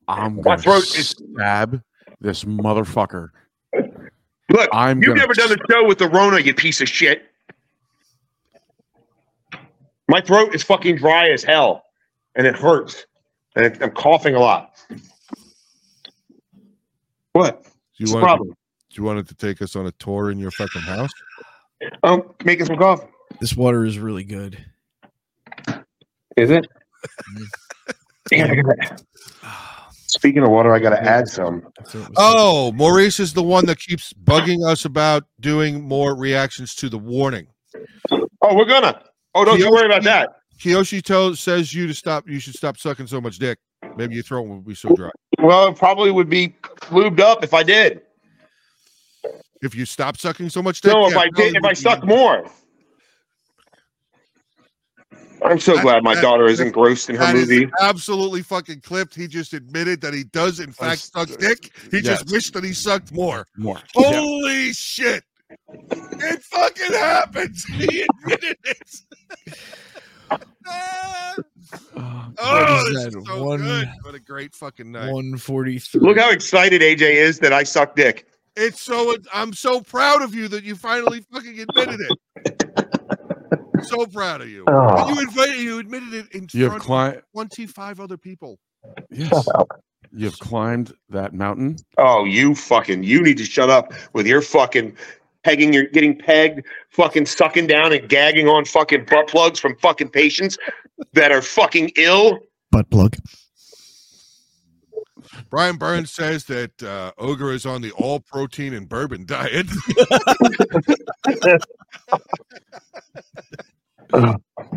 I'm My gonna throat is- stab this motherfucker. Look, I'm you've gonna- never done a show with the Rona, you piece of shit. My throat is fucking dry as hell, and it hurts, and it- I'm coughing a lot. What? Do What's you the want? problem? Do you want it to take us on a tour in your fucking house? I'm making some coffee. This water is really good. Is it? (laughs) Damn, I gotta- (sighs) Speaking of water, I got to add some. Oh, Maurice is the one that keeps bugging us about doing more reactions to the warning. Oh, we're gonna. Oh, don't you worry about that. Kiyoshi tells says you to stop. You should stop sucking so much dick. Maybe your throat will be so dry Well, it probably would be lubed up if I did. if you stop sucking so much dick. No, if yeah, I did, probably if I would be- suck more. I'm so That- glad my that- daughter is engrossed in her That is movie. absolutely fucking clipped. He just admitted that he does in fact suck dick. He just wished that he sucked more. More. Holy shit! It fucking happens. (laughs) He admitted it. (laughs) Ah, oh, is this is that? so One- good. What a great fucking night. 143. Look how excited AJ is that I suck dick. It's so I'm so proud of you that you finally fucking admitted it. (laughs) so proud of you. Oh. You invited you admitted it in You have front climbed. of 25 other people. Yes. You have climbed that mountain. Oh, you fucking, you need to shut up with your fucking pegging, you're getting pegged, fucking sucking down and gagging on fucking butt plugs from fucking patients that are fucking ill. butt plug. Brian Burns says that uh, Ogre is on the all protein and bourbon diet. (laughs)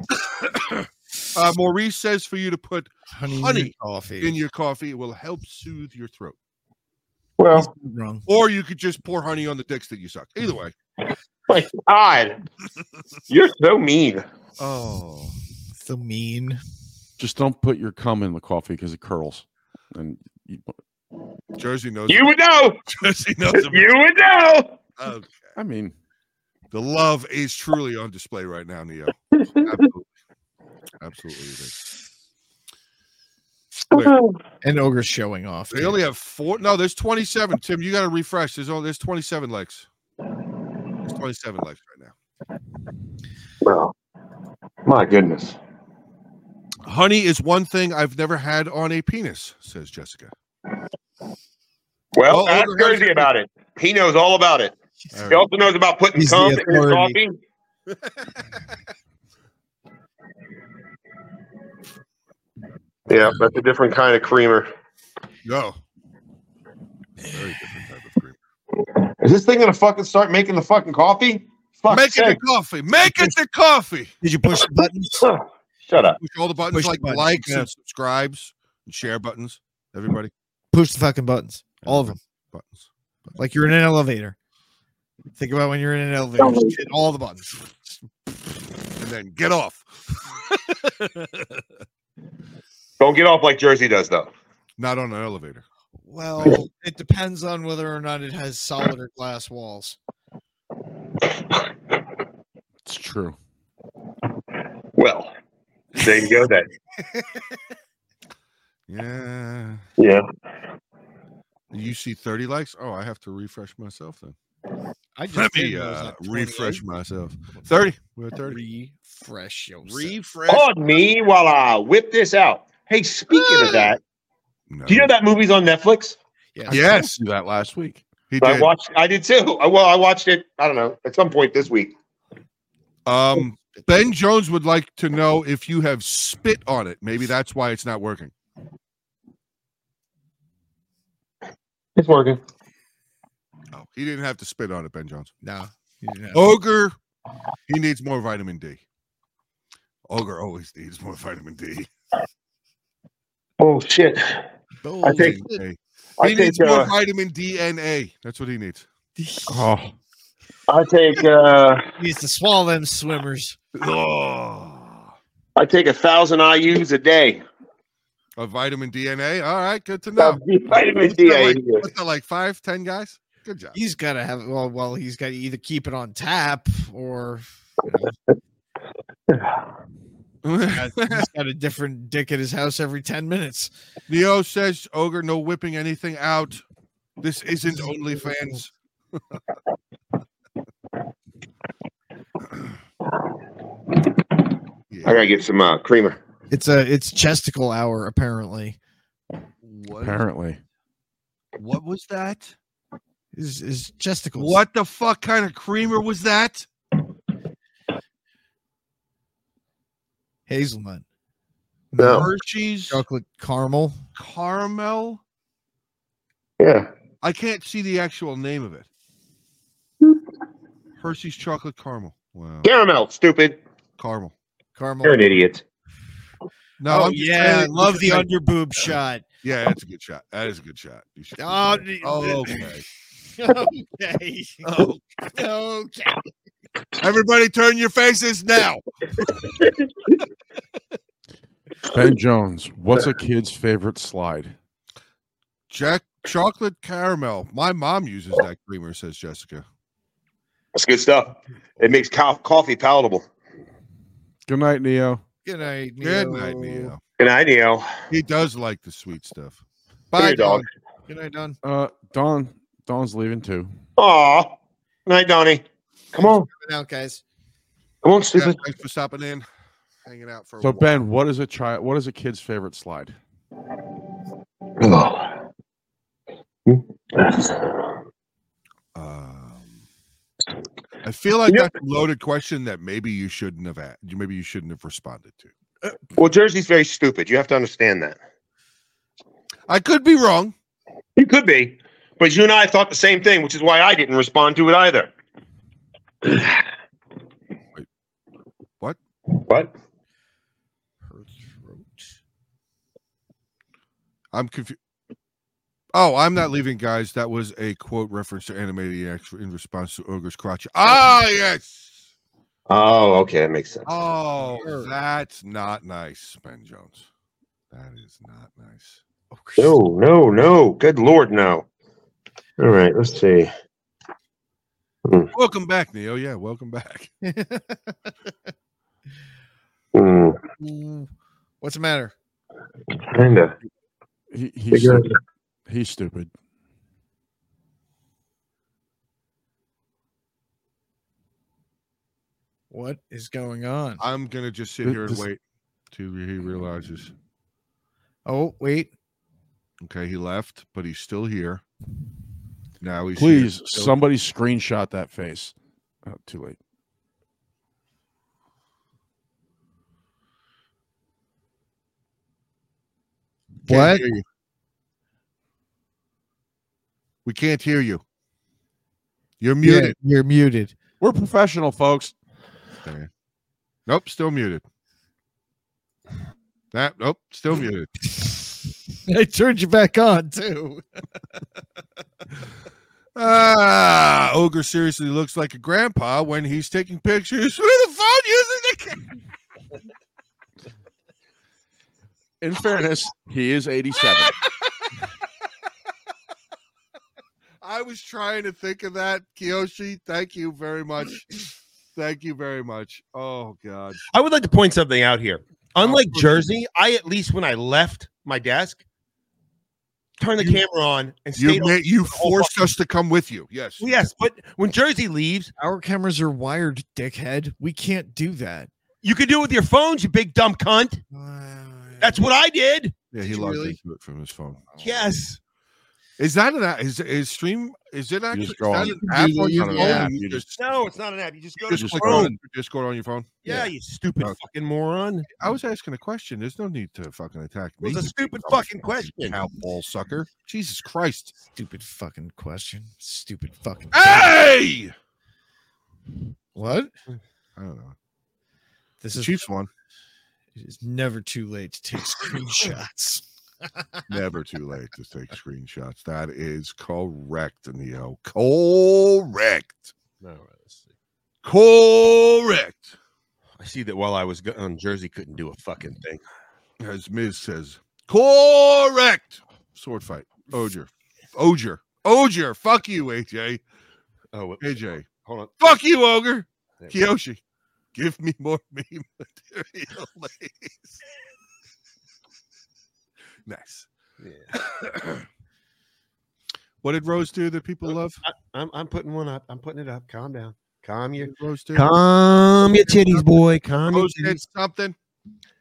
uh, Maurice says for you to put Honey, Honey coffee. in your coffee, it will help soothe your throat. Well, Wrong. Or you could just pour honey on the dicks that you suck. Either way. my God, you're so mean. Oh. So mean. Just don't put your cum in the coffee because it curls. And you, Jersey knows. You would know. (laughs) Jersey knows. (laughs) You would know. Oh, I mean, The love is truly on display right now, Neo. Absolutely. Absolutely. it is. And ogre's showing off. They dude. only have four. No, there's 27. Tim, you got to refresh. There's only there's 27 likes. There's 27 likes right now. Well, my goodness. Honey is one thing I've never had on a penis, says Jessica. Well, Well, ask Ogre has- Jersey about it. He knows all about it. All He right. also knows about putting He's the cum in your authority. coffee. Yeah, that's a different kind of creamer. Yo. Very different type of cream. Is this thing gonna fucking start making the fucking coffee? Fuck Make it the sake. coffee. Make it the coffee. Did you push the buttons? Shut up. Push all the buttons Push the like buttons, likes yeah. and subscribes and share buttons. Everybody. Push the fucking buttons. All of them. Buttons. Like you're in an elevator. Think about when you're in an elevator. Just hit all the buttons. and then get off. Don't get off like Jersey does though. Not on an elevator. Well, it depends on whether or not it has solid or glass walls. it's true. Well, there you go then. Yeah. (laughs) Yeah. You see 30 likes? Oh, I have to refresh myself then. I just (laughs) Let me did, I was uh, at 28. refresh myself. 30. We're at 30. Refresh yourself. Refresh. Pardon me while I whip this out. Hey, speaking of that, No. do you know that movie's on Netflix? Yeah. Yes, See that last week. he I did. watched. I did too. (laughs) I, well, I watched it. I don't know at some point this week. Um, ben Jones would like to know if you have spit on it. Maybe that's why it's not working. It's working. Oh, he didn't have to spit on it, Ben Jones. No. you didn't have- Ogre, he needs more vitamin D. Ogre always needs more vitamin D. (laughs) Oh shit! I think. Okay. I He take. needs more Uh, vitamin DNA. That's what he needs. Oh, I take. Uh, You Used to swallow them swimmers. Oh. I take a thousand IU's a day. A vitamin DNA. All right, good to know. Vitamin What's D. that I like, use. what's that, like five, ten guys? Good (laughs) job. He's got to have well, well, he's got to either keep it on tap or (laughs) you know, he's got a different dick at his house every 10 minutes. Neo says, Ogre, no whipping anything out. This isn't OnlyFans. I gotta get some uh, creamer. It's a it's chesticle hour apparently. What, Apparently, what was that? Is is chesticles? What the fuck kind of creamer was that? hazelnut, No. Hershey's chocolate caramel? caramel. Yeah. I can't see the actual name of it. Hershey's chocolate caramel. Wow. Caramel, stupid. Caramel. Caramel. You're an idiot. No, Oh I'm just yeah, saying- love the underboob shot. Yeah, that's a good shot. That is a good shot. You should- Oh, oh, okay. (laughs) okay. Oh. okay. Everybody turn your faces now. Ben Jones. What's a kid's favorite slide? Jack chocolate caramel. My mom uses that creamer, says Jessica. That's good stuff. It makes co- coffee palatable. Good night, Neo. Good night. Good night, Neo. Neo. And I know. He does like the sweet stuff. Come Bye, here, dog. dog. Good night, Don. Uh, Don. Don's leaving too. Aw. Night, Donnie. Come on. Good night, guys. Come on, Yeah, stupid. thanks for stopping in, hanging out for a So while. Ben, what is a child? What is a kid's favorite slide? Hmm? Um, I feel like Yeah. that's a loaded question that maybe you shouldn't have asked. Maybe you shouldn't have responded to. Well, Jersey's very stupid. You have to understand that. I could be wrong. You could be, but you and I thought the same thing, which is why I didn't respond to it either. what? What? Her throat. I'm confused. Oh, I'm not leaving, guys. That was a quote reference to Animaniacs in response to Ogre's crotch. Ah, yes. Oh, okay, that makes sense. Oh, Sure. that's not nice, Ben Jones. That is not nice. Oh, No, no, no. Good lord, no. All right, let's see. Welcome back, Neo. Yeah, welcome back. Hmm, Ooh. (laughs) What's the matter? kinda. He, he's Figure stupid. he's stupid. What is going on? I'm gonna just sit Th- here and this- wait till he realizes. Oh wait. Okay, he left, but he's still here. Now he's here. Please, So- somebody screenshot that face. Oh, too late. Can't What? hear you. We can't hear you. You're Yeah, muted. you're muted. (laughs) We're professional, folks. Okay. Nope, still muted. That nope, still muted. I turned you back on too. Ah, ogre seriously looks like a grandpa when he's taking pictures (laughs) with a phone using the camera. In fairness, he is 87. I was trying to think of that, Kiyoshi. Thank you very much. (clears throat) Thank you very much. Oh God. I would like to point something out here. Unlike Oh. course. Jersey, I at least when I left my desk, turned the You- camera on and You stayed. on- made, you whole forced fucking- us to come with you. Yes. yes, but when Jersey leaves, Our cameras are wired, dickhead. We can't do that. you can do it with your phones, you big dumb cunt. That's what I did. Yeah, he Did you logged really? into it from his phone. Yes. Is that an a- is is stream? Is it actually is go on- that an you app can on do your that phone? on an app, You you just, No, it's not an app. You just go just to just click go on Chrome. it- Discord on your phone. Yeah, Oh, you stupid Okay. fucking moron. I was asking a question. There's no need to fucking attack It was me. a stupid fucking question. Cow ball sucker. Jesus Christ. Stupid fucking question. Stupid fucking. Hey! What? I don't know. This The is Chiefs won. it's never too late to take screenshots. (laughs) Never too late to take screenshots. That is correct, Neo. Correct. Correct. I see that while I was gone, Jersey couldn't do a fucking thing. As Miz says, correct. Sword fight. Oger. Oger. Oger. Fuck you, AJ. Oh, wait, AJ. hold on. Fuck you, Ogre. There we go. Kiyoshi. Give me more (laughs) meme material, please. nice. Yeah. well, (coughs) What did Rose do that people love? I'm, I'm putting one up. I'm putting it up. Calm down. Calm What your did Rose do? calm your titties, boy. Calm your Rose titties. did something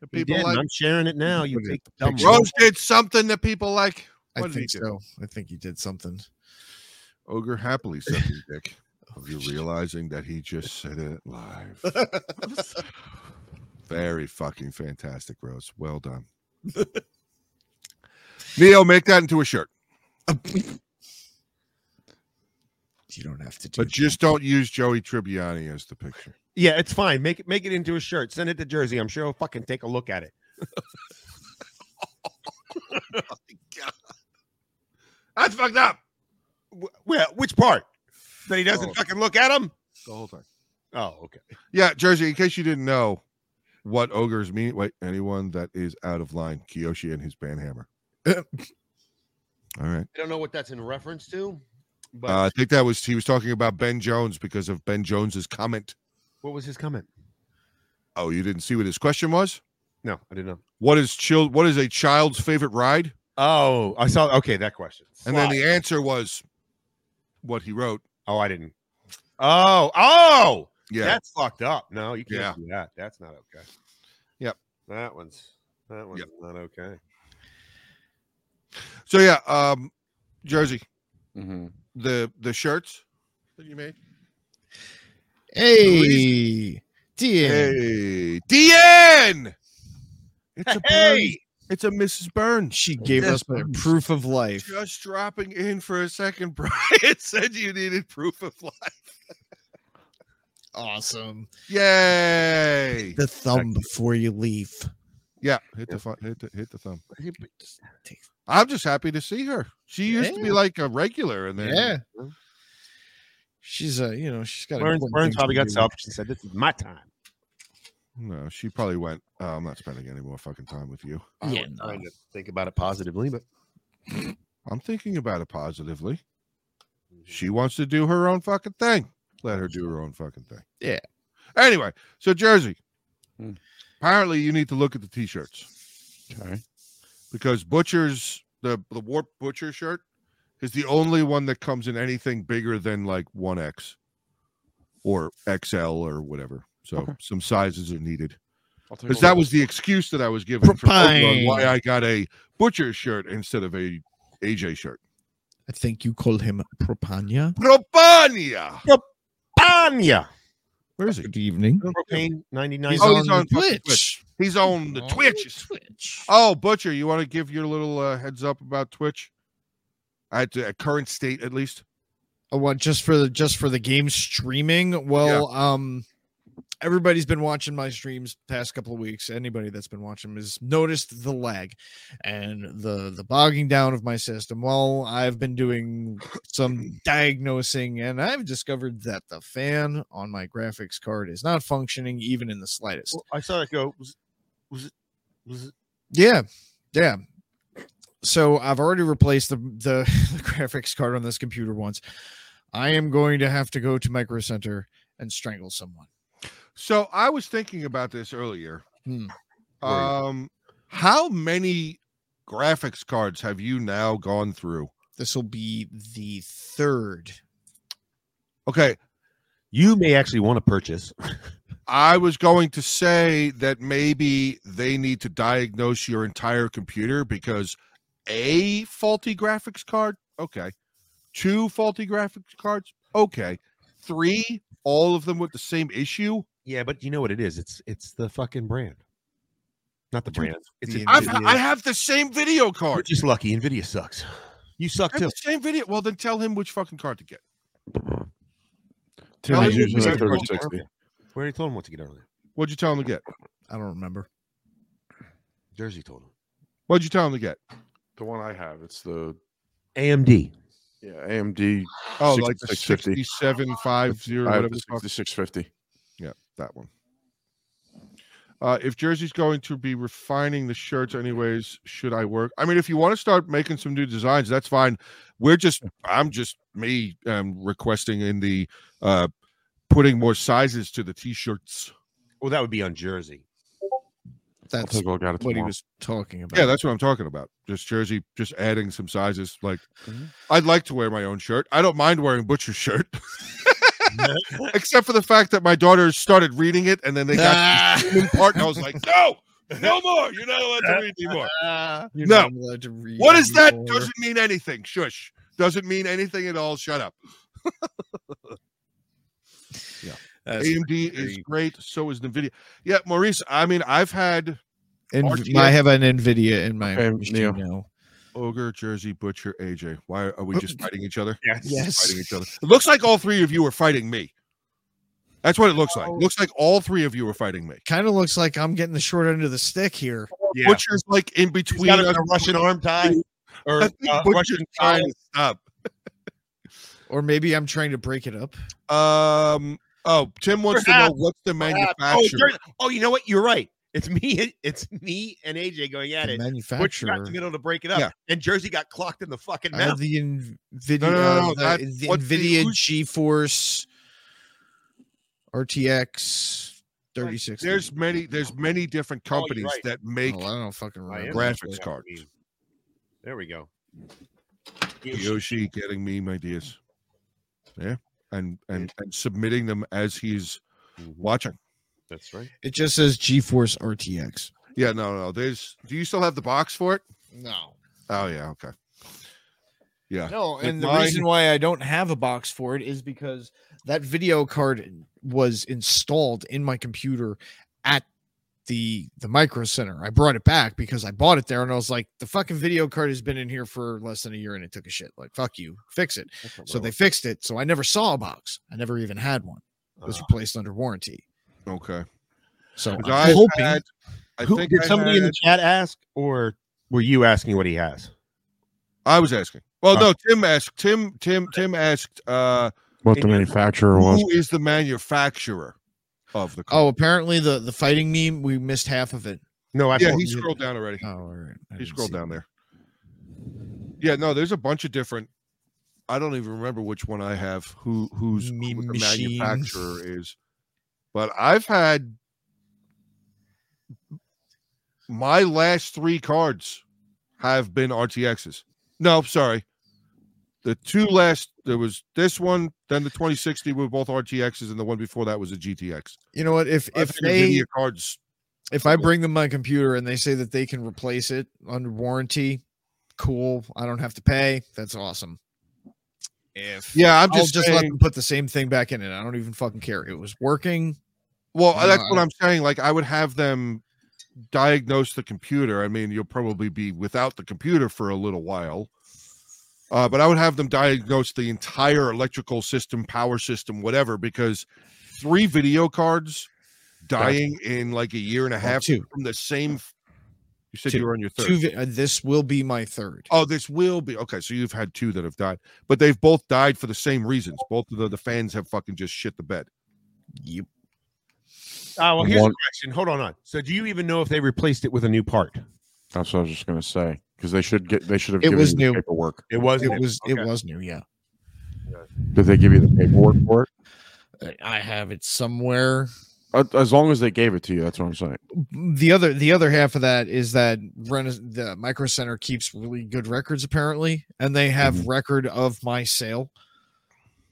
that You people didn't. like. I'm sharing it now. You Put it big in the dumb picture. Rose. Rose did something that people like. I What did he think do? so. I think he did something. Ogre happily said his dick. Of you realizing that he just said it (laughs) live. Very fucking fantastic, Rose. Well done. Neo, make that into a shirt, You don't have to do. but just don't use Joey Tribbiani as the picture. Yeah, it's fine. Make it make it into a shirt. Send it to Jersey. I'm sure he'll fucking take a look at it. That's fucked up. Wh- Well, which part? That he doesn't Oh. fucking look at him? The whole thing. Oh, okay. Yeah, Jersey. In case you didn't know what ogres mean, wait, anyone that is out of line, Kiyoshi and his band Hammer. (coughs) All right. I don't know what that's in reference to, but Uh, I think that was he was talking about Ben Jones because of Ben Jones's comment. what was his comment? Oh, you didn't see what his question was? No, I didn't know. What is child? What is a child's favorite ride? Oh, I saw. Okay, that question. And then the answer was what he wrote. oh, I didn't. Oh, oh, Yeah, that's fucked up. No, you can't Yeah. do that. That's not okay. Yep. That one's that one's not okay. So yeah, um, Jersey, Mhm. the the shirts that you made. Hey, DN. Hey, DN. It's a Hey! Burns. it's a Mrs. Burns. She gave us a proof of life. Just dropping in for a second, Brian said you needed proof of life. Awesome. Yay! The thumb before you leave. Yeah, hit the Yeah. fu- hit the hit the thumb. Hey, but just- I'm just happy to see her. She used to be Yeah. like a regular, and then Yeah. She's a, you know, she's got. Burns, important Burns things probably to got do. selfish and said, "This is my time." no, she probably went. "Oh, I'm not spending any more fucking time with you. I Yeah, was no. trying to think about it positively, but I'm thinking about it positively. She wants to do her own fucking thing. Let her do her own fucking thing. Yeah. Anyway, so Jersey, Hmm. apparently you need to look at the t-shirts Okay. because Butcher's the the Warp Butcher shirt is the only one that comes in anything bigger than like one X or XL or whatever. So Okay. some sizes are needed. I'll take a Because that look. was the excuse that I was given for Oakland, Propine. why I got a Butcher shirt instead of a AJ shirt. I think you call him Propania. Propania. Anya, Where is he? Good evening. propane ninety nine. He's Oh, he's on fucking Twitch. He's on the On Twitch. Twitch. Oh, Butcher, you want to give your little uh, heads up about Twitch? At uh, current state, at least. Oh, what just for the just for the game streaming? Well, um, everybody's been watching my streams past couple of weeks. Anybody that's been watching has noticed the lag and the the bogging down of my system. Well, I've been doing some diagnosing, and I've discovered that the fan on my graphics card is not functioning even in the slightest. I saw that go. Was, was it? Was it? Yeah, yeah. So I've already replaced the, the (laughs) the graphics card on this computer once. I am going to have to go to Micro Center and strangle someone. So I was thinking about this earlier. Hmm. Um, how many graphics cards have you now gone through? This will be the third. Okay, You may actually want to purchase. I was going to say that maybe they need to diagnose your entire computer because a faulty graphics card, okay. Two faulty graphics cards, okay. Three, all of them with the same issue. Yeah, but you know what it is? It's it's the fucking brand, not the brand. It's the I've, Nvidia. I have the same video You're card. just lucky. Nvidia sucks. You suck I too. have the same video. Well, then tell him which fucking card to get. (laughs) Tim Well, is using it's a a- 3060. We already told him what to get earlier. What'd you tell him to get? I don't remember. Jersey told him. What'd you tell him to get? The one I have, it's the AMD. yeah AMD Oh, like the 6650. 6750, I have whatever the the fuck 6650. that one. Uh, if Jersey's going to be refining the shirts, anyways, should I work? I mean, if you want to start making some new designs, that's fine. We're just, I'm just me um, requesting in the uh, putting more sizes to the t shirts. Well, that would be on Jersey. I'll That's take a look at it what he tomorrow. was talking about. Yeah, that's what I'm talking about. Just jersey, just adding some sizes. Like, Mhm. I'd like to wear my own shirt. I don't mind wearing Butcher's shirt, (laughs) except for the fact that my daughter started reading it, and then they got Ah, to the (laughs) human part, and I was (laughs) like, "No, no more! You're not allowed to read anymore." ah, (laughs) you're No. not allowed to read What is that? anymore. Doesn't mean anything. Shush. Doesn't mean anything at all. Shut up. That's- AMD is crazy. great. So is Nvidia. Yeah, Maurice. I mean, I've had Nv- RTX. I have an Nvidia in my Okay, machine Neo. now. Ogre, Jersey, Butcher, AJ. Why are we just fighting each other? Oh, Yes. Yes. Fighting each other. It looks like all three of you are fighting me. That's what it looks like. It looks like all three of you are fighting me. Kind of looks like I'm getting the short end of the stick here. Yeah. Butcher's like in He's between. got him in us. a Russian arm tie or I think uh, Butcher's Russian tie. trying to stop. Or maybe I'm trying to break it up. Um. Oh, Tim wants to know Perhaps. what's the Oh, manufacturer. Jersey- oh, you know what? You're right. It's me. It's me and AJ going at The it. Butcher got manufacturer. to be able to break it up, Yeah. and Jersey got clocked in the fucking I have mouth. the Nvidia, No, no, no, no, uh, the, that- the what's the Nvidia illusion? GeForce RTX 36. There's many. There's many different Oh, you're companies right. that make Oh, I don't fucking I am remember. graphics Yeah, cards. I mean, There we go. Yoshi getting meme ideas. Yeah. And and, and submitting them as he's Mhm. watching. That's right. It just says GeForce RTX. Yeah, no, no. There's do you still have the box for it? No. Oh yeah, okay. Yeah. No, Like and the mine- reason why I don't have a box for it is because that video card was installed in my computer at the the micro center. I brought it back because I bought it there and I was like, the fucking video card has been in here for less than a year and it took a shit. Like, fuck you, fix it. So they fixed it. So I never saw a box. I never even had one. It Ah. was replaced under warranty. Okay. So I'm 'Cause I've hoping had- I Who, think did I somebody in the had- chat ask, or were you asking what he has? I was asking. Well, Oh. no, Tim asked Tim Tim Tim asked uh What the manufacturer was. who is the manufacturer of the oh car? apparently the the fighting meme, we missed half of it. No, I yeah, thought- he scrolled down already. Oh all right. I He didn't scrolled see down that. there. Yeah, no, there's a bunch of different. I don't even remember which one I have. Who who's who Meme the machine. manufacturer is, but I've had my last three cards have been RTXs. No, sorry, the two last there was this one, then the 2060 were both RTXs, and the one before that was a GTX. You know what? If I've if had they NVIDIA cards, if Oh. I bring them my computer and they say that they can replace it under warranty, cool. I don't have to pay. That's awesome. If yeah, I'm I'll just just let saying- them put the same thing back in it. I don't even fucking care. It was working. Well, uh, No, that's what I- I'm saying. Like, I would have them diagnose the computer. I mean, you'll probably be without the computer for a little while. Uh, but I would have them diagnose the entire electrical system, power system, whatever, because three video cards dying in like a year and a Well, half two. from the same. f- You said Two. you were on your third. Two, vi- uh, this will be my third. Oh, this will be okay. So you've had two that have died, but they've both died for the same reasons. Both of the, the fans have fucking just shit the bed. Yep. Ah, well, I here's want- a question. Hold on, on. So, do you even know if they replaced it with a new part? That's what I was just gonna say because they should get. They should have. It given was you the new. paperwork. It was. It was Okay. it was new. Yeah, Did they give you the paperwork for it? I- I have it somewhere. Uh, As long as they gave it to you, that's what I'm saying. The other the other half of that is that Rena- the Micro Center keeps really good records apparently, and they have Mhm. record of my sale.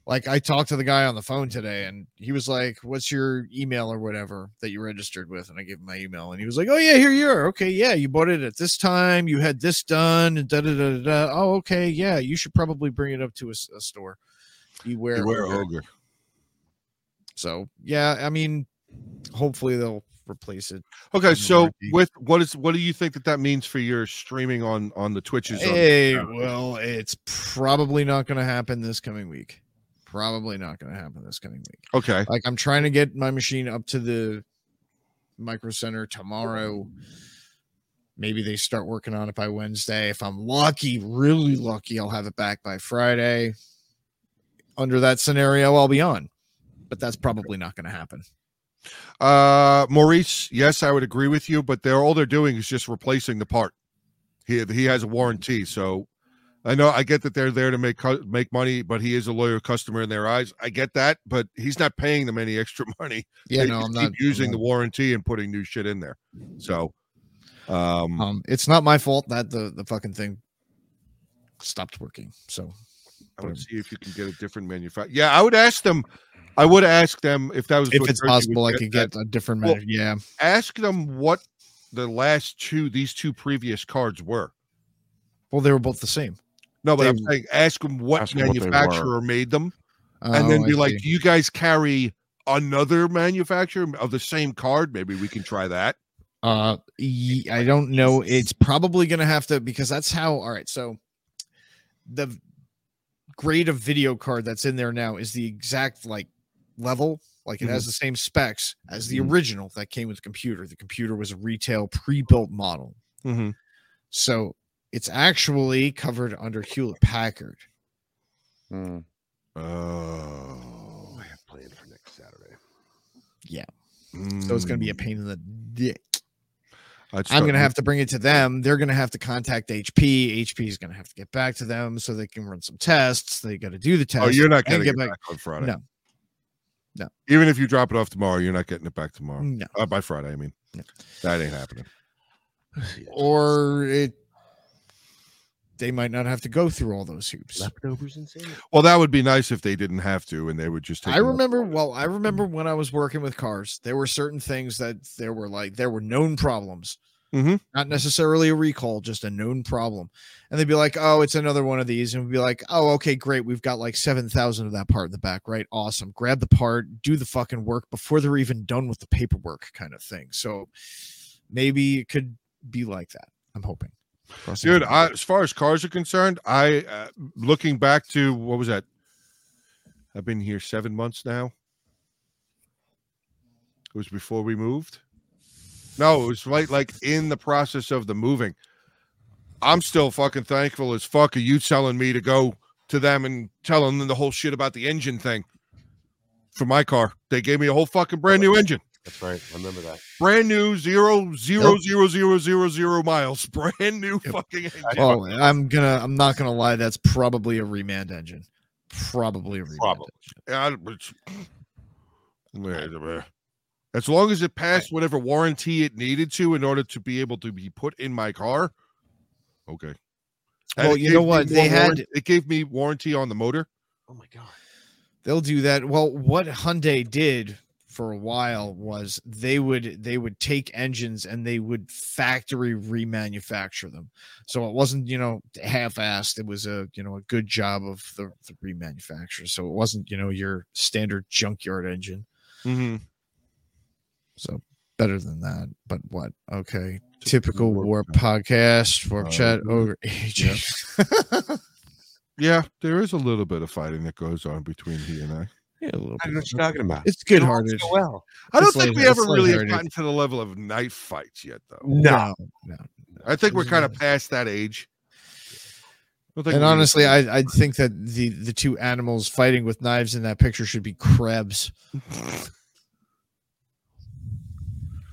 Like I talked to the guy on the phone today, and he was like, "What's your email or whatever that you registered with?" And I gave him my email, and he was like, "Oh yeah, here you are. Okay, yeah, you bought it at this time. You had this done, and da da da da. da. Oh, okay, yeah, you should probably bring it up to a, s- a store. Beware, oh. ogre." So yeah, I mean, hopefully they'll replace it. Okay, and so warranty. with what is what do you think that that means for your streaming on on the Twitches? on- Hey, yeah. well, it's probably not going to happen this coming week. Probably not going to happen this coming week. Okay, Like I'm trying to get my machine up to the micro center tomorrow. Maybe they start working on it by Wednesday. If I'm lucky, really lucky, I'll have it back by Friday. Under that scenario, I'll be on. But that's probably not going to happen. uh, Maurice, yes, I would agree with you, but they're all they're doing is just replacing the part. He he has a warranty, so I know I get that they're there to make cu- make money, but he is a loyal customer in their eyes. I get that, but he's not paying them any extra (laughs) money. Yeah, They no, just I'm keep not I'm using the not- warranty and putting new shit in there. So Um, Um, it's not my fault that the the fucking thing stopped working. So I would see if you can get a different manufacturer. Yeah, I would ask them. I would ask them if that was if what it's Jersey would possible, I could that. get a different Well- manager. yeah, Ask them what the last two, these two previous cards were. well, they were both the same. No, but They- I'm saying ask them what Ask 'em what they were. manufacturer made them, and then Oh, be I like, see. "Do you guys carry another manufacturer of the same card? Maybe we can try that." Uh, ye- I don't know. It's probably gonna have to because that's how. All right, so the v- grade of video card that's in there now is the exact like level, like it Mm-hmm. has the same specs as the original that came with the computer. The computer was a retail pre-built model, Mm-hmm. so it's actually covered under Hewlett Packard. Mm. Oh, Plan for next Saturday. So it's gonna be a Mm. pain in the dick. I'd I'm start gonna with- have to bring it to them. They're gonna have to contact HP. HP is gonna have to get back to them so they can run some tests. They got to do the test. Oh, you're not and going to get back, on Friday. No. No. Mm. Even if you drop it off tomorrow, you're not getting it back tomorrow. No. Uh, by Friday, I mean. No. That ain't happening. Or it. They might not have to go through all those hoops. Leftovers insane. Well, that would be nice if they didn't have to and they would just take I it off. remember. Well, Mm-hmm. I remember when I was working with cars, there were certain things that there were like there were known problems. Mhm. Not necessarily a recall, just a known problem. And they'd be like, "Oh, it's another one of these," and we'd be like, "Oh, okay, great. We've got like seven thousand of that part in the back, right? Awesome. Grab the part, do the fucking work before they're even done with the paperwork, kind of thing." So maybe it could be like that. I'm hoping. Crossing Dude, fingers. I, as far as cars are concerned, I uh, looking back to what was that? I've been here seven months now. It was before we moved. No, it was right like in the process of the moving. I'm still fucking thankful as fuck of you telling me to go to them and tell them the whole shit about the engine thing for my car. They gave me a whole fucking brand new engine That's right. I remember that. brand new zero zero Yep. zero zero zero zero miles (laughs) brand new fucking engine. Oh, I'm gonna. I'm not gonna lie. That's probably a remand engine. Probably a remand. Probably. Yeah, I- (clears throat) it's- Wait a minute. as long as it passed whatever warranty it needed to in order to be able to be put in my car okay And Well, it you know gave me what? They more warran- had- it gave me warranty on the motor Oh my god. They'll do that. Well, what Hyundai did for a while was they would they would take engines and they would factory remanufacture them. So it wasn't, you know, half-assed. It was a, you know, a good job of the, the remanufacture. So it wasn't, you know, your standard junkyard engine. Mm-hmm. So better than that. But what? Okay. Typical warp podcast, warp Uh, chat (laughs) over ages. yeah there is a little bit of fighting that goes on between he and i Yeah, a little I don't know what bit. you're talking about. It's good-hearted. So well. i don't It's think like- we it's ever really have lighthearted. Mm-hmm. gotten to the level of knife fights yet though No. no. i think we're There's kind of no- past that age I don't think Mm-hmm. And we're gonna- honestly, I I think that the the two animals fighting with knives in that picture should be (laughs) crabs.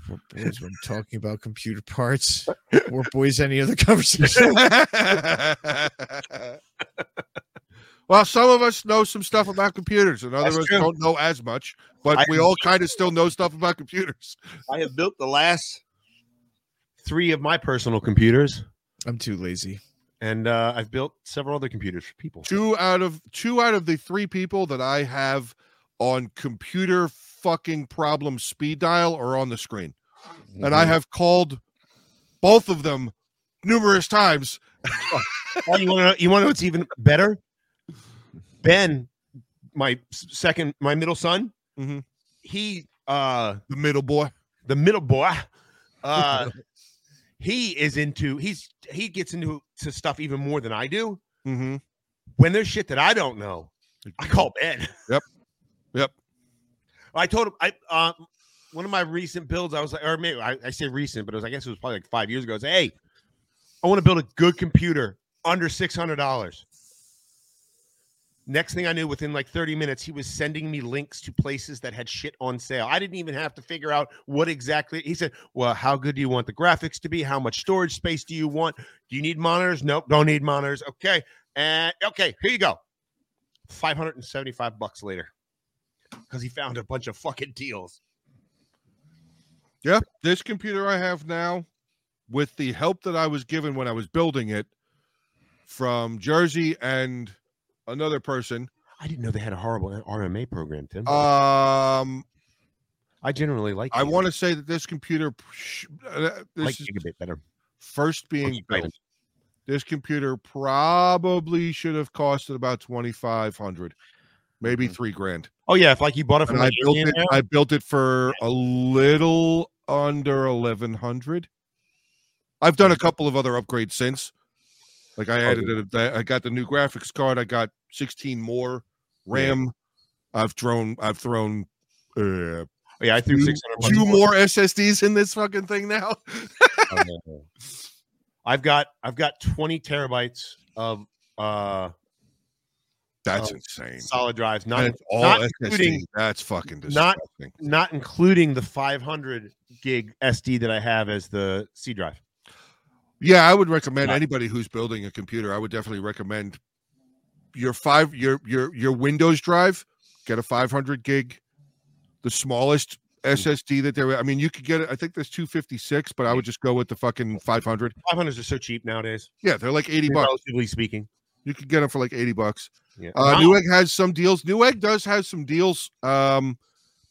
We're boys when talking about computer parts. We're boys any other conversation. (laughs) well, (laughs) some of us know some stuff about computers, and others That's true. don't know as much. But I- we all kind of still know stuff about computers. I have built the last three of my personal computers, I'm too lazy. and uh, I've built several other computers for people. Two out of two out of the three people that I have on computer fucking problem speed dial are on the screen, and Mm-hmm. I have called both of them numerous times. Oh, you want to know? You want to know what's even better? Ben, my s- second, my middle son, Mhm. he, uh, The middle boy. the middle boy, uh, he is into he's he gets into to stuff even more than I do. Mm-hmm. When there's shit that I don't know, I call Ben. Yep. Yep. I told him I uh, one of my recent builds. I was like, or maybe I, I say recent, but it was I guess it was probably like five years ago. I was like, hey, I want to build a good computer under six hundred dollars. Next thing I knew, within like thirty minutes, he was sending me links to places that had shit on sale. I didn't even have to figure out what exactly. He said, "Well, how good do you want the graphics to be? How much storage space do you want? Do you need monitors? Nope, don't need monitors. Okay, and okay, here you go. Five hundred and seventy-five bucks later." because he found a bunch of fucking deals. Yep. This computer I have now with the help that I was given when I was building it from Jersey and another person. I didn't know they had a horrible RMA program, Tim. Um, I generally like. Uh, I it. want to say that this computer, psh- uh, this like is gigabit better. first being built. This computer probably should have costed about twenty five hundred, maybe three grand. Oh yeah, if like you bought it from And I like built it. Indiana, I built it for a little under eleven hundred. I've done a couple of other upgrades since. Like I added, a, I got the new graphics card. I got sixteen more RAM. I've thrown, I've thrown uh, oh, yeah, I threw two- six hundred. two more SSDs in this fucking thing now. I've got I've got twenty terabytes of uh That's Oh, insane. solid drives, And not it's all not SSD. including- That's fucking disgusting. not- not including the five hundred gig SD that I have as the C drive. yeah, I would recommend Not- anybody who's building a computer. I would definitely recommend your five your your your Windows drive. Get a 500 gig, the smallest SSD that there. I mean, you could get it. I think there's 256, but I would just go with the fucking 500. Five hundreds are so cheap nowadays, Yeah, they're like 80 bucks. relatively speaking. You could get them for like 80 bucks. Yeah. Uh, Wow. Newegg has some deals. Newegg does have some deals. Um,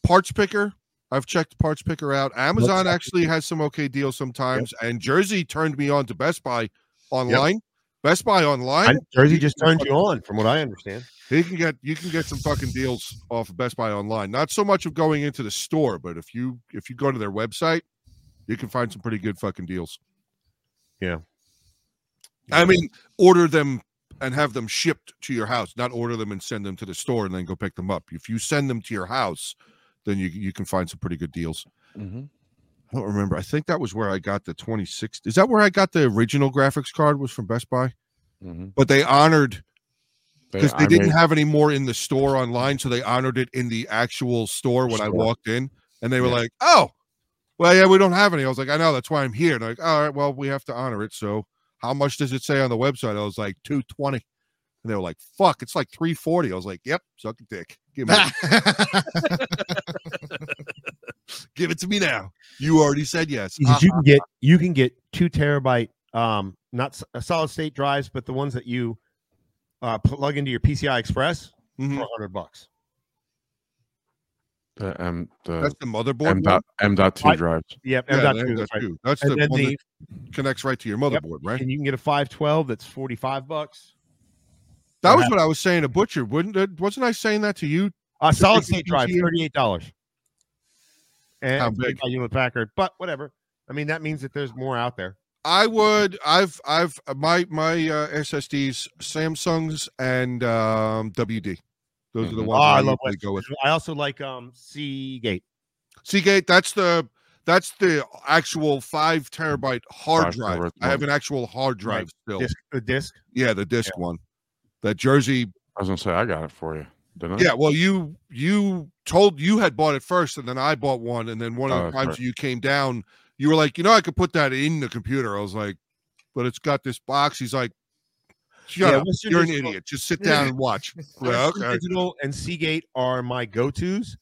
Parts Picker. I've checked Parts Picker out. Amazon actually has some okay deals sometimes. And Jersey turned me on to Best Buy online. Best Buy I, online. Jersey just turned you on, from what I understand. You can get you can get some fucking deals off of Best Buy online. Not so much of going into the store, but if you if you go to their website, you can find some pretty good fucking deals. Yeah. I mean, order them and have them shipped to your house, not order them and send them to the store and then go pick them up. If you send them to your house, then you you can find some pretty good deals. I don't remember. I think that was where I got the 26. Is that where I got the original graphics card was from Best Buy? Mm-hmm. But they honored because they didn't have any more in the store online, so they honored it in the actual store when I Store. walked in, and they were Yeah. like, "Oh, well, yeah, we don't have any." I was like, "I know, that's why I'm here." And they're like, "All right, well, we have to honor it." So, how much does it say on the website? I was like, 220 and they were like, "Fuck, it's like 340 I was like, "Yep, suck a dick, give me, it. (laughs) give it to me now." You already said yes. Ah, is that you can get you can get two terabyte um not s- uh, solid state drives but the ones that you uh plug into your pci express for Mhm. 100 bucks the M That's the the motherboard. M one? dot M dot two I- drives. yep Yeah, and, the that's M.2, right. That's And the then one the, that connects right to your motherboard, right? and you can get a 512 that's 45 bucks That Or was have- what I was saying to Butcher. Wouldn't it, wasn't I saying that to you? uh solid big state drive PC? 38 dollars and How it's made big? by hewlett packard but whatever i mean that means that there's more out there I would. I've. I've. My my uh, SSDs, Samsungs and um, WD. Those are the Mhm. ones that oh, i love usually go with. Western. i also like um seagate Seagate. That's the. That's the actual five terabyte hard Five drive. terabyte I have an one. actual hard drive Right. still. disc the disc Yeah, the disc one. That Jersey. I was gonna say I got it for you. Didn't I? Yeah. Well, you you told you had bought it first, and then I bought one, and then one Oh, of the that's times right. you came down, you were like, you know, I could put that in the computer. I was like, but it's got this box. He's like. Shut Yeah, up. Western You're an Digital- idiot. Just sit down and watch. Yeah, Western okay. Digital and Seagate are my go-tos.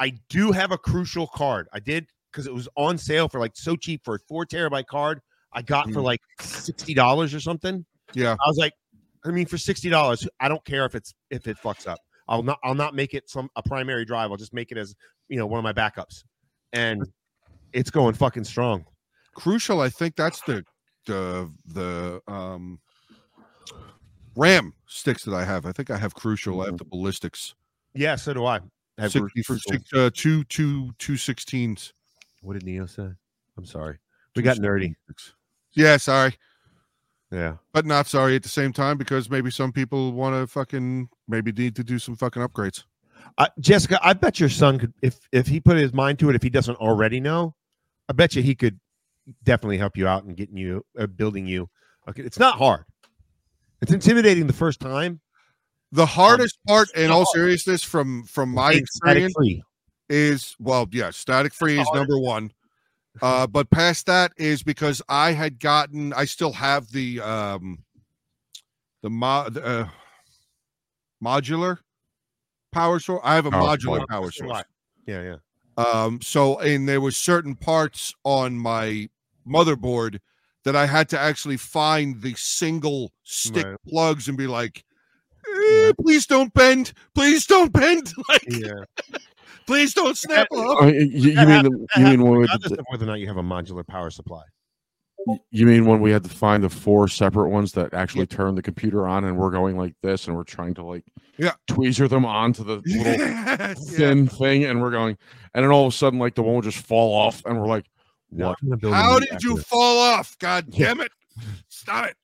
I do have a crucial card. I did because it was on sale for like so cheap for a four terabyte card. I got for Mm. like sixty dollars or something. Yeah. I was like, I mean, for sixty dollars, I don't care if it's if it fucks up. I'll not I'll not make it some a primary drive. I'll just make it as you know one of my backups, and it's going fucking strong. Crucial, I think that's the the the um RAM sticks that I have. I think I have Crucial. I have the ballistics. Yeah, so do I. Have Six, Crucial. six, uh, two two two sixteens. What did Neo say? I'm sorry, we got nerdy. Yeah, sorry. Yeah, But not sorry at the same time because maybe some people want to fucking maybe need to do some fucking upgrades. I, Jessica, I bet your son could, if if he put his mind to it, if he doesn't already know, I bet you he could definitely help you out and getting you uh, building you. Okay, it's not hard. It's intimidating the first time. The hardest part, in all stop. seriousness, from from my It's Um, static experience, free. is well, yeah, static free is hardest. number one. Uh, but past that is because I had gotten, I still have the um, the mod uh, modular power source. I have a Oh, Power modular supply. power source. Yeah, yeah. Um, so and there were certain parts on my motherboard that I had to actually find the single stick Right. plugs and be like, "Eh, please don't bend, please don't bend, (laughs) like Yeah. please don't (laughs) snap up. Oh, you, you mean That the, you mean one with Regardless the, of whether or not you have a modular power supply. you mean when we had to find the four separate ones that actually turn the computer on and we're going like this and we're trying to like Yeah. tweezer them onto (laughs) the little Yes, yeah. thin thing and we're going and then all of a sudden like the one will just fall off and we're like No, what I'm gonna build a How new did after you this. fall off? God Yeah. damn it! Stop it!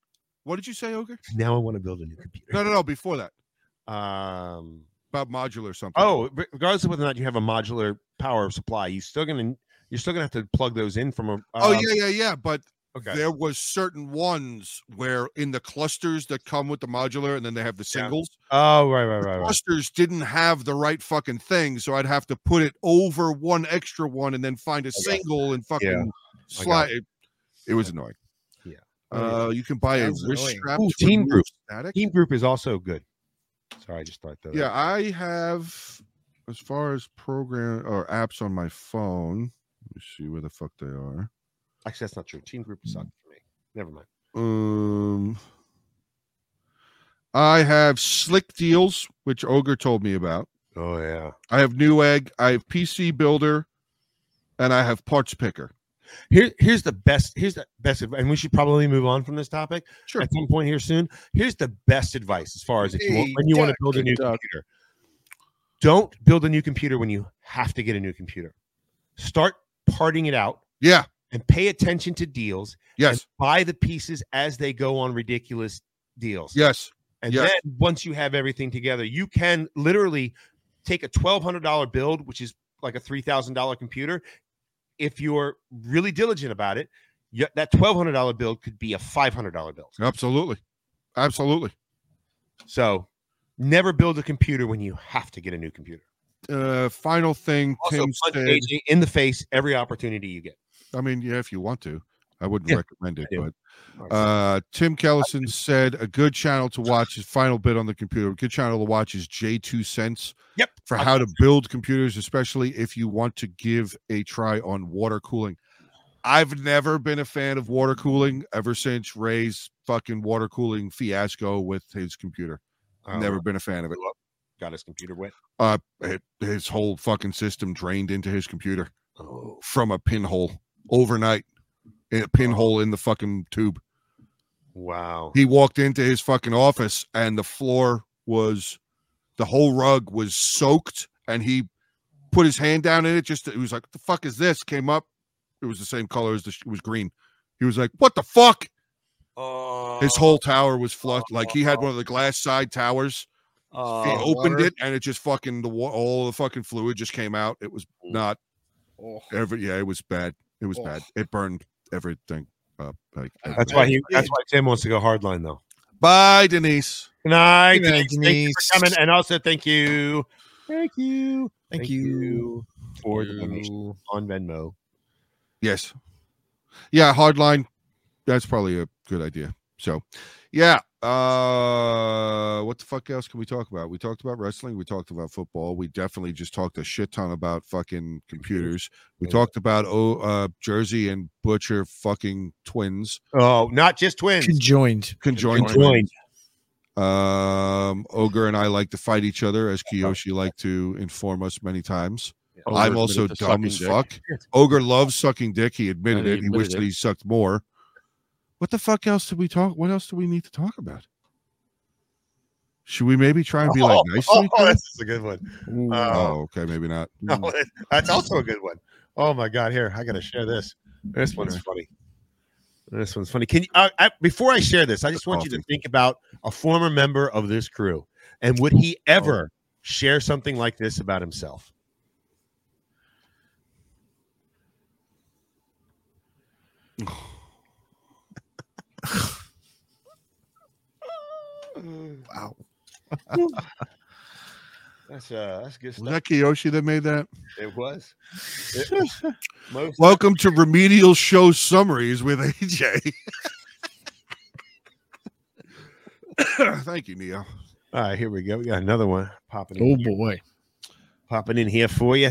What did you say, Ogre? Now I want to build a new computer. No, no, no. Before that, Um, about modular something. oh, re- regardless of whether or not you have a modular power supply, you still gonna you're still gonna have to plug those in from a. oh uh, yeah, yeah, yeah. But Okay. there was certain ones where in the clusters that come with the modular, and then they have the Yeah. singles. Oh right, right, the right, right. clusters didn't have the right fucking thing, so I'd have to put it over one extra one and then find a got you. single and fucking I got slide. It, it was annoying. Yeah. Uh, you can buy a Sounds wrist annoying. strap. Ooh, to Team remove Group. static. Team group is also good. Sorry, I just thought that. Yeah, I have as far as program or apps on my phone. Let me see where the fuck they are. actually, that's not true. Team group sucked for me. Never mind. Um, I have Slick Deals, which Ogre told me about. Oh yeah. I have Newegg. I have PC Builder, and I have Parts Picker. Here, here's the best. Here's the best, adv- and we should probably move on from this topic Sure. at some point here soon. Here's the best advice as far as if you want, Hey, when you want to Doc, build a new Doc. computer. Don't build a new computer when you have to get a new computer. Start parting it out Yeah. and pay attention to deals. and Yes. buy the pieces as they go on ridiculous deals. Yes. And Yes. then once you have everything together, you can literally take a twelve hundred dollar build, which is like a three thousand dollar computer. If you're really diligent about it, you, that twelve hundred dollar build could be a five hundred dollar build. Absolutely. Absolutely. So never build a computer when you have to get a new computer. Uh, final thing, Also, Tim punch said. AJ in the face every opportunity you get. I mean, yeah, if you want to, I wouldn't Yeah, recommend it, I do. but Uh, Tim Kellison said a good channel to watch. His final bit on the computer. A good channel to watch is J2 Cents. Yep. For how to build computers, especially if you want to give a try on water cooling. I've never been a fan of water cooling ever since Ray's fucking water cooling fiasco with his computer. Um, never been a fan of it. got his computer wet. Uh, it- his whole fucking system drained into his computer from a pinhole overnight. A pinhole in the fucking tube. Wow. he walked into his fucking office and the floor was the whole rug was soaked and he put his hand down in it just he was like the fuck is this came up it was the same color as the sh- it was green he was like what the fuck Oh. his whole tower was flushed like he had one of the glass side towers he Oh, opened water. it and it just fucking the wa- all the fucking fluid just came out it was not Oh, ever yeah it was bad it was Oh. bad it burned everything up like That's why he. That's why Tim wants to go hardline though. bye denise Good night. Good night, Denise. Thank you Denise. for coming. And also, thank you. Thank you. Thank you. for the donation on Venmo. Yes. Yeah, hardline. That's probably a good idea. So, yeah. Uh, what the fuck else can we talk about? We talked about wrestling. We talked about football. We definitely just talked a shit ton about fucking computers. We Yeah. talked about oh, uh, Jersey and Butcher fucking twins Oh, not just twins. Conjoined. conjoined. Conjoined. twins. Um, Ogre and I like to fight each other, as Kiyoshi liked to inform us many times. Ogre I'm admitted also Oh, to dumb sucking as dick. (laughs) fuck. Ogre loves sucking dick. He admitted And he it. He wished admitted that it. he sucked more. What the fuck else did we talk? What else do we need to talk about? Should we maybe try and be (laughs) like nice to (laughs) Oh, each other? that's a good one. Ooh. Uh, Oh, okay, maybe not. (laughs) (laughs) No, that's also a good one. Oh my God! Here, I gotta share this. This one's funny. This one's funny. Can you, uh, I, before I share this, I just want you to Coffee. think about a former member of this crew, and would he ever share something like this about himself? (sighs) Wow. That's uh, that's good Was that Kiyoshi that made that? It was. (laughs) Welcome to Remedial Show Summaries with AJ. (laughs) Thank you, Neo. All right, here we go. We got another one popping in, Oh (laughs) boy. popping in here for you.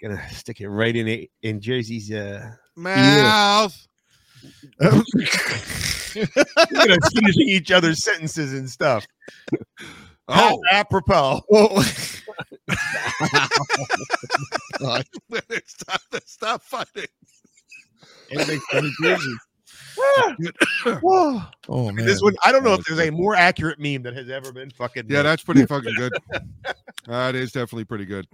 Gonna stick it right in it in Jersey's uh Mouth. Look at us finishing each other's sentences and stuff. Oh, (laughs) apropos. Well, Oh, (laughs) stop, stop fighting. it makes no difference. oh man, This one, I don't know if there's a more accurate meme that has ever been fucking. Yeah, that's pretty fucking good. That is definitely pretty good.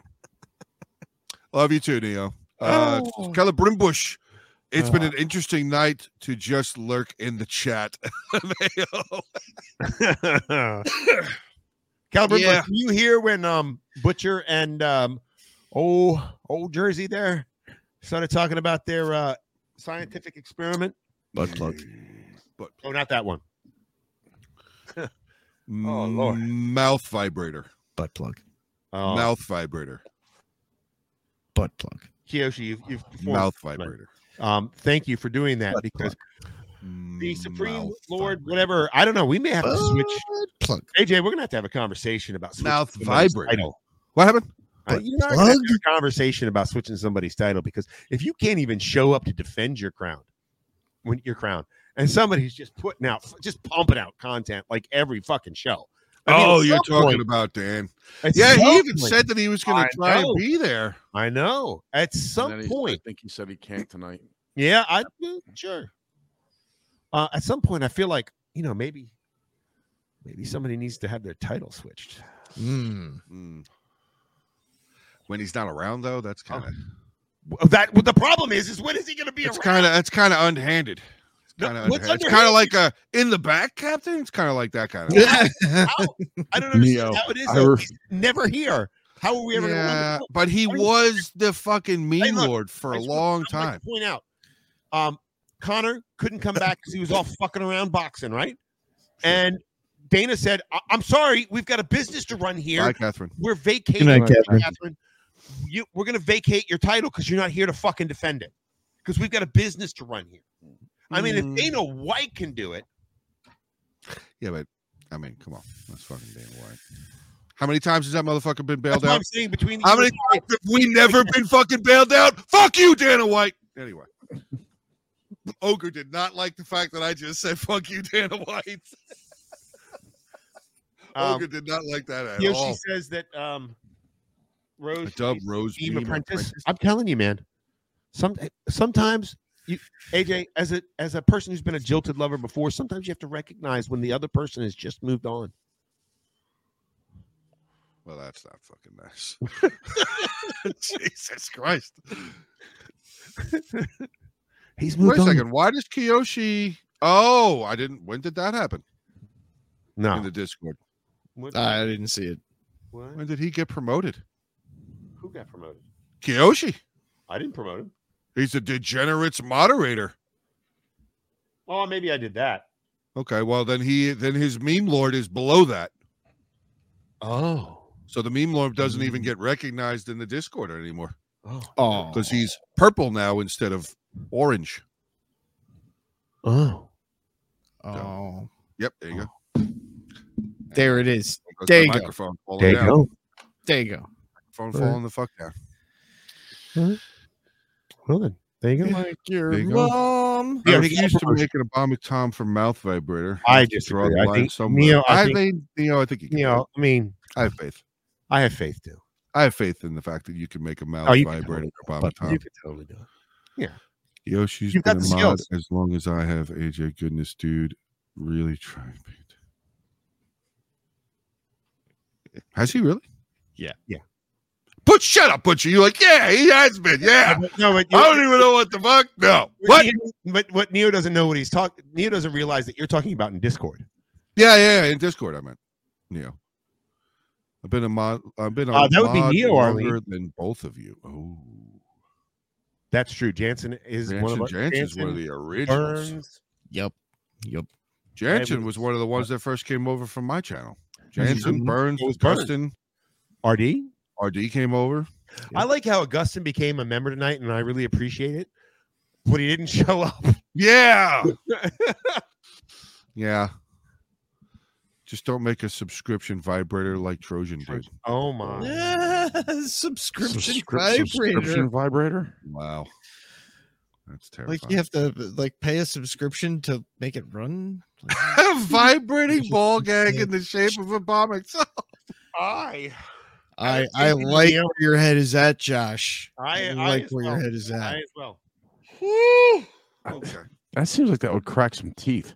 Love you too, Neo. Uh, Oh. Keller Brimbush, It's been an interesting night to just lurk in the chat. (laughs) Mayo. Caliber, Yeah. can you hear when um Butcher and um oh old Jersey there started talking about their uh scientific experiment? Blood plug. but Oh, not that one. oh, Lord. mouth vibrator, butt plug, Oh, mouth vibrator, butt plug. Kiyoshi, you've, you've performed. mouth vibrator. Um, thank you for doing that because the Supreme Lord, whatever, I don't know. We may have to switch. Butt plug. AJ, we're gonna have to have a conversation about switching Mouth somebody's vibrator. title. What happened? I- But You're not gonna have plug- a conversation about switching somebody's title because if you can't even show up to defend your crown, when your crown, and somebody's just putting out, just pumping out content like every fucking show. I mean, oh, at you're talking some point- about Dan. at Yeah, some he even point- said that he was going to I try know. and be there. I know. At some point, I think he said he can't tonight. yeah, I well, sure. Uh, at some point, I feel like you know maybe, maybe somebody needs to have their title switched. (laughs) Mm. Mm. When he's not around, though, that's Oh. kind of Well, That well, the problem is, is when is he going to be it's around? kind of it's kind of unhanded. It's No, kind of what's it's underhanded? kind of like a in the back captain. It's kind of like that kind of. Yeah. How? I don't understand Neo, how it is. though. Irish. never here. How are we ever going to Yeah, but he was the fucking meme look, lord for I a just long I'd like time. to point out, um, Connor couldn't come back because he was all fucking around boxing, right? And Dana said, I- am sorry, we've got a business to run here. Bye, Catherine. We're vacating, Good night, Catherine. Catherine. You, we're going to vacate your title because you're not here to fucking defend it because we've got a business to run here." I mean, if Dana Mm. White can do it, Yeah, but I mean, come on, that's fucking Dan White. How many times has that motherfucker been bailed that's what out? I'm saying. Between the How many times have we never been fucking bailed out? Fuck you, Dana White. Anyway, Ogre did not like the fact that I just said "fuck you, Dana White." Ogre um, did not like that at Yoshi all. says that um, A (laughs) Rose dub is- Rose Team Beam apprentice. I'm telling you, man. Some sometimes you AJ as a as a person who's been a jilted lover before, sometimes you have to recognize when the other person has just moved on. Well, that's not fucking nice. (laughs) (laughs) Jesus Christ. He's Wait moved a on. second. Why does Kiyoshi? Oh, I didn't. When did that happen No. in the Discord? What- I didn't see it. what? When did he get promoted? Who got promoted? Kiyoshi. I didn't promote him. He's a degenerates moderator. Oh, maybe I did that. Okay, well then he then his meme lord is below that. Oh. So the meme lord doesn't even Mm. get recognized in the Discord anymore Oh. Oh, because he's purple now instead of orange. Oh. oh, Yep, there you go. there it is. Goes There my you go. Microphone falling There you down. go. There you go. Phone falling the fuck down. Well then, there you go. Like your There you go. mom. I Yeah, we got refuse to promotion. make an Obama Tom for mouth vibrator. I Just draw disagree. the I line think somewhere. Neo- I I, think- think Neo, I think you can. You do know, it. I mean, I have faith. I have faith too. I have faith in the fact that you can make a mouth Oh, you can vibrator for Obama But Tom. you could totally do it. Yoshi's You've got been a the mod skills. as long as I have. AJ, goodness, dude, really trying. Pete. Has he really? Yeah. Yeah. Put shut up, Butcher. You're like, yeah, he has been. (laughs) Yeah. But (laughs) No, but you- I don't even know what the fuck. No. What? Oh, What? But what Neo doesn't know what he's talking. Neo doesn't realize that you're talking about in Discord. Yeah, yeah, yeah. In Discord, I meant. Neo. I've been a mod. I've been a Uh, that would be mod Neo, Arlene. longer than both of you. Oh, That's true. Jansen is one of Jansen our, Jansen's one of the originals. Burns. Yep. Yep. Jansen Evans. was one of the ones that first came over from my channel. That's Jansen true. Burns, It was Burns. Preston, RD. RD came over. I like how Augustin became a member tonight, and I really appreciate it. But he didn't (laughs) show up. Yeah, (laughs) yeah. Just don't make a subscription vibrator like Trojan did. oh my! Yeah, (laughs) subscription Subscrip- subscription vibrator. Wow, That's Like terrifying. you have to like pay a subscription to make it run. Like, (laughs) a (laughs) vibrating ball gag in the shape of a bombing cell. I, I I I think like the- where your head is at, Josh. I, I like as where your well. head is at. I as well. Okay, That seems like that would crack some teeth.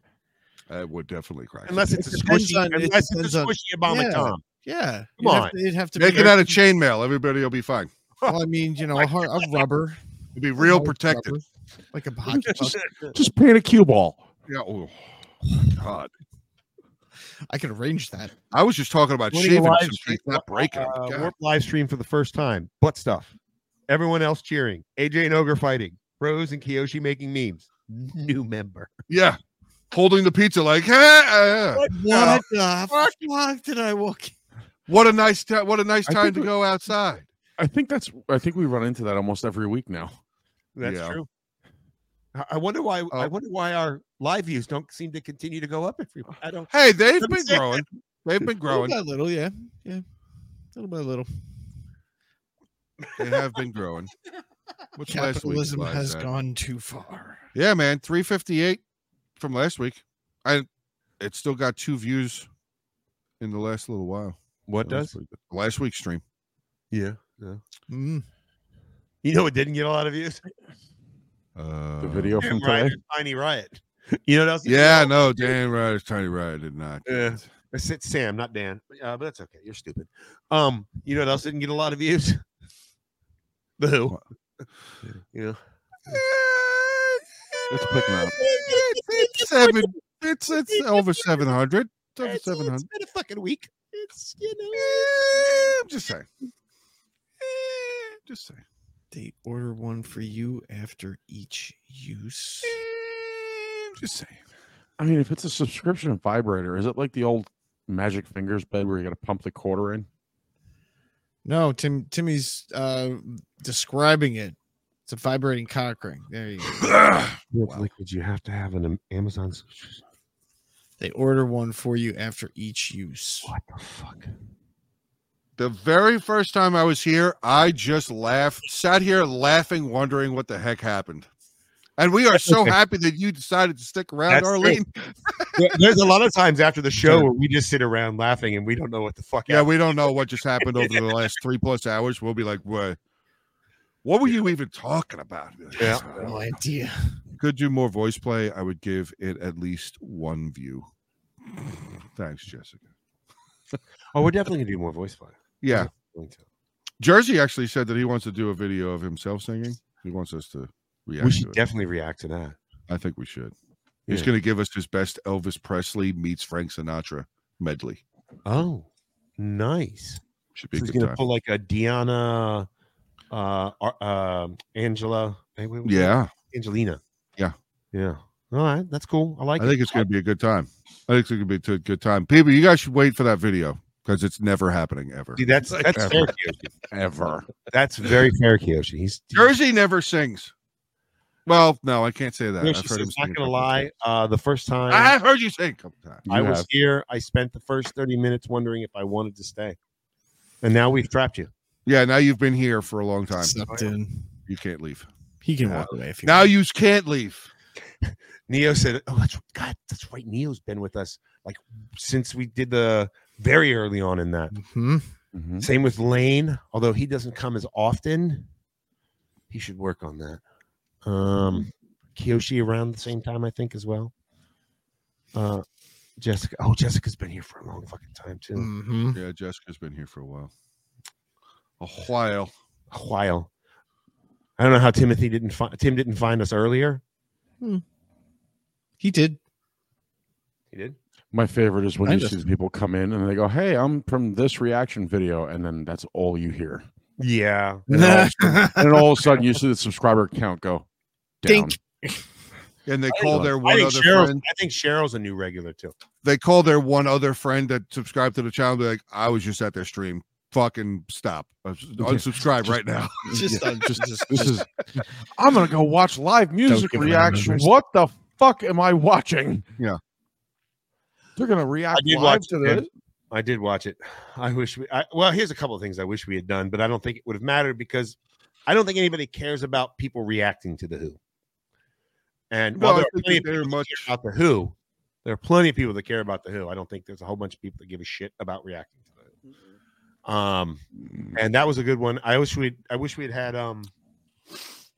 that would definitely crack. Unless It it's a depends squishy, on- it unless it's depends a on- squishy Obama yeah. Tom. yeah, Come you'd on. have to, it'd have to make be it out of chainmail. Everybody will be fine. well, I mean, (laughs) you know, a, har- a rubber, It'll be a real hard protected. rubber, like a hockey puck. Just paint a cue ball. Yeah. Oh, my God. I could arrange that. I was just talking about Winning shaving live some stream- teeth, not breaking. them. uh, God. warp live stream for the first time. Butt stuff. Everyone else cheering. AJ and Ogre fighting. Rose and Kiyoshi making memes. (laughs) New member. Yeah, holding the pizza like, hey, uh, uh." What the fuck, did I walk? what a nice time! What a nice I time think to we- go outside. I think that's. I think we run into that almost every week now. That's Yeah. true. I- I wonder why. I Oh. wonder why our live views don't seem to continue to go up. Every I don't. Hey, they've been Understand. growing. They've been Little growing. by little, yeah, yeah, little by little. They have been growing. What's last week's Capitalism live has at? gone too far. Yeah, man, three fifty eight from last week. I it still got two views in the last little while. What Last week- last week's stream? Yeah. Mm. You know, it didn't get a lot of views. Uh, The video from Damn today. (laughs) Riot, Tiny Riot. You know what else? Yeah, no, Dan Ryder, Tiny Ryder did not. Yeah. Uh, I said Sam, not Dan. Uh, but that's okay. You're stupid. Um, you know what else didn't get a lot of views? (laughs) The Who. What? You know. Let's pick 'em up. It's, (laughs) it's seven. It's it's over seven hundred. It's over seven hundred. been a fucking week. It's you I'm just saying. Eh, Just saying. They order one for you after each use. Eh, Just saying. I mean, if it's a subscription vibrator, is it like the old magic fingers bed where you got to pump the quarter in? No, Tim. Timmy's uh, describing it. It's a vibrating cock ring. There you go. know, liquid you have to have an Amazon. They order one for you after each use. What the fuck? The very first time I was here, I just laughed, sat here laughing, wondering what the heck happened. And we are so Okay. happy that you decided to stick around, That's it. Arlene. There's a lot of times after the show where we just sit around laughing and we don't know what the fuck. Yeah, we don't know what just happened over the last three plus hours. We'll be like, what? What were you even talking about? (laughs) Yeah. No idea. Could do more voice play. I would give it at least one view. Thanks, Jessica. Oh, we're definitely gonna do more voice play. Yeah. Going to. Jersey actually said that he wants to do a video of himself singing. He wants us to react. to We should it. definitely react to that. I think we should. He's Yeah. going to give us his best Elvis Presley meets Frank Sinatra medley. Oh, nice. Should be So a he's good gonna time. pull like a Diana, uh, Ar- um Angela. hey, wait, wait, yeah, Angelina. Yeah. Yeah. All right, that's cool. I like I it. think it's going to be a good time. I think it's going to be a t- good time. People, you guys should wait for that video because it's never happening ever. See, that's that's fair, ever. Kiyoshi. Ever. That's very fair, Kiyoshi. He's Jersey never sings. Well, no, I can't say that. Kiyoshi I've heard says, him sing a not gonna couple lie. times. Uh, the first time I have heard you sing a couple times. I You was have- here, I spent the first thirty minutes wondering if I wanted to stay, and now we've trapped you. Yeah, now you've been here for a long time. Sucked in. You can't leave. He can Yeah. walk away if he Now wants. you can't (laughs) leave. Neo said, "Oh, that's God. That's right. Neo's been with us like since we did the very early on in that. Mhm. Mm-hmm. Mhm. Same with Lane, although he doesn't come as often. He should work on that. Um Mm-hmm. Kiyoshi around the same time, I think, as well. Uh Jessica. Oh, Jessica's been here for a long fucking time too. Mm. Mhm. Yeah, Jessica's been here for a while. A while. A while. I don't know how Timothy didn't find Tim didn't find us earlier. He did. He did. My favorite is when I you just- see the people come in and they go, "Hey, I'm from this reaction video," and then that's all you (laughs) hear. Yeah. And then all, of a sudden- (laughs) and then all of a sudden, you see the subscriber count go down. Dink. And they call their I one think, other Cheryl's, friend. I think Cheryl's a new regular too. They call their one other friend that subscribed to the channel. They're like, I was just at their stream. Fucking stop. Unsubscribe right (laughs) now. (laughs) Just, Yeah, un- just- (laughs) just- This just- is. I'm gonna go watch live music give them the reaction. numbers. What the fuck am I watching? Yeah. they're gonna react did live watch to it, this. I did watch it. I wish we. I, well, here's a couple of things I wish we had done, but I don't think it would have mattered because I don't think anybody cares about people reacting to the Who. And No, while I there are think that plenty of people they're that much- care about the Who, there are plenty of people that care about the Who. I don't think there's a whole bunch of people that give a shit about reacting to Mm-hmm. that. Um, and that was a good one. I wish we would I wish we had had um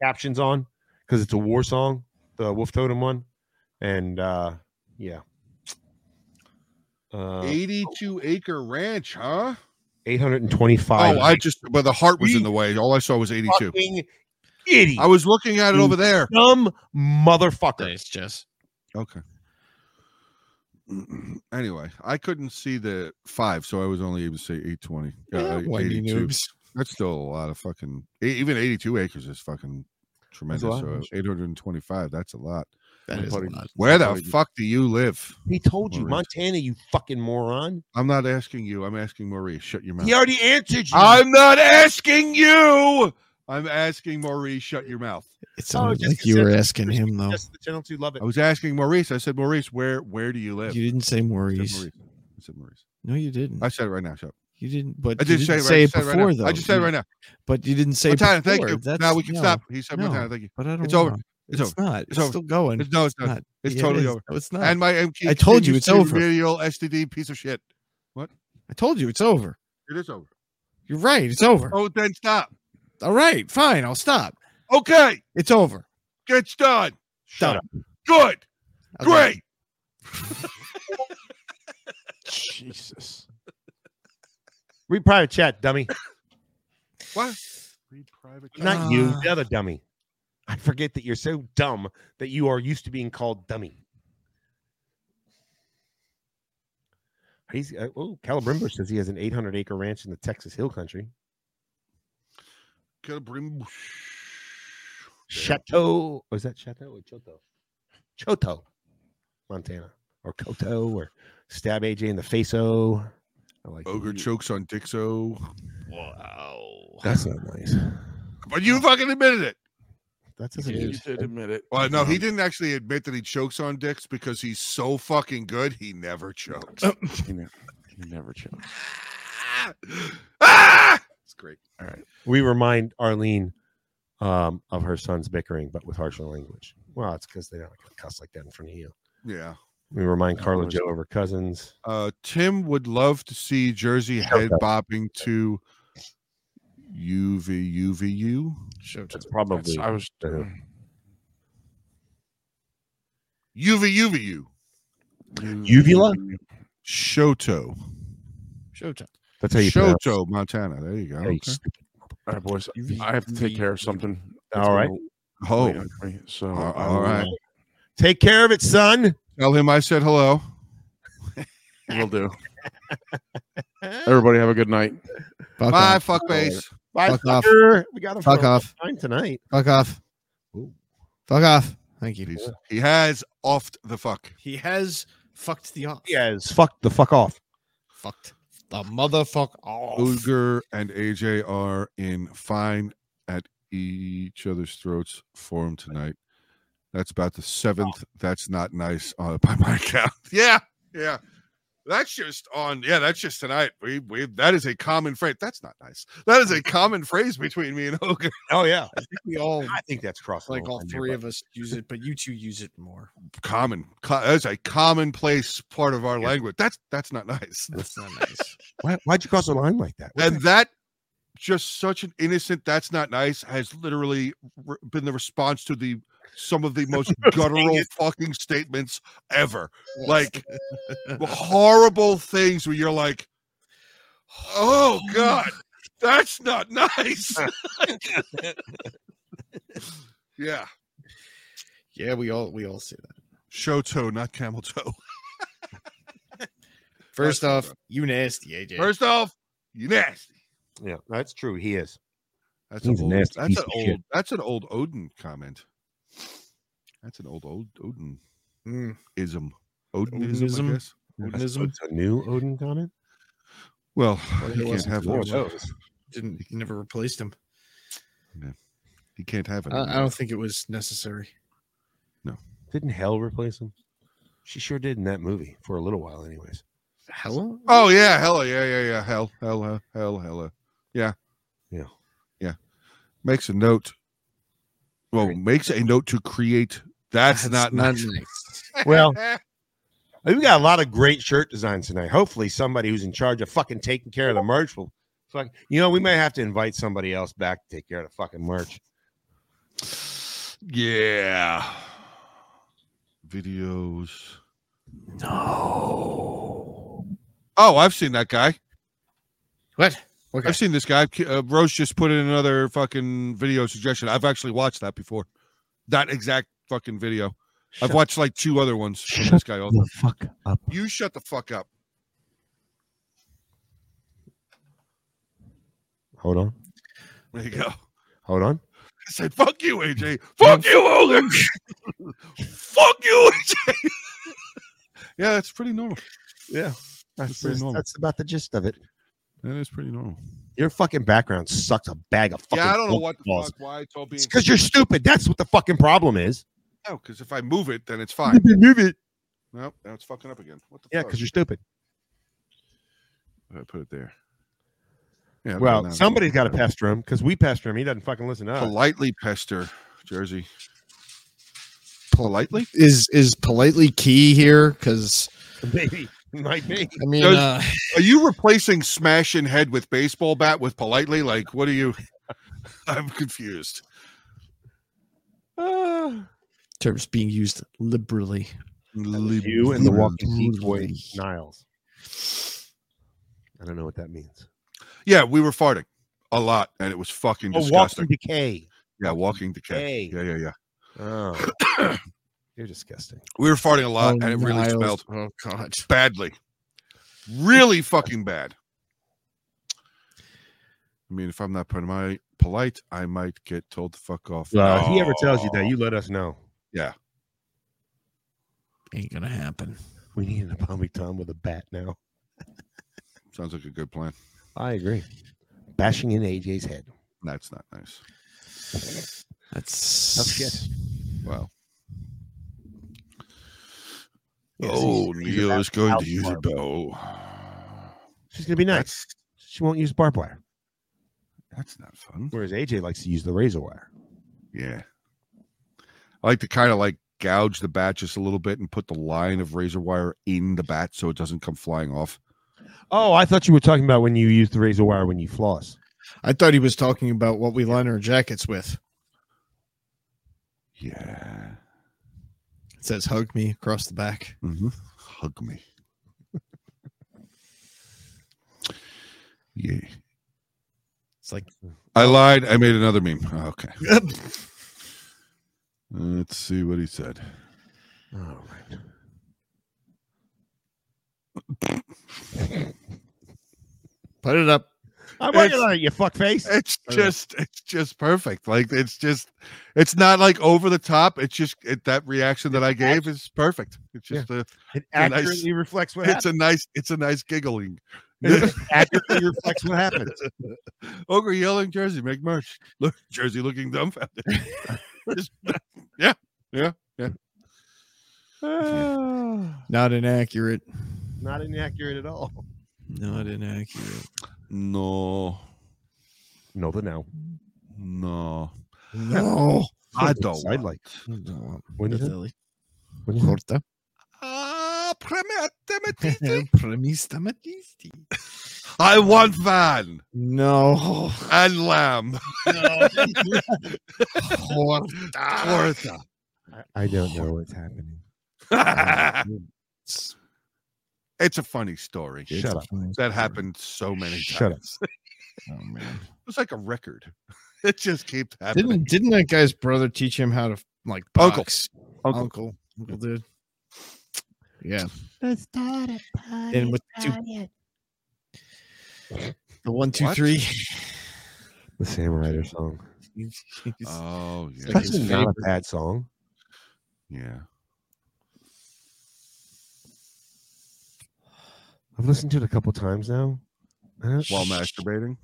captions on because it's a war song, the Wolf Totem one, and uh, yeah, uh, 82 acre ranch, huh? eight hundred and twenty-five. oh, I just but the heart was in the way. All I saw was 82. fucking idiot, I was looking at it over there. dumb motherfucker. Nice, Jess. Okay. (clears throat) Anyway, I couldn't see the five, so I was only able to say 820. Uh, whiny 82. noobs. That's still a lot of fucking. e- Even 82 acres is fucking tremendous. lot, So 825. That's a lot. That is a Buddy. lot. Where thought the it was- fuck do you live? He told you, Maurice. Montana, you fucking moron. I'm not asking you. I'm asking Maurice. Shut your mouth. He already answered you. I'm not asking you. I'm asking Maurice. Shut your mouth. Oh, It sounded just like you were consider- asking him though. Yes, the channel two love it. I was asking Maurice. I said, Maurice, where where do you live? You didn't say I said, Maurice. Maurice. I said Maurice. No, you didn't. I said it right now. Shut up. you didn't. But I you did didn't say it right, say it I said before right now. though. I just said it You- right now. But you didn't say Montana, before. thank you. That's, now we can no, stop. He said no. Montana, thank you. But I don't. It's over. wanna. It's over. not. It's, It's over. still going. It's, no, it's not. not. It's Yeah, it totally is. over. No, it's not. And my MK. I told you continues it's to over. Radial STD piece of shit. I told you it's over. It is over. You're right. It's over. Oh, then stop. All right. Fine. I'll stop. Okay, It's over. gets done. Shut Done. up. Good. Okay. Great. Jesus. Read private (sighs) chat, dummy. What? Read private. Not you, the Ah. other dummy. I forget that you're so dumb that you are used to being called dummy. He's uh, oh, Calibrimbo says he has an 800 acre ranch in the Texas Hill Country, Calabrim- Chateau. Was that Chateau or Choto? Choto, Montana, or Coto, or stab AJ in the face. Oh, I like Ogre that. chokes on Dixo. Wow. That's not nice. But you fucking admitted it. That's He doesn't did. mean You did admit it. Well, no, he didn't actually admit that he chokes on dicks because he's so fucking good, he never chokes. Uh-huh. He never, he never choked. ah! It's great. we remind Arlene um, of her son's bickering, but with harsher language. Well, it's because they're not going to cuss like that in front of you. Yeah. We remind Carla course. Joe of her cousins. Uh, Tim would love to see Jersey head bopping to UVUVU. That's Showtime. probably I was. uh, UVUVU. uvula. Shoto. Showtime. That's how you pronounce it. Shoto, Montana. There you go. Hey, Okay. stupid. All right, boys. I have to take care of something. All right. Oh, Wait, okay, So, All- I all will- right. Take care of it, son. tell him I said hello. Will do. Everybody have a good night. Fuck Bye, off. fuckface. Bye, Fuck off. fucker. We got him Fuck for a off. fine tonight. Fuck off. Fuck off. Thank you. He's- He has offed the fuck. He has fucked the off. Yes, fuck the fuck off. Fucked the motherfucker off. Uger and AJ are in fine at each other's throats for him tonight. That's about the seventh. That's not nice uh, (laughs) by my count. Yeah, yeah. That's just on. Yeah, that's just tonight. We we that is a common phrase. That's not nice. That is a common phrase between me and Ogre. Oh yeah, We all I think that's crossing. like all three of (laughs) us use it, but you two use it more. Common. Co- that's a commonplace part of our language. That's that's not nice. That's not nice. Why, would you cross the line like that? and that just such an innocent that's not nice has literally re- been the response to the some of the most guttural fucking statements ever like horrible things where you're like oh god that's not nice yeah (laughs) yeah, we all we all say that. show toe not camel toe First That's off, you nasty, AJ. first off you nasty Yeah, that's true. He is. that's an He's a old nasty that's piece an of old shit. that's an old odin comment that's an old old odin (laughs) Mm. ism. Odinism, Odinism? I guess. Odinism It's a new Odin comment. Well, Well, he he can't wasn't have One of those. those. didn't never replaced him. He can't have it. I, I anymore. don't think it was necessary. Didn't Hell replace him? She sure did in that movie for a little while, anyways. Hello? Oh yeah, hell yeah, yeah, yeah, hell, hell, hell, hell, hell, yeah, Yeah. yeah. Makes a note. Well, makes a note to create That's, not, nice. (laughs) Well, we got a lot of great shirt designs tonight. Hopefully, somebody who's in charge of fucking taking care of the merch will fuck. You know, we may have to invite somebody else back to take care of the fucking merch. Yeah. Videos. No. Oh, I've seen that guy. What? What guy? I've seen this guy. Uh, Rose just put in another fucking video suggestion. I've actually watched that before. That exact fucking video. I've watched like two other ones from this guy. Also. fuck up. You shut the fuck up. Hold on. There you go. I Hold on. said, fuck you, (laughs) AJ. Fuck you, Olin. fuck you, AJ. yeah, that's pretty normal. Yeah. That's, pretty normal. that's about the gist of it. That is pretty normal. Your fucking background sucks a bag of fucking yeah, I don't know what the balls. fuck why I told me. It's because you're stupid. That's what the fucking problem is. No, because if I move it, then it's fine. Move it. no, now it's fucking up again. What the Yeah, fuck? because you're stupid. I put it there. Yeah. I'm Well, going out somebody's got there. to pester him because we pester him. He doesn't fucking listen to us. politely pester Jersey. Politely is is politely key here because (laughs) Maybe. Might be. I mean, Does- uh, Are you replacing smashing head with baseball bat with politely? Like, what are (laughs) you? I'm confused. terms being used liberally. You and the walking decoy Brutally. Niles. I don't know what that means. Yeah, we were farting a lot, and it was fucking Oh, disgusting. walking decay. yeah, walking decay. Hey. Yeah, yeah, yeah. Oh. You're disgusting. (clears throat) We were farting a lot, Oh, and it really Niles. smelled Oh God! badly, really fucking bad. I mean, if I'm not putting my polite, I might get told to fuck off. Well, if he ever tells you that, you let us know. Ain't gonna happen. We need an Tommy Tom with a bat now. Sounds like a good plan. I agree. Bashing in AJ's head. That's not nice. That's Tough shit. Wow. Yes, he's- oh, he's Neil about is going out to use a tomorrow. bow. She's gonna be nice. She won't use barbed wire. That's not fun. Whereas AJ likes to use the razor wire. Yeah. I like to kind of like gouge the bat just a little bit and put the line of razor wire in the bat so it doesn't come flying off. Oh, I thought you were talking about when you use the razor wire when you floss. I thought he was talking about what we line our jackets with. Yeah. It says "hug me" across the back. Mm-hmm. Hug me. yeah. It's like I lied. I made another meme. Oh, (laughs) Okay. Let's see what he said. All right. (laughs) put it up. I'm working It's- on it, you fuckface. it's Or- just it's just perfect like it's just it's not like over the top it's just it, that reaction that i gave is perfect it's Yeah. just a, It and I s- accurately reflects what it's happened. a nice it's a nice giggling it (laughs) accurately reflects what happened. ogre yelling jersey make merch look jersey looking dumbfounded Just- yeah Ah. Not inaccurate. Not inaccurate at all. Not inaccurate. no No, the now. no No. i don't I'd want- like. No. When is it? When is (laughs) it? Corta. Ah, premi- (laughs) tematiti. Premista matisti. i want van No. and lamb Corta. Ortha. I, I don't know what's happening. it's a funny story Shut up. that happened so many Shut up. times. It was like a record. (laughs) It just keeps happening. Didn't didn't that guy's brother teach him how to like Uncle. box? Uncle. Uncle. Uncle did. Yeah. Let's start a party. with two- riot. The one, two, What? three. The Sam Ryder song. (laughs) Oh yeah, Like That's his not a favorite. bad song. yeah. I've listened to it a couple times now. I don't- While masturbating,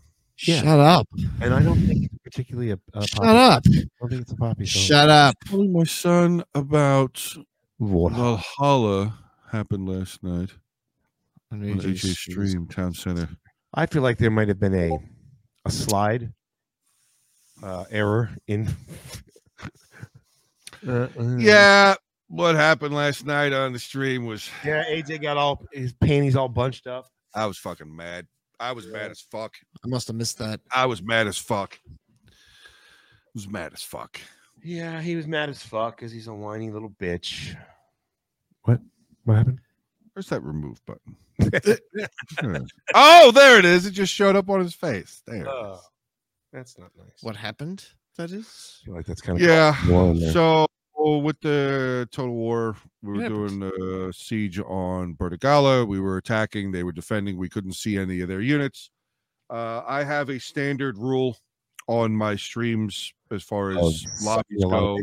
Yeah. Shut up. and I don't think it's particularly a, a Shut poppy- up. I don't think it's a poppy song. Shut up. telling my son about What? Valhalla happened last night On on AJ AJ Street. Stream Town Center. I feel like there might have been a a slide uh, error in Yeah, what happened last night on the stream was Yeah, AJ got all his panties all bunched up. I was fucking mad. I was mad as fuck. I must have missed that. I was mad as fuck. I was mad as fuck. Yeah, he was mad as fuck because he's a whiny little bitch. What happened? Where's that remove button? Hmm. oh, there it is. It just showed up on his face. There. Oh, that's not nice. What happened? That is. I feel like that's kind of yeah. warm there. Um, So with the Total War, we were It happens. doing the siege on Bertigala. We were attacking. They were defending. We couldn't see any of their units. Uh, I have a standard rule on my streams as far as Oh, lobbies sucking a lot go.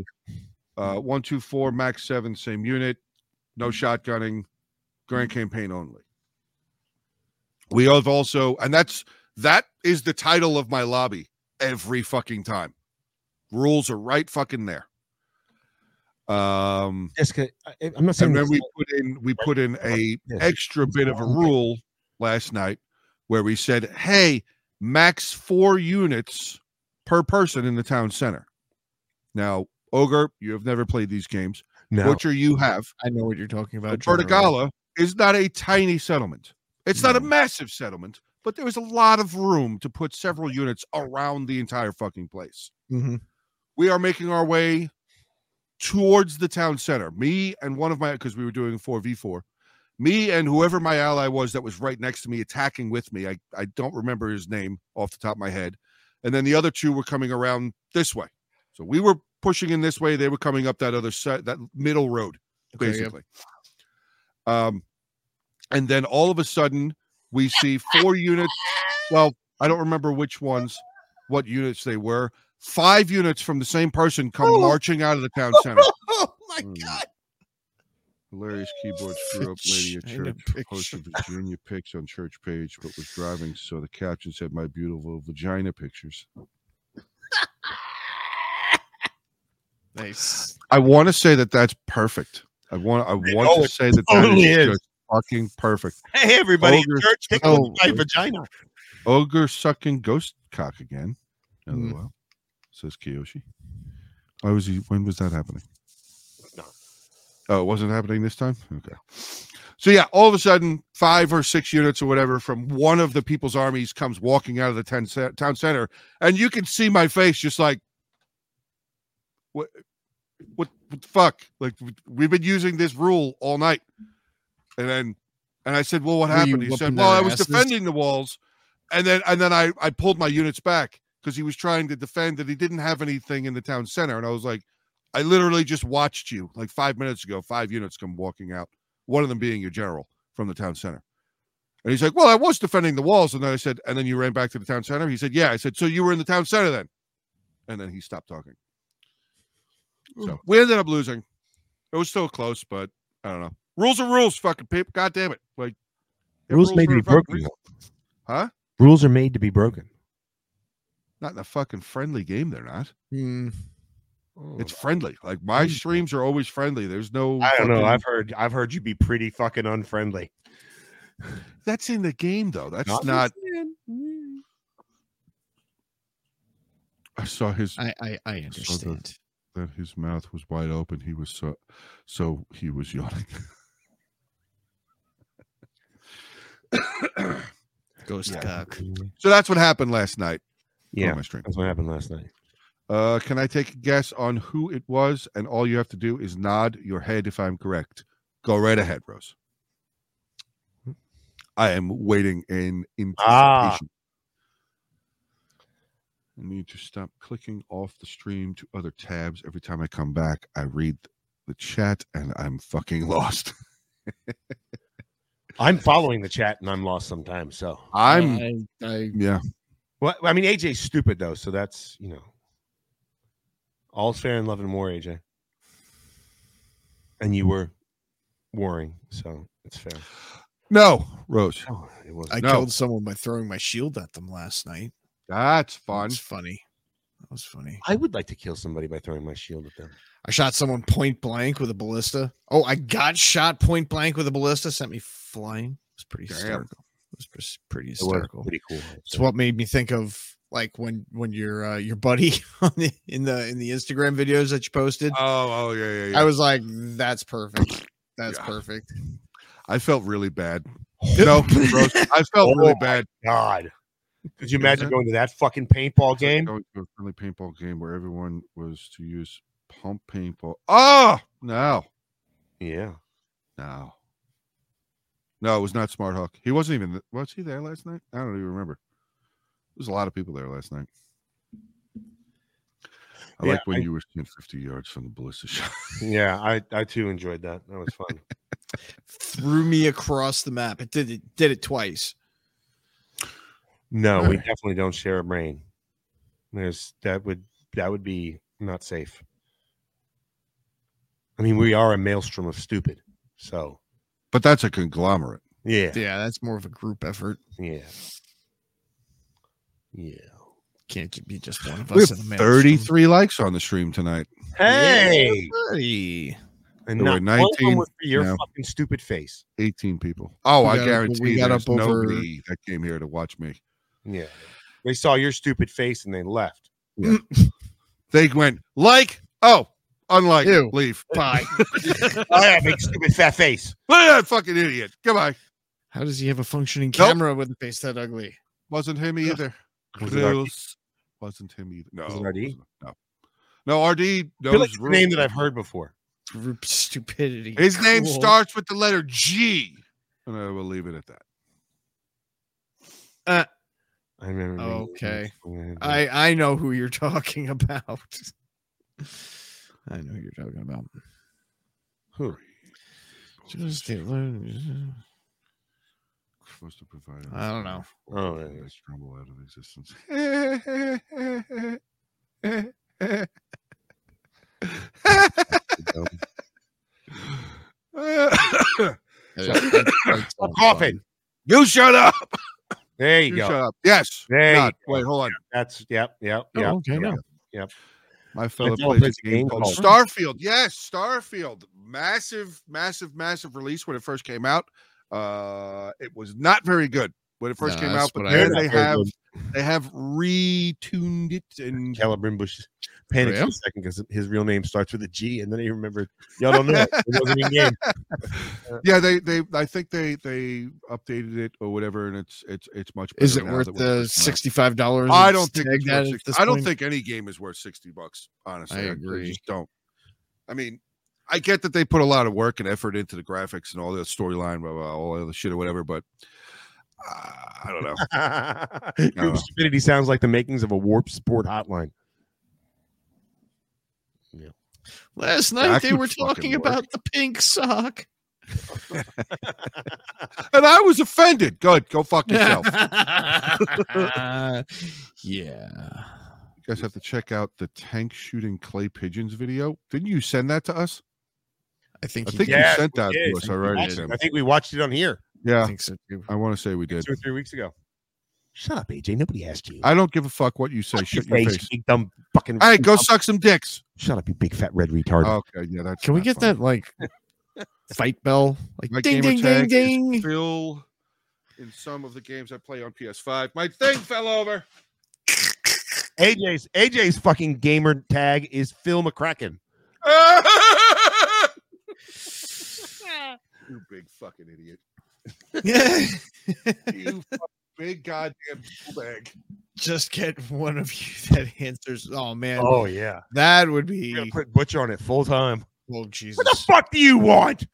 of Uh, one, two, four, max seven, same unit. No shotgunning. Grand campaign only. We have also, and that's that is the title of my lobby every fucking time. Rules are right fucking there. Um, Jessica, I, I'm not saying and then this, we put in we put in a Yes. extra bit of a rule last night where we said, "Hey, max four units per person in the town center." Now, Ogre, you have never played these games. no. Butcher, you have. I know what you're talking about. But generally. Vertigala is not a tiny settlement. It's not a No. massive settlement, but there was a lot of room to put several units around the entire fucking place Mhm. we are making our way towards the town center. Me and one of my because we were doing 4v4. Me and whoever my ally was that was right next to me attacking with me. I, I don't remember his name off the top of my head. And then the other two were coming around this way. So we were pushing in this way, they were coming up that other side, that middle road Okay, yep. basically. Um, and then all of a sudden, we see (laughs) four units. Well, I don't remember which ones, what units they were. Five units from the same person come Oh. marching out of the town center. (laughs) Oh my Mm. god! Hilarious (laughs) keyboard screw up lady at Vagina church. Posted Virginia pics on church page, but was driving, so the caption said, "My beautiful vagina pictures." Nice. I want to say that that's perfect. I want. I want oh, to it say that that totally is is. just fucking perfect. Hey everybody, Ogre church tickling smells my like- vagina. ogre sucking ghost cock again. LOL. Mm. Says Kiyoshi. Why was he? When was that happening? No. Oh, it wasn't happening this time. Okay. So yeah, all of a sudden, five or six units or whatever from one of the people's armies comes walking out of the ten ce- town center, and you can see my face just like, what, what, what the fuck? Like w- we've been using this rule all night, and then, and I said, well, what Were you happened? He said, whooping well, their I was asses? defending the walls, and then and then I I pulled my units back because he was trying to defend that he didn't have anything in the town center, and I was like, I literally just watched you like five minutes ago. Five units come walking out, one of them being your general from the town center. And he's like, Well, I was defending the walls. And then I said, And then you ran back to the town center? He said, Yeah. I said, So you were in the town center then? And then he stopped talking. So we ended up losing. It was still close, but I don't know. Rules are rules, fucking people. God damn it. Like, they have Rules made for to be a fucking broken. reason. Huh? Rules are made to be broken. Not in a fucking friendly game, they're not. Mm. Oh. It's friendly. Like, my streams are always friendly. There's no. I don't know. fucking- I've heard I've heard you be pretty fucking unfriendly. That's in the game, though. That's Not- not. I saw his I, I I the- understand. that his mouth was wide open. He was so so he was yawning. (laughs) Ghost Yeah. cock. Mm-hmm. so that's what happened last night. on Yeah, my stream. that's what happened last night. Uh, can I take a guess on who it was? And all you have to do is nod your head if I'm correct. Go right ahead, Rose. I am waiting in anticipation. Ah. I need to stop clicking off the stream to other tabs. Every time I come back, I read the chat and I'm fucking lost. (laughs) I'm following the chat and I'm lost sometimes. So I'm I, I yeah. well, I mean AJ's stupid though, so that's you know. All's fair in love and war, AJ. And you were warring, so it's fair. No, Rose. Oh, it was I No. killed someone by throwing my shield at them last night. That's That fun. was funny. That was funny. I would like to kill somebody by throwing my shield at them. I shot someone point blank with a ballista. Oh, I got shot point blank with a ballista. Sent me flying. It was pretty Damn. hysterical. It was pres- pretty It was hysterical. pretty cool. It's what made me think of like when when your uh, your buddy (laughs) on the, in the in the Instagram videos that you posted. Oh, oh yeah, yeah, yeah. I was like, that's perfect. That's Yeah. perfect. I felt really (laughs) bad. No, Rose, I felt really Oh, bad. God. Could you imagine going to that fucking paintball game? Going to a friendly paintball game where everyone was to use pump paintball. Oh no, Yeah. no, no! It was not Smart Hawk. He wasn't even. th- Was he there last night? I don't even remember. There was a lot of people there last night. I Yeah, like when I- you were seeing 50 yards from the ballista shot. (laughs) Yeah, I, I too enjoyed that. That was fun. Threw me across the map. It did it did it twice. No, we definitely don't share a brain. There's that would that would be not safe. I mean, we are a maelstrom of stupid. So But that's a conglomerate. yeah, Yeah, that's more of a group effort. yeah, yeah. Can't ju- be just one of We have us in the maelstrom. 33 likes on the stream tonight. Hey, (laughs) Buddy. and There were not one of them 19 was for your now. fucking stupid face. 18 people. Oh, We I got up- we guarantee we got got up up over- nobody that came here to watch me. Yeah, they saw your stupid face and they left. They went like, oh, unlike, Ew. leave. Bye. I have a stupid fat face. Look at that fucking idiot. Goodbye. How does he have a functioning Nope. camera with a face that ugly? Wasn't him either. Was it RD? Close. Wasn't him either. No. Was it RD? wasn't- No. No, RD I feel like knows it's a rules. name that I've heard before. Group stupidity. His name Cool. starts with the letter G. And I will leave it at that. I remember. Okay. I I know who you're talking about. I know who you're talking about. Who? Just a little- Supposed to provide. I don't know. Oh, yeah, yeah. They scramble out of existence. (laughs) I'm (laughs) coughing. you shut up. There you You, go. shut up. Yes. There God, you go. wait, hold on. That's yep, yep, Oh, yep. okay, yep. no. My fellow fellow plays plays a game called Starfield. Yes, Starfield. Massive, massive, massive release when it first came out. Uh, it was not very good when it first No, came that's out, but what I there heard. they have they have retuned it and Caleb Bush panicked Yeah. for a second because his real name starts with a G, and then he remembered, y'all don't know it. It wasn't in game. yeah, they they I think they they updated it or whatever, and it's it's it's much. Better Is it now worth that we're the first round. sixty-five dollars? I don't think it's worth 60 I don't think any game is worth sixty bucks. Honestly, I I, I agree. just don't. I mean, I get that they put a lot of work and effort into the graphics and all the storyline, blah, blah, all the other shit or whatever, but uh, I don't (laughs) know. Group stupidity sounds like the makings of a warp sport hotline. Last I night they could were fucking talking work. about the pink (laughs) sock. and I was offended. Good, go fuck yourself. (laughs) you (laughs) yeah. guys have to check out the tank shooting clay pigeons video. Didn't you send that to us? I think I he think did. you Yes, sent we that did. to us already, Tim. I think we watched it on here I Yeah, think so too. I want to say we did. two or three weeks ago. Shut up, AJ. Nobody asked you. I don't give a fuck what you say. Shut Shut your you face. big dumb fucking. All right, go Oh. suck some dicks. Shut up, you big fat red retard. Okay, yeah, that's. Can we not get funny. that (laughs) like fight bell? Like My ding gamer ding ding tag is ding. (laughs) (laughs) Phil in some of the games I play on PS5. My thing fell over. AJ's AJ's fucking gamer tag is Phil McCracken. you big fucking idiot. You fucking big goddamn bag. Just get one of you that answers. Oh man, Oh yeah, that would you gotta be put Butcher on it full time. well, What the Jesus. fuck do you want?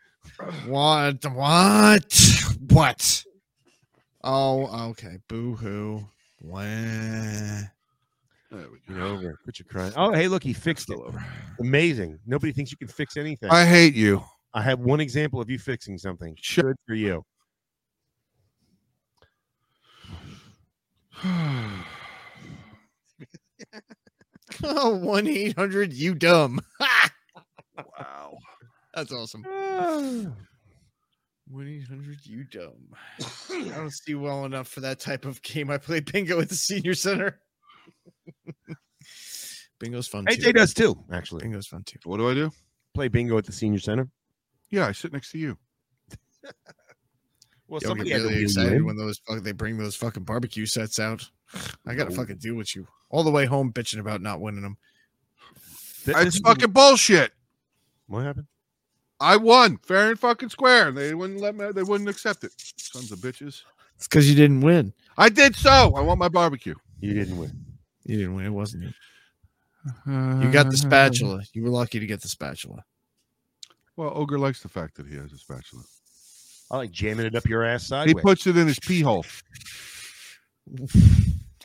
What? What? (laughs) What? Oh, okay. Boo hoo. (laughs) Wah. There we Get over it. Quit your crying. Oh, hey, look, he fixed it. Amazing. Nobody thinks you can fix anything. I, I hate you. have one example of you fixing something. Shut- Good for you. Oh, 1 800 you dumb. (laughs) wow. That's awesome. 1 800 you dumb. I don't see well enough for that type of game. I play bingo at the senior center. (laughs) Bingo's fun. Too. AJ does too, actually. Bingo's fun too. What do I do? Play bingo at the senior center. Yeah, I sit next to you. Well, Y'all get had to really wheel you excited in. when those fuck, they bring those fucking barbecue sets out. (sighs) I gotta fucking deal with you all the way home, bitching about not winning them. It's fucking bullshit. What happened? I won fair and fucking square, and they wouldn't let me. They wouldn't accept it. Sons of bitches. It's because you didn't win. I did so. I want my barbecue. You didn't win. You didn't win. It wasn't you. You got Uh-huh. the Uh, spatula. You were lucky to get the spatula. Well, ogre likes the fact that he has a spatula. I like jamming it up your ass He sideways. puts it in his pee hole.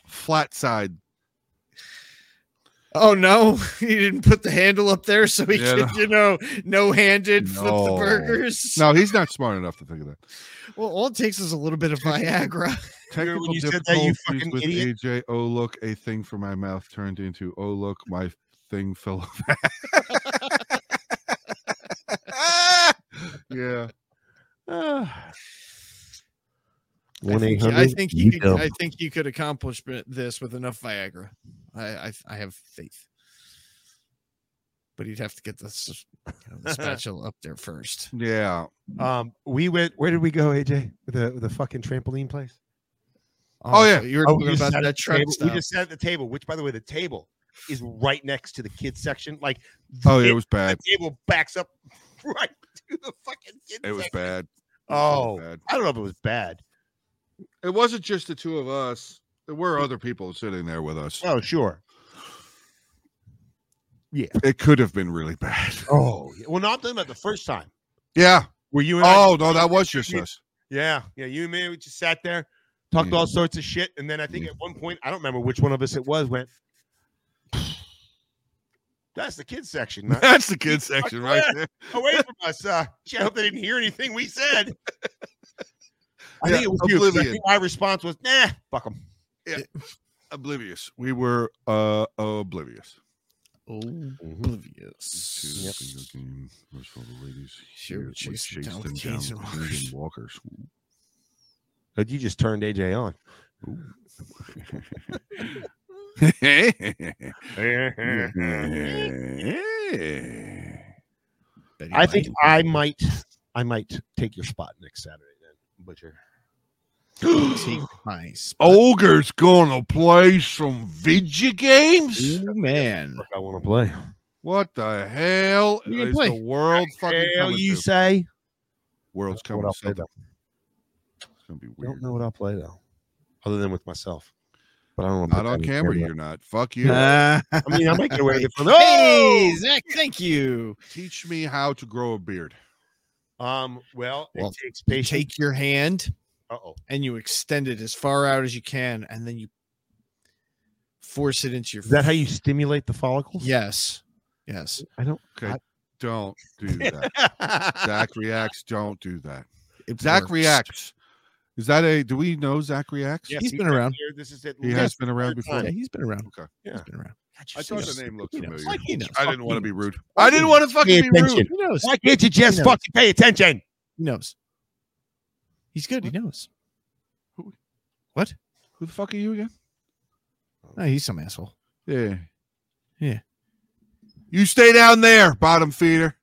Flat side. Oh no, (laughs) he didn't put the handle up there so he Yeah, could, you know, no handed flip No. the burgers. (laughs) No, he's not smart enough to think of that. Well, all it takes is a little bit of Viagra. Remember Technical when you said that, you difficulties fucking with idiot? AJ. Oh look, a thing from my mouth turned into oh look, my thing fell off. (laughs) yeah. One eight I hundred. think he could, I think you could accomplish b- this with enough Viagra. I, I I have faith. But he'd have to get this you know, the spatula up there first. Yeah. Um, we went. Where did we go, AJ? With the with the fucking trampoline place. Oh, yeah. so you were we talking just about sat at that the truck table- We stop. just sat at the table, which, by the way, the table is right next to the kids section. Like, Oh, yeah, it it- was the bad. table backs up (laughs) right to the fucking kids. It was section. bad. It Oh, was bad. I don't know if it was bad. It wasn't just the two of us. There were other people sitting there with us. Oh, sure. It could have been really bad. Oh, well, no, I'm talking about the first time. Yeah. Were you? And I, Oh no, that (laughs) was just us. yeah, yeah. You and me, we just sat there, talked Yeah. all sorts of shit, and then I think Yeah. at one point, I don't remember which one of us it was, went. (sighs) That's the kids section. (laughs) Not That's the (laughs) kids section right there. away from us. Uh, (laughs) gee, I hope they didn't hear anything we said. I Yeah, think it was you, 'cause I oblivion. think My response was, "Nah, fuck them." Oblivious. We were uh oblivious. To the Oblivious. single game. Most of all, the ladies Sure, here, what chase them chased down with (laughs) them canes down and with canes and walkers. But you just turned AJ on. (laughs) I think I might, I might take your spot next Saturday then, Butcher. (gasps) Take my spot. (laughs) Ogre's gonna play some video games. Ooh, man. Look, I want to play. What the hell You can is play. the world fucking Hell, coming you to? say? World's Don't coming know to what I'll play something. though. It's gonna be Don't weird. know what I'll play though, other than with myself. But (laughs) I don't. wanna Not put that on camera, you're not. Fuck you. (laughs) I mean, I might get away with it (laughs) for Hey, Zach, thank you. Teach me how to grow a beard. Um. Well, it Well, takes You patience. take your hand Uh oh. and you extend it as far out as you can, and then you force it into your. Is that how you stimulate the follicles? (laughs) (laughs) Yes. Yes. I don't. Okay, don't do (laughs) that. Zach reacts. Don't do that. It Zach works. reacts. Is that a? Do we know Zach reacts? Yes, He's been around. Here. This is it. he has been around before. Yeah, he's been around. Okay. Yeah. He's been around. I thought the name looked He knows. familiar. He knows. I didn't want to be rude. Why I didn't you- want to Pay fucking be attention. rude. He knows. Why can't you just knows. fucking pay attention? He knows. He's good. He knows. Who the fuck are you again? No, he's some asshole. Yeah. Yeah. You stay down there, bottom feeder.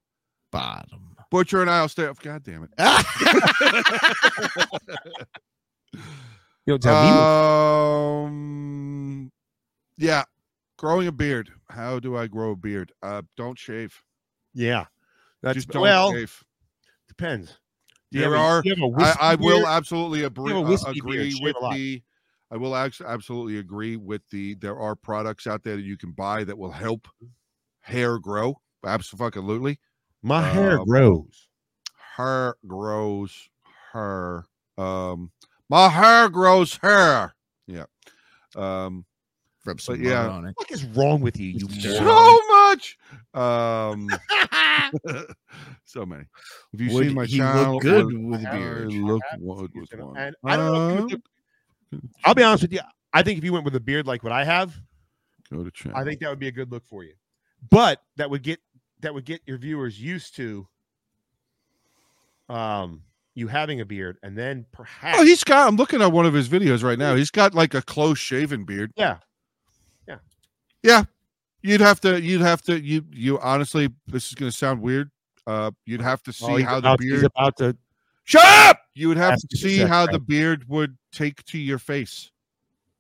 Bottom. Butcher and I'll stay up. God damn (laughs) it. You don't Um, yeah. Growing a beard. How do I grow a beard? Uh, don't shave. Yeah. That's Just don't well shave. depends. There are. you have a I, I whiskey will beard? absolutely agree, have a uh, whiskey beard, agree shave with a lot. the. I will ax- absolutely agree with the. There are products out there that you can buy that will help hair grow. Absolutely. My hair um, grows. Her grows her. Um, my hair grows her. Yeah. Um, Rub some But yeah. yeah. on it. What the fuck is wrong with you, you It's moron? so much. (laughs) Um, (laughs) so many. Have you Would seen my he look child? good Would with a I beard? Look Perhaps good with And- one. and I don't know if you Uh, would- I'll be honest with you. I think if you went with a beard like what I have, Go to chat. Oh, I think that would be a good look for you. But that would get that would get your viewers used to um you having a beard and then perhaps Oh, he's got. I'm looking at one of his videos right now. He's got like a close shaven beard. yeah. Yeah. Yeah. You'd have to. You'd have to. You. You honestly. This is going to sound weird. Uh, you'd have to see Oh, he's how the about- he's beard. about to Shut up! You would have Ask to his see exact how right. the beard would take to your face.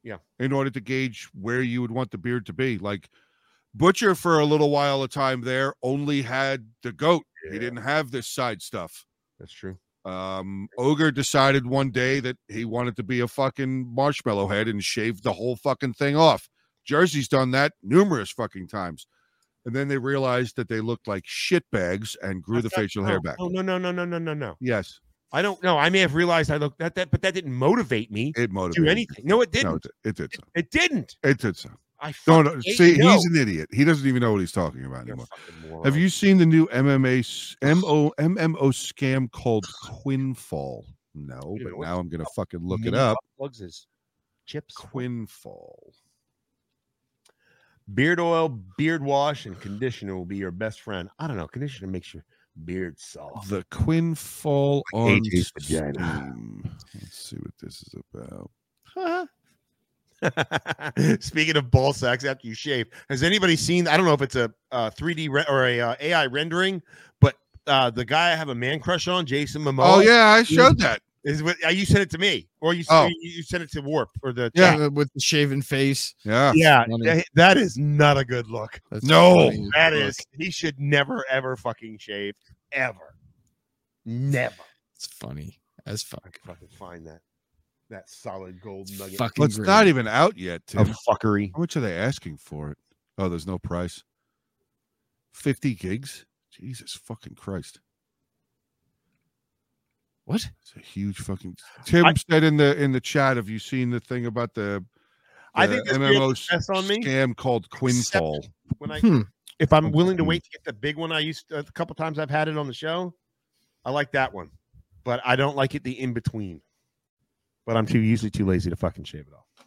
Yeah. In order to gauge where you would want the beard to be. Like Butcher for a little while a time there only had the goat. He Yeah. didn't have this side stuff. That's true. Um Ogre decided one day that he wanted to be a fucking marshmallow head and shaved the whole fucking thing off. Jersey's done that numerous fucking times. And then they realized that they looked like shitbags and grew the That's not- facial hair no, back. No, Oh, no, no, no, no, no, no, no. Yes, I don't know. I may have realized I looked that that, but that didn't motivate me it to do motivated. anything. No, it No, didn't. it did- it did. So. It didn't. It did so. I Don't fucking E hate- see. no. He's an idiot. He doesn't even know what he's talking about You're a anymore. fucking moron. Have you seen the new MMA s- MO MMO scam called Quinfall? No, Dude, but what now I'm gonna fucking look it Mini up. Plugs is chips, Quinfall. beard oil, beard wash, and conditioner will be your best friend. I don't know. Conditioner makes your beard soft. The Quinfall Like on AJ's vagina. Steam. Let's see what this is about. Uh-huh. Oh, (laughs) Speaking of ball sacks after you shave, has anybody seen? I don't know if it's a uh, 3D re- or a uh, AI rendering, but uh, the guy I have a man crush on, Jason Momoa. Oh, yeah, I showed that. is what uh, you sent it to me, or you Oh. you, you sent it to Warp or the Yeah. chat. Uh, with the shaven face. Yeah. yeah. funny. that- that is not a good look. That's No, funny. That is, he should never ever fucking shave ever, never. It's funny as I fuck. can fucking find that that solid gold It's nugget fucking Well, it's great. not e- even out yet, Tim. of fuckery. How much are they asking for it? Oh, there's no price. 50 gigs? Jesus fucking Christ. What? It's a huge fucking Tim I- said in the in the chat, have you seen the thing about the, I think the this beard MMO looks best on me. scam called Except Quinfall? When I, Hmm. if I'm willing to wait to get the big one, I used a couple times I've had it on the show. I like that one, but I don't like it the in between. But I'm too usually too lazy to fucking shave it off.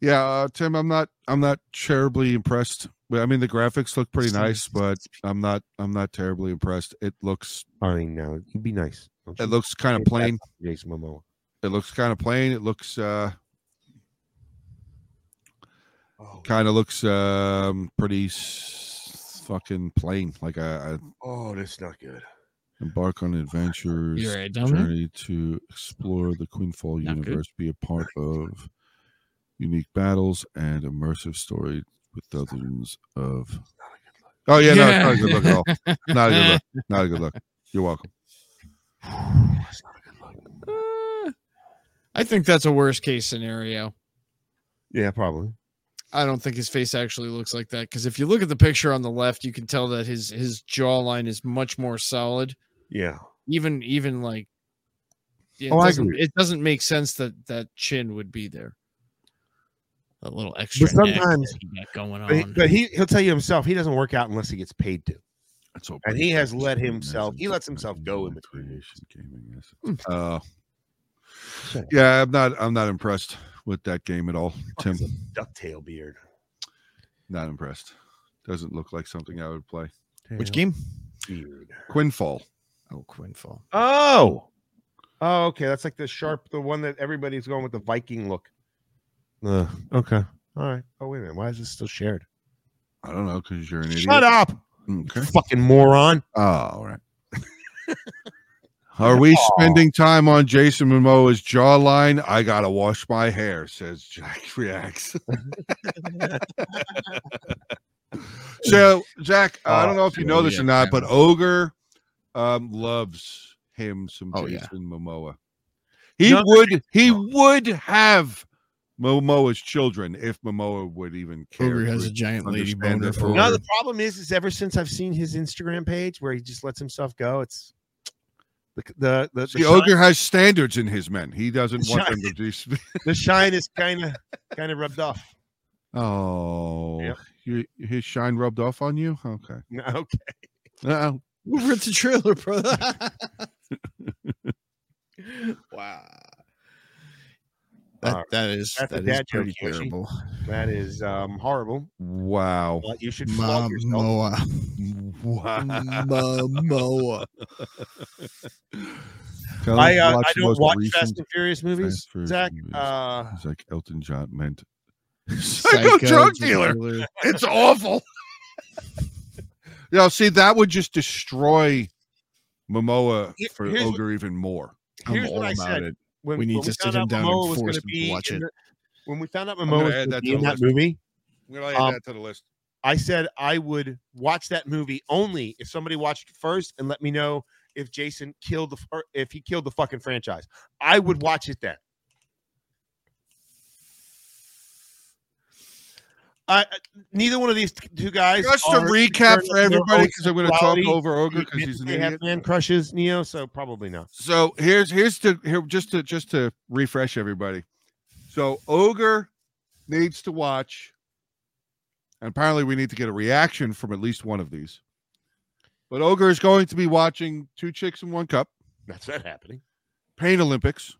Yeah, uh, Tim, I'm not I'm not terribly impressed. Well, I mean the graphics look pretty nice, but I'm not I'm not terribly impressed. It looks I mean, no, you'd be nice. don't it you? looks kind Shave of that plain. off, Jason Momoa. It looks kind of plain. It looks uh Oh, kind of looks um pretty s- fucking plain like I, I oh, that's not good. embark on adventures You're right, Dominic. journey to explore the queenfall Not good. universe be a part of unique battles and immersive story with dozens of oh yeah, no it's not a good look at all not a good look (laughs) not a good look you're welcome Uh, I think that's a worst case scenario. Yeah, probably. I don't think his face actually looks like that because if you look at the picture on the left, you can tell that his his jawline is much more solid. Yeah. Even even like it, Oh, I doesn't, agree. it doesn't make sense that that chin would be there. That little extra But sometimes, neck that he got going but he, on. but he he'll tell you himself he doesn't work out unless he gets paid to. That's all And he has let Recognize himself- he lets and himself recognize go in all between creation gaming is- Hmm. Uh, Shut up. yeah i'm not i'm not impressed with that game at all tim Fucking ducktail beard. Not impressed. Doesn't look like something I would play. Which game? Beard. Quinfall. Oh, Quinfall. Oh. Oh, okay. That's like the sharp, the one that everybody's going with the Viking look. Uh, okay. All right. Oh, wait a minute. Why is this still shared? I don't know because you're an idiot. Shut up, Okay. fucking moron. Oh, all right. Are we spending time on Jason Momoa's jawline? I gotta wash my hair, says Jack (laughs) (laughs) reacts. so, Jack, Oh, I don't know if you know this or not, but Ogre um, loves him some Oh, yeah. Jason Momoa. He No, would, he would have Momoa's children if Momoa would even care. Ogre to has a giant lady understand boner that for Ogre- No, the problem is, is ever since I've seen his Instagram page where he just lets himself go, it's the the the, the, The shine, ogre has standards in his men. He doesn't The want shine- them to be. the shine is kind of kind of rubbed off. Oh, you, his shine rubbed off on you. Okay. No, Okay. Uh, We're at the trailer, bro. wow. That, All right. that is That's a that is dad joke, pretty Yoshi. terrible. That is um horrible. wow. But you should flog yourself. Momoa. Wow. Momoa. Tell (laughs) I him to uh, I the don't most watch recent Fast and Furious movies, Fast Furious Zach. movies. Uh, It's like Elton John (laughs) meant. Psycho drug dealer. It's (laughs) awful. yeah, see, that would just destroy Momoa Here- for here's what- ogre even more. here's what I said. when We need when to sit found him out down and Momoa was force gonna him to be watch in it. the- when we found out gonna Momoa was add gonna that be to in the that list. movie, I'm gonna add Um, that to the list. I said I would watch that movie only if somebody watched it first and let me know if Jason killed the or if he killed the fucking franchise. I would watch it then. I neither one of these two guys. Just to are recap for their everybody, own because I'm gonna talk sexuality. over Ogre You because he's admit an they idiot. have man crushes, Neo. So probably not. So here's here's to here just to just to refresh everybody. So Ogre needs to watch, and apparently we need to get a reaction from at least one of these. But Ogre is going to be watching Two Chicks in One Cup, That's not happening. Paint Olympics,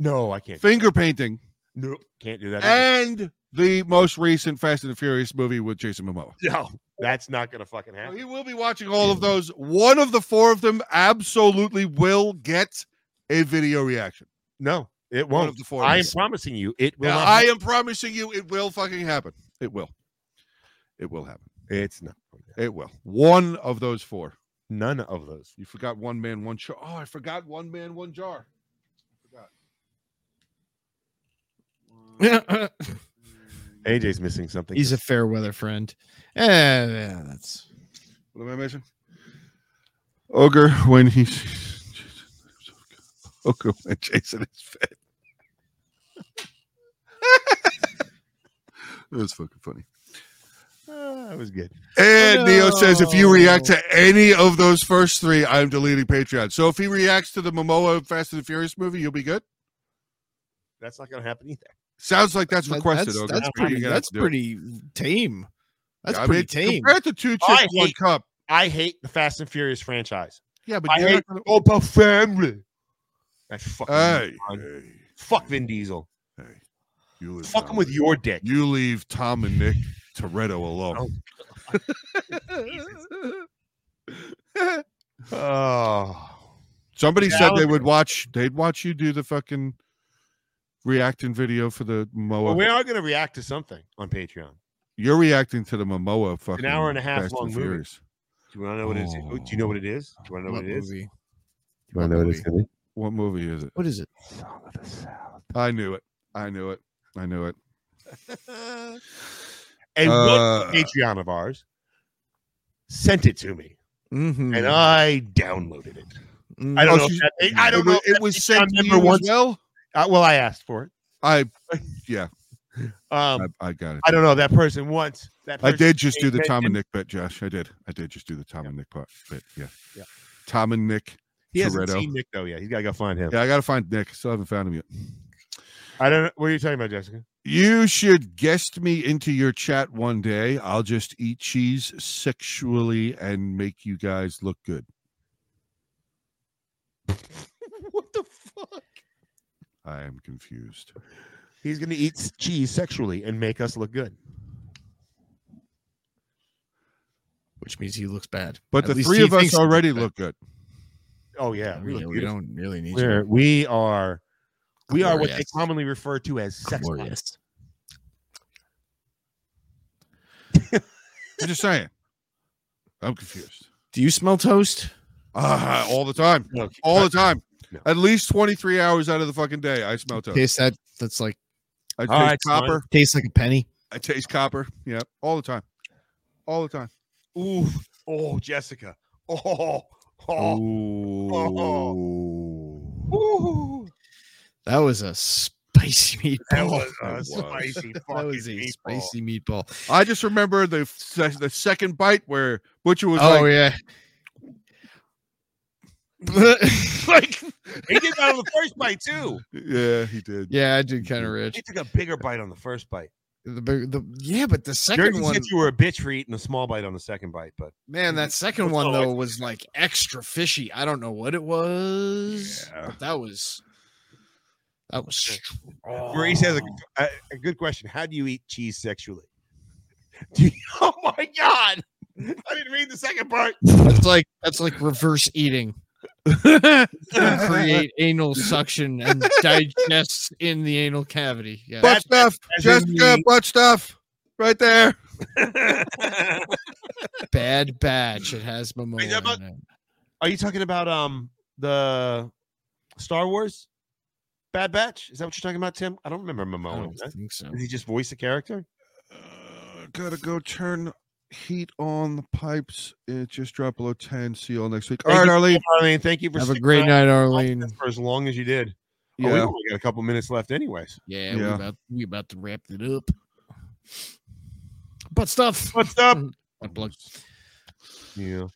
No, I can't. finger painting, Nope, can't do that. either. and the most recent Fast and the Furious movie with Jason Momoa. No, that's not gonna fucking So happen. he will be watching all of those. One of the four of them absolutely will get a video reaction. No, it One won't. of the four. of I am us. promising you, it will. Now, not I happen. am promising you it will fucking happen. It will. It will happen. It's not. It will. One of those four. None of those. You forgot one man, one jar. Oh, I forgot one man, one jar. Forgot. AJ's missing something. He's a fair weather friend. Eh, yeah, that's What am I missing? Ogre when he Ogre when Jason is fed. (laughs) That was fucking funny. Ah, that was good. And Neo says, if you react no. to any of those first three, I'm deleting Patreon. So if he reacts to the Momoa Fast and the Furious movie, you'll be good. That's not going to happen either. Sounds like that's that- requested. That's, Ogre. that's You're pretty. gonna have That's to do it. pretty tame. That's Yeah, I pretty mean, tame. Compared to two I chicks, one hate- cup. I hate the Fast and Furious franchise. Yeah, but I you're hate not gonna- Opa Family. That's fucking. Hey, moron. hey, Fuck Vin Diesel. hey, you leave Fuck him Tom with and- your dick. You leave Tom and Nick Toretto alone. Oh. Somebody Yeah, I said they was- would watch. They'd watch you do the fucking reacting video for the Momoa. Well, we are going to react to something on Patreon. You're reacting to the Momoa fucking hour and a half Fast long movie. Furious. Do you want to know what it is? Oh. Do you know what it is? Do you want to know what, What it is? movie? Do you want to know what it's going to be? What movie is it? What is it? I knew it. I knew it. I knew it. And Uh, what Patreon of ours sent it to me, Mm-hmm. and uh, I downloaded it. I don't Hmm. Oh, know. she- If that, I don't it know. Was, if it that was Patreon sent to member you as wants- well. Uh, well, I asked for it. I yeah. Um, I, I got it. I don't know. That person once that I person, did just do the Hey, Tom and Nick bit, Josh. I did. I did just do the Tom and Nick part bit. Yeah. Yeah. Tom and Nick. He hasn't Toretto. seen Nick though yet. He's got to go find him. Yeah, I gotta find Nick. Still haven't found him yet. I don't know. What are you talking about, Jessica? You should guest me into your chat one day. I'll just eat cheese sexually and make you guys look good. what the fuck? I am confused. He's gonna eat s- cheese sexually and make us look good. Which means he looks bad. But At the least three he of us thinks- already look good. Oh yeah, we we, look we beautiful. don't really need We're, you. we are. We are what they Glorious. commonly refer to as sex. bots. Glorious. I'm just saying. I'm (laughs) confused. Do you smell toast? Ah, all the time. No, All the time. No. At least 23 hours out of the fucking day. I smell toast. Taste that. That's like I taste All right, son. copper. tastes like a penny. I taste copper. Yeah, all the time, all the time. Ooh, oh Jessica. Oh, oh, Ooh. Ooh. That was a spicy (laughs) meatball. that was a was. spicy That fucking was a meatball. spicy meatball. I just remember the se- the second bite where Butcher was oh like, yeah. Like he did that on the first bite (laughs) too. "Yeah, he did." yeah, I did kind of rich. He took a bigger bite on the first bite. The, big- the yeah, but the second Jersey one, said you were a bitch for eating a small bite on the second bite, but man, that second What's one all though was like extra fishy. I don't know what it was. Yeah. But that was that was strong. Maurice has a, a, a good question. How do you eat cheese sexually? (laughs) Do you- oh my god! I didn't read the second part. That's like that's like reverse eating. You (laughs) create anal suction and digest in the anal cavity. Yeah. butt stuff, as in Jessica, me. butt stuff, right there. Bad batch. It has Momoa. Wait, that mu- in it. Are you talking about um the Star Wars? Bad Batch? Is that what you're talking about, Tim? I don't remember Momoa. I in don't that. think so. Did he just voice a character? Uh, gotta go turn heat on the pipes. It just dropped below 10. See you all next week. All Thank right, you, Arlene. Arlene, thank you for Have a sticking great around night, Arlene. for as long as you did. Oh, we Yeah. only got a couple minutes left, anyways. Yeah, Yeah. We, about, we about to wrap it up. But stuff. What's up? Unplugged. Yeah.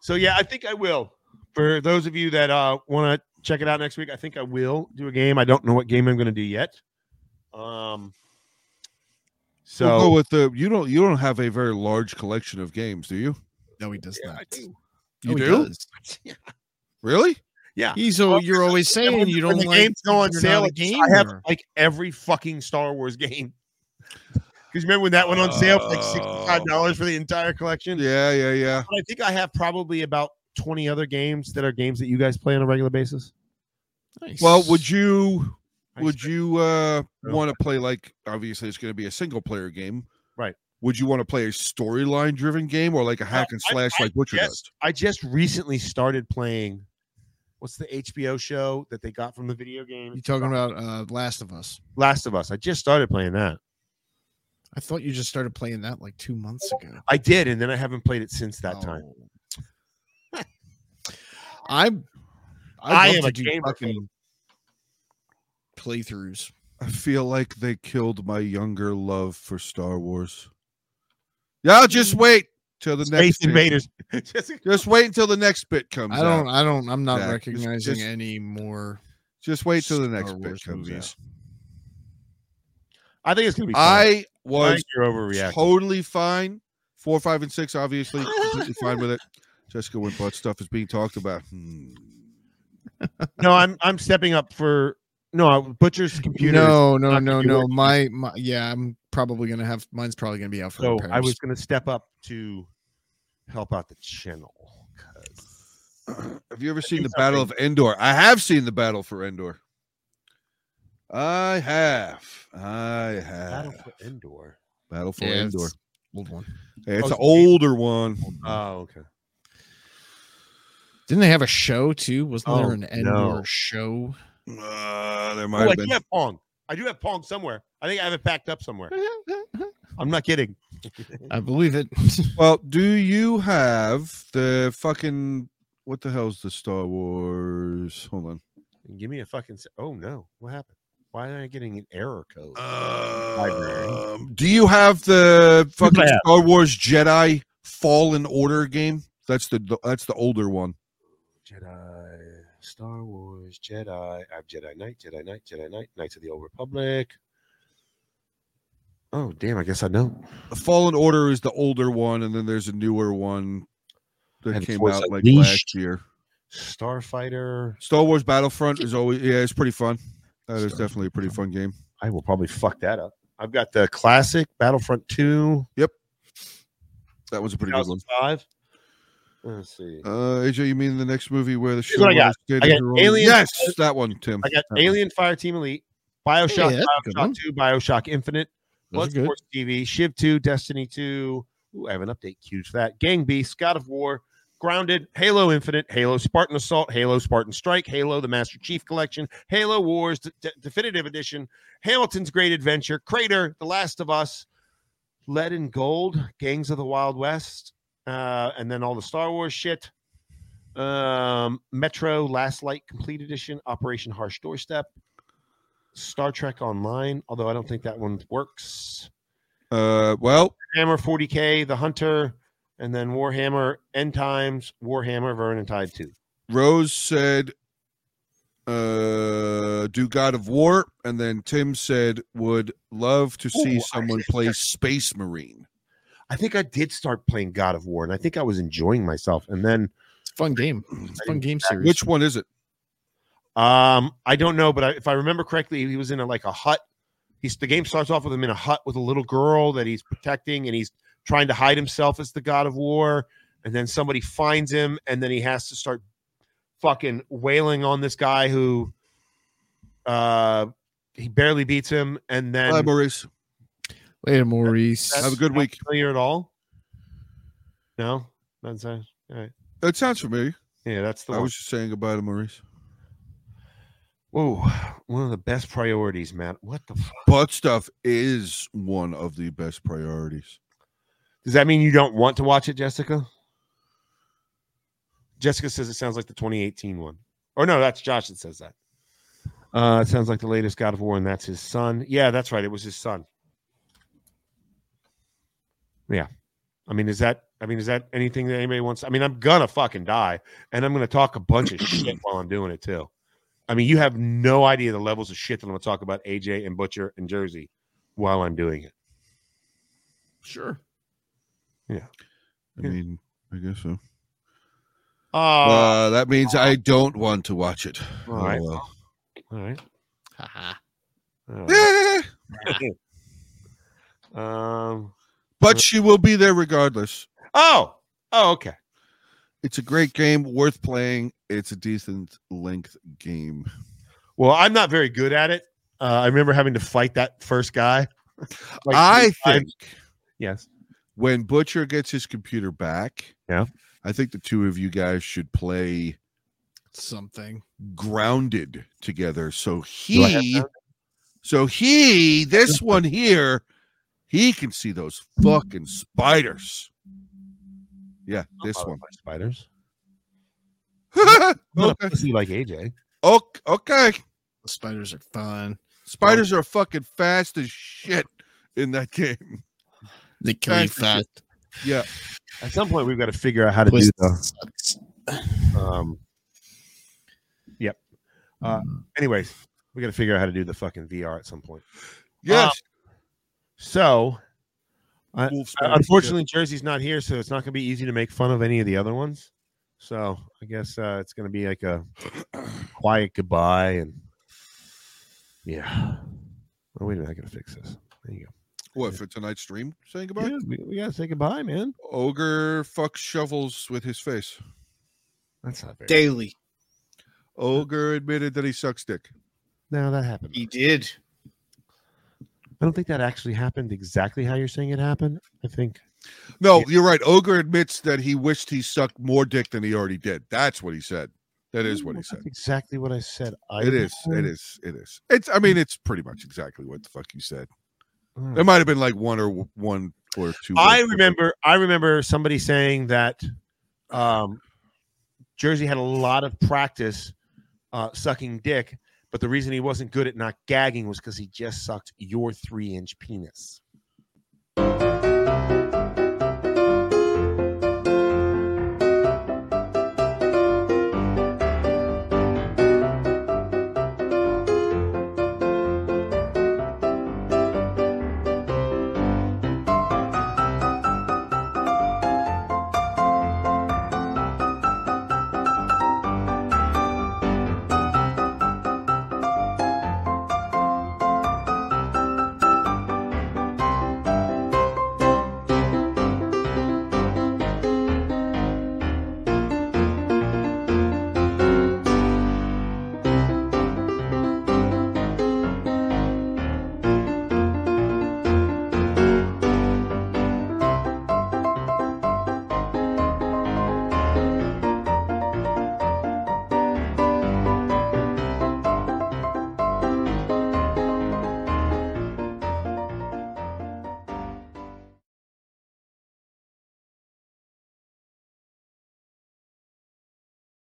So yeah, I Mm-hmm. think I will. For those of you that uh want to check it out next week, I think I will do a game. I don't know what game I'm going to do yet. Um. So We'll go with the you don't you don't have a very large collection of games, do you? No, he does Yeah, I not. do. You No, he do? does. Really? yeah. He's al- Well, you're always And saying when- you when don't the like games go on you're sale. not a it's- I have gamer. like every fucking Star Wars game. (laughs) Because remember when that went on sale for like Oh. sixty-five dollars for the entire collection? Yeah, yeah, yeah. But I think I have probably about twenty other games that are games that you guys play on a regular basis. Well, would you I would you uh No. want to play like obviously it's going to be a single player game, Right. Would you want to play a storyline driven game or like a hack and I- slash I like Butcher guess- does? I just recently started playing. What's the HBO show that they got from the video game? You talking about uh Last of Us? Last of Us. I just started playing that. I thought you just started playing that like two months ago. I did, and then I haven't played it since that time. Oh. I'm. I I'd love am to a do gamer, fucking playthroughs. I feel like they killed my younger love for Star Wars. Yeah, Hmm. just wait till the next Space bit. Invaders. (laughs) Just- Just wait until the next bit comes I don't. out. I don't. I'm not Zach, just- recognizing just any more. Just wait till the Star next bit Wars comes out. movies. I think it's gonna be. Fun. I I was think you're overreacting. totally fine. Four, five, and six, obviously, (laughs) completely fine with it. Jessica when butt stuff is being talked about. (clears throat) Hmm. no, I'm I'm stepping up for no I- butcher's computer. no, not gonna no, no, be no. working. My, my, yeah. I'm probably gonna have. Mine's probably gonna be out for so I repairs. was gonna step up to help out the channel. 'cause- Have you ever seen do the Battle of Endor? I have seen the Battle for Endor. I have. I Battle have. for (sighs) Endor. Battle for Yeah, Endor. it's old one. Hey, it's Oh, an it's an older one. Oh, okay. Didn't they have a show too? Wasn't Oh, there an Endor no. show? Uh, there might Oh, I have do been. have Pong. I do have Pong somewhere. I think I have it packed (laughs) up somewhere. I'm not kidding. I believe it. (laughs) Well, do you have the fucking what the hell's the Star Wars? Hold on. Give me a fucking. Se- oh no! What happened? Why am I getting an error code? Library. Uh. Um, do you have the fucking have? Star Wars Jedi Fallen Order game? That's the, the that's the older one. Jedi, Star Wars, Jedi. I have Jedi Knight, Jedi Knight, Jedi Knight, Knights of the Old Republic. Oh damn! I guess I know. The Fallen Order is the older one, and then there's a newer one that And came Force out like last Unleashed. year. Starfighter. Star Wars Battlefront is always yeah, it's pretty fun. That is Star Wars definitely a pretty fun game. I will probably fuck that up. I've got the classic Battlefront Two, That was a pretty good one. 2005. Let's see. Uh, AJ, you mean the next movie where the Here's what I got. showrunners I did got their own- Alien- Yes, that one, Tim. I got That one. Alien Fireteam Elite, Bioshock, Hey, Oh, that's a good one. Bioshock 2, Bioshock Infinite, Mm-hmm. Those are good. Bloodsport TV, Shiv 2, Destiny 2. Ooh, I have an update queued for that. Gang Beast, God of War, Grounded, Halo Infinite, Halo Spartan Assault, Halo Spartan Strike, Halo the Master Chief Collection, Halo Wars D- D- Definitive Edition, Hamilton's Great Adventure, Crater, The Last of Us, Lead and Gold, Gangs of the Wild West, uh, and then all the Star Wars shit. Um, Metro Last Light Complete Edition, Operation Harsh Doorstep, Star Trek Online, although I don't think that one works. Uh, well, Hammer 40K, The Hunter, and then Warhammer End Times, Warhammer Vermintide 2. Rose said, uh, "Do God of War," and then Tim said, "Would love to see Ooh, I someone think play that's- Space Marine." I think I did start playing God of War, and I think I was enjoying myself. And then It's a fun game. It's a fun game series. Which one is it? Um, I don't know, but I, if I remember correctly, he was in a, like a hut. He's the game starts off with him in a hut with a little girl that he's protecting, and he's trying to hide himself as the god of war. And then somebody finds him, and then he has to start fucking wailing on this guy who, uh, he barely beats him, and then Hi, Maurice. Later, Maurice. that's Have a good not week. Familiar at all? No, that's all right. It sounds familiar. Yeah, that's the I one. was just saying goodbye to Maurice. Whoa, one of the best priorities, Matt. What the? Fuck? Butt stuff is one of the best priorities. Does that mean you don't want to watch it, Jessica? Jessica says it sounds like the 2018 one. Or no, that's Josh that says that. Uh, it sounds like the latest God of War, and that's his son. Yeah, that's right. It was his son. Yeah, I mean, is that? I mean, is that anything that anybody wants? I mean, I'm gonna fucking die, and I'm gonna talk a bunch of shit while I'm doing it too. I mean, you have no idea the levels of shit that I'm gonna talk about AJ and Butcher and Jersey while I'm doing it. Sure. Yeah. I Yeah. mean, I guess so. Oh, Uh, that means I don't want to watch it. uh-huh. all right, Oh, all right. Haha. All right. well. Um. but she will be there regardless. Oh. Oh. Okay. It's a great game, worth playing. It's a decent length game. Well, I'm not very good at it. Uh, I remember having to fight that first guy. Like, I three times. think yes. when Butcher gets his computer back, Yeah. I think the two of you guys should play Something. grounded together. So Do I have he, so he, this one here, he can see those fucking spiders. Yeah, this Oh, one. my spiders. (laughs) Not a okay. pussy like AJ. Ok- okay. The spiders are fun. Spiders are fucking fast as shit in that (laughs) Uh, game. They kill you Thank you. fast. At some point, we've got to figure out how to Pussy do the sucks. Um, yep. Uh, anyways, we got to figure out how to do the fucking VR at some point. Yes. So, Uh, wolf spiders, yeah. unfortunately, Jersey's not here, so it's not going to be easy to make fun of any of the other ones. So, I guess uh, it's going to be (clears throat) like a quiet goodbye. And yeah. Oh, wait a minute. I got to fix this. There you What for tonight's stream? Saying go. goodbye. Yeah, we, we got to say goodbye, man. Ogre fucks shovels with his face. That's not very. Daily. Uh, Ogre admitted that he sucks dick. No, that happened. He did. I don't think that actually happened exactly how you're saying it happened. I think. No, Yeah. you're right. Ogre admits that he wished he sucked more dick than he already did. That's what he said. That is what he Mm, That's said. Exactly what I said. I It is. It is. It is. It's. I mean, it's pretty much exactly what the fuck you said. All There might have been like one or one or two. I words different. remember I remember somebody saying that um, Jersey had a lot of practice uh, sucking dick, but the reason he wasn't good at not gagging was because he just sucked your three inch penis.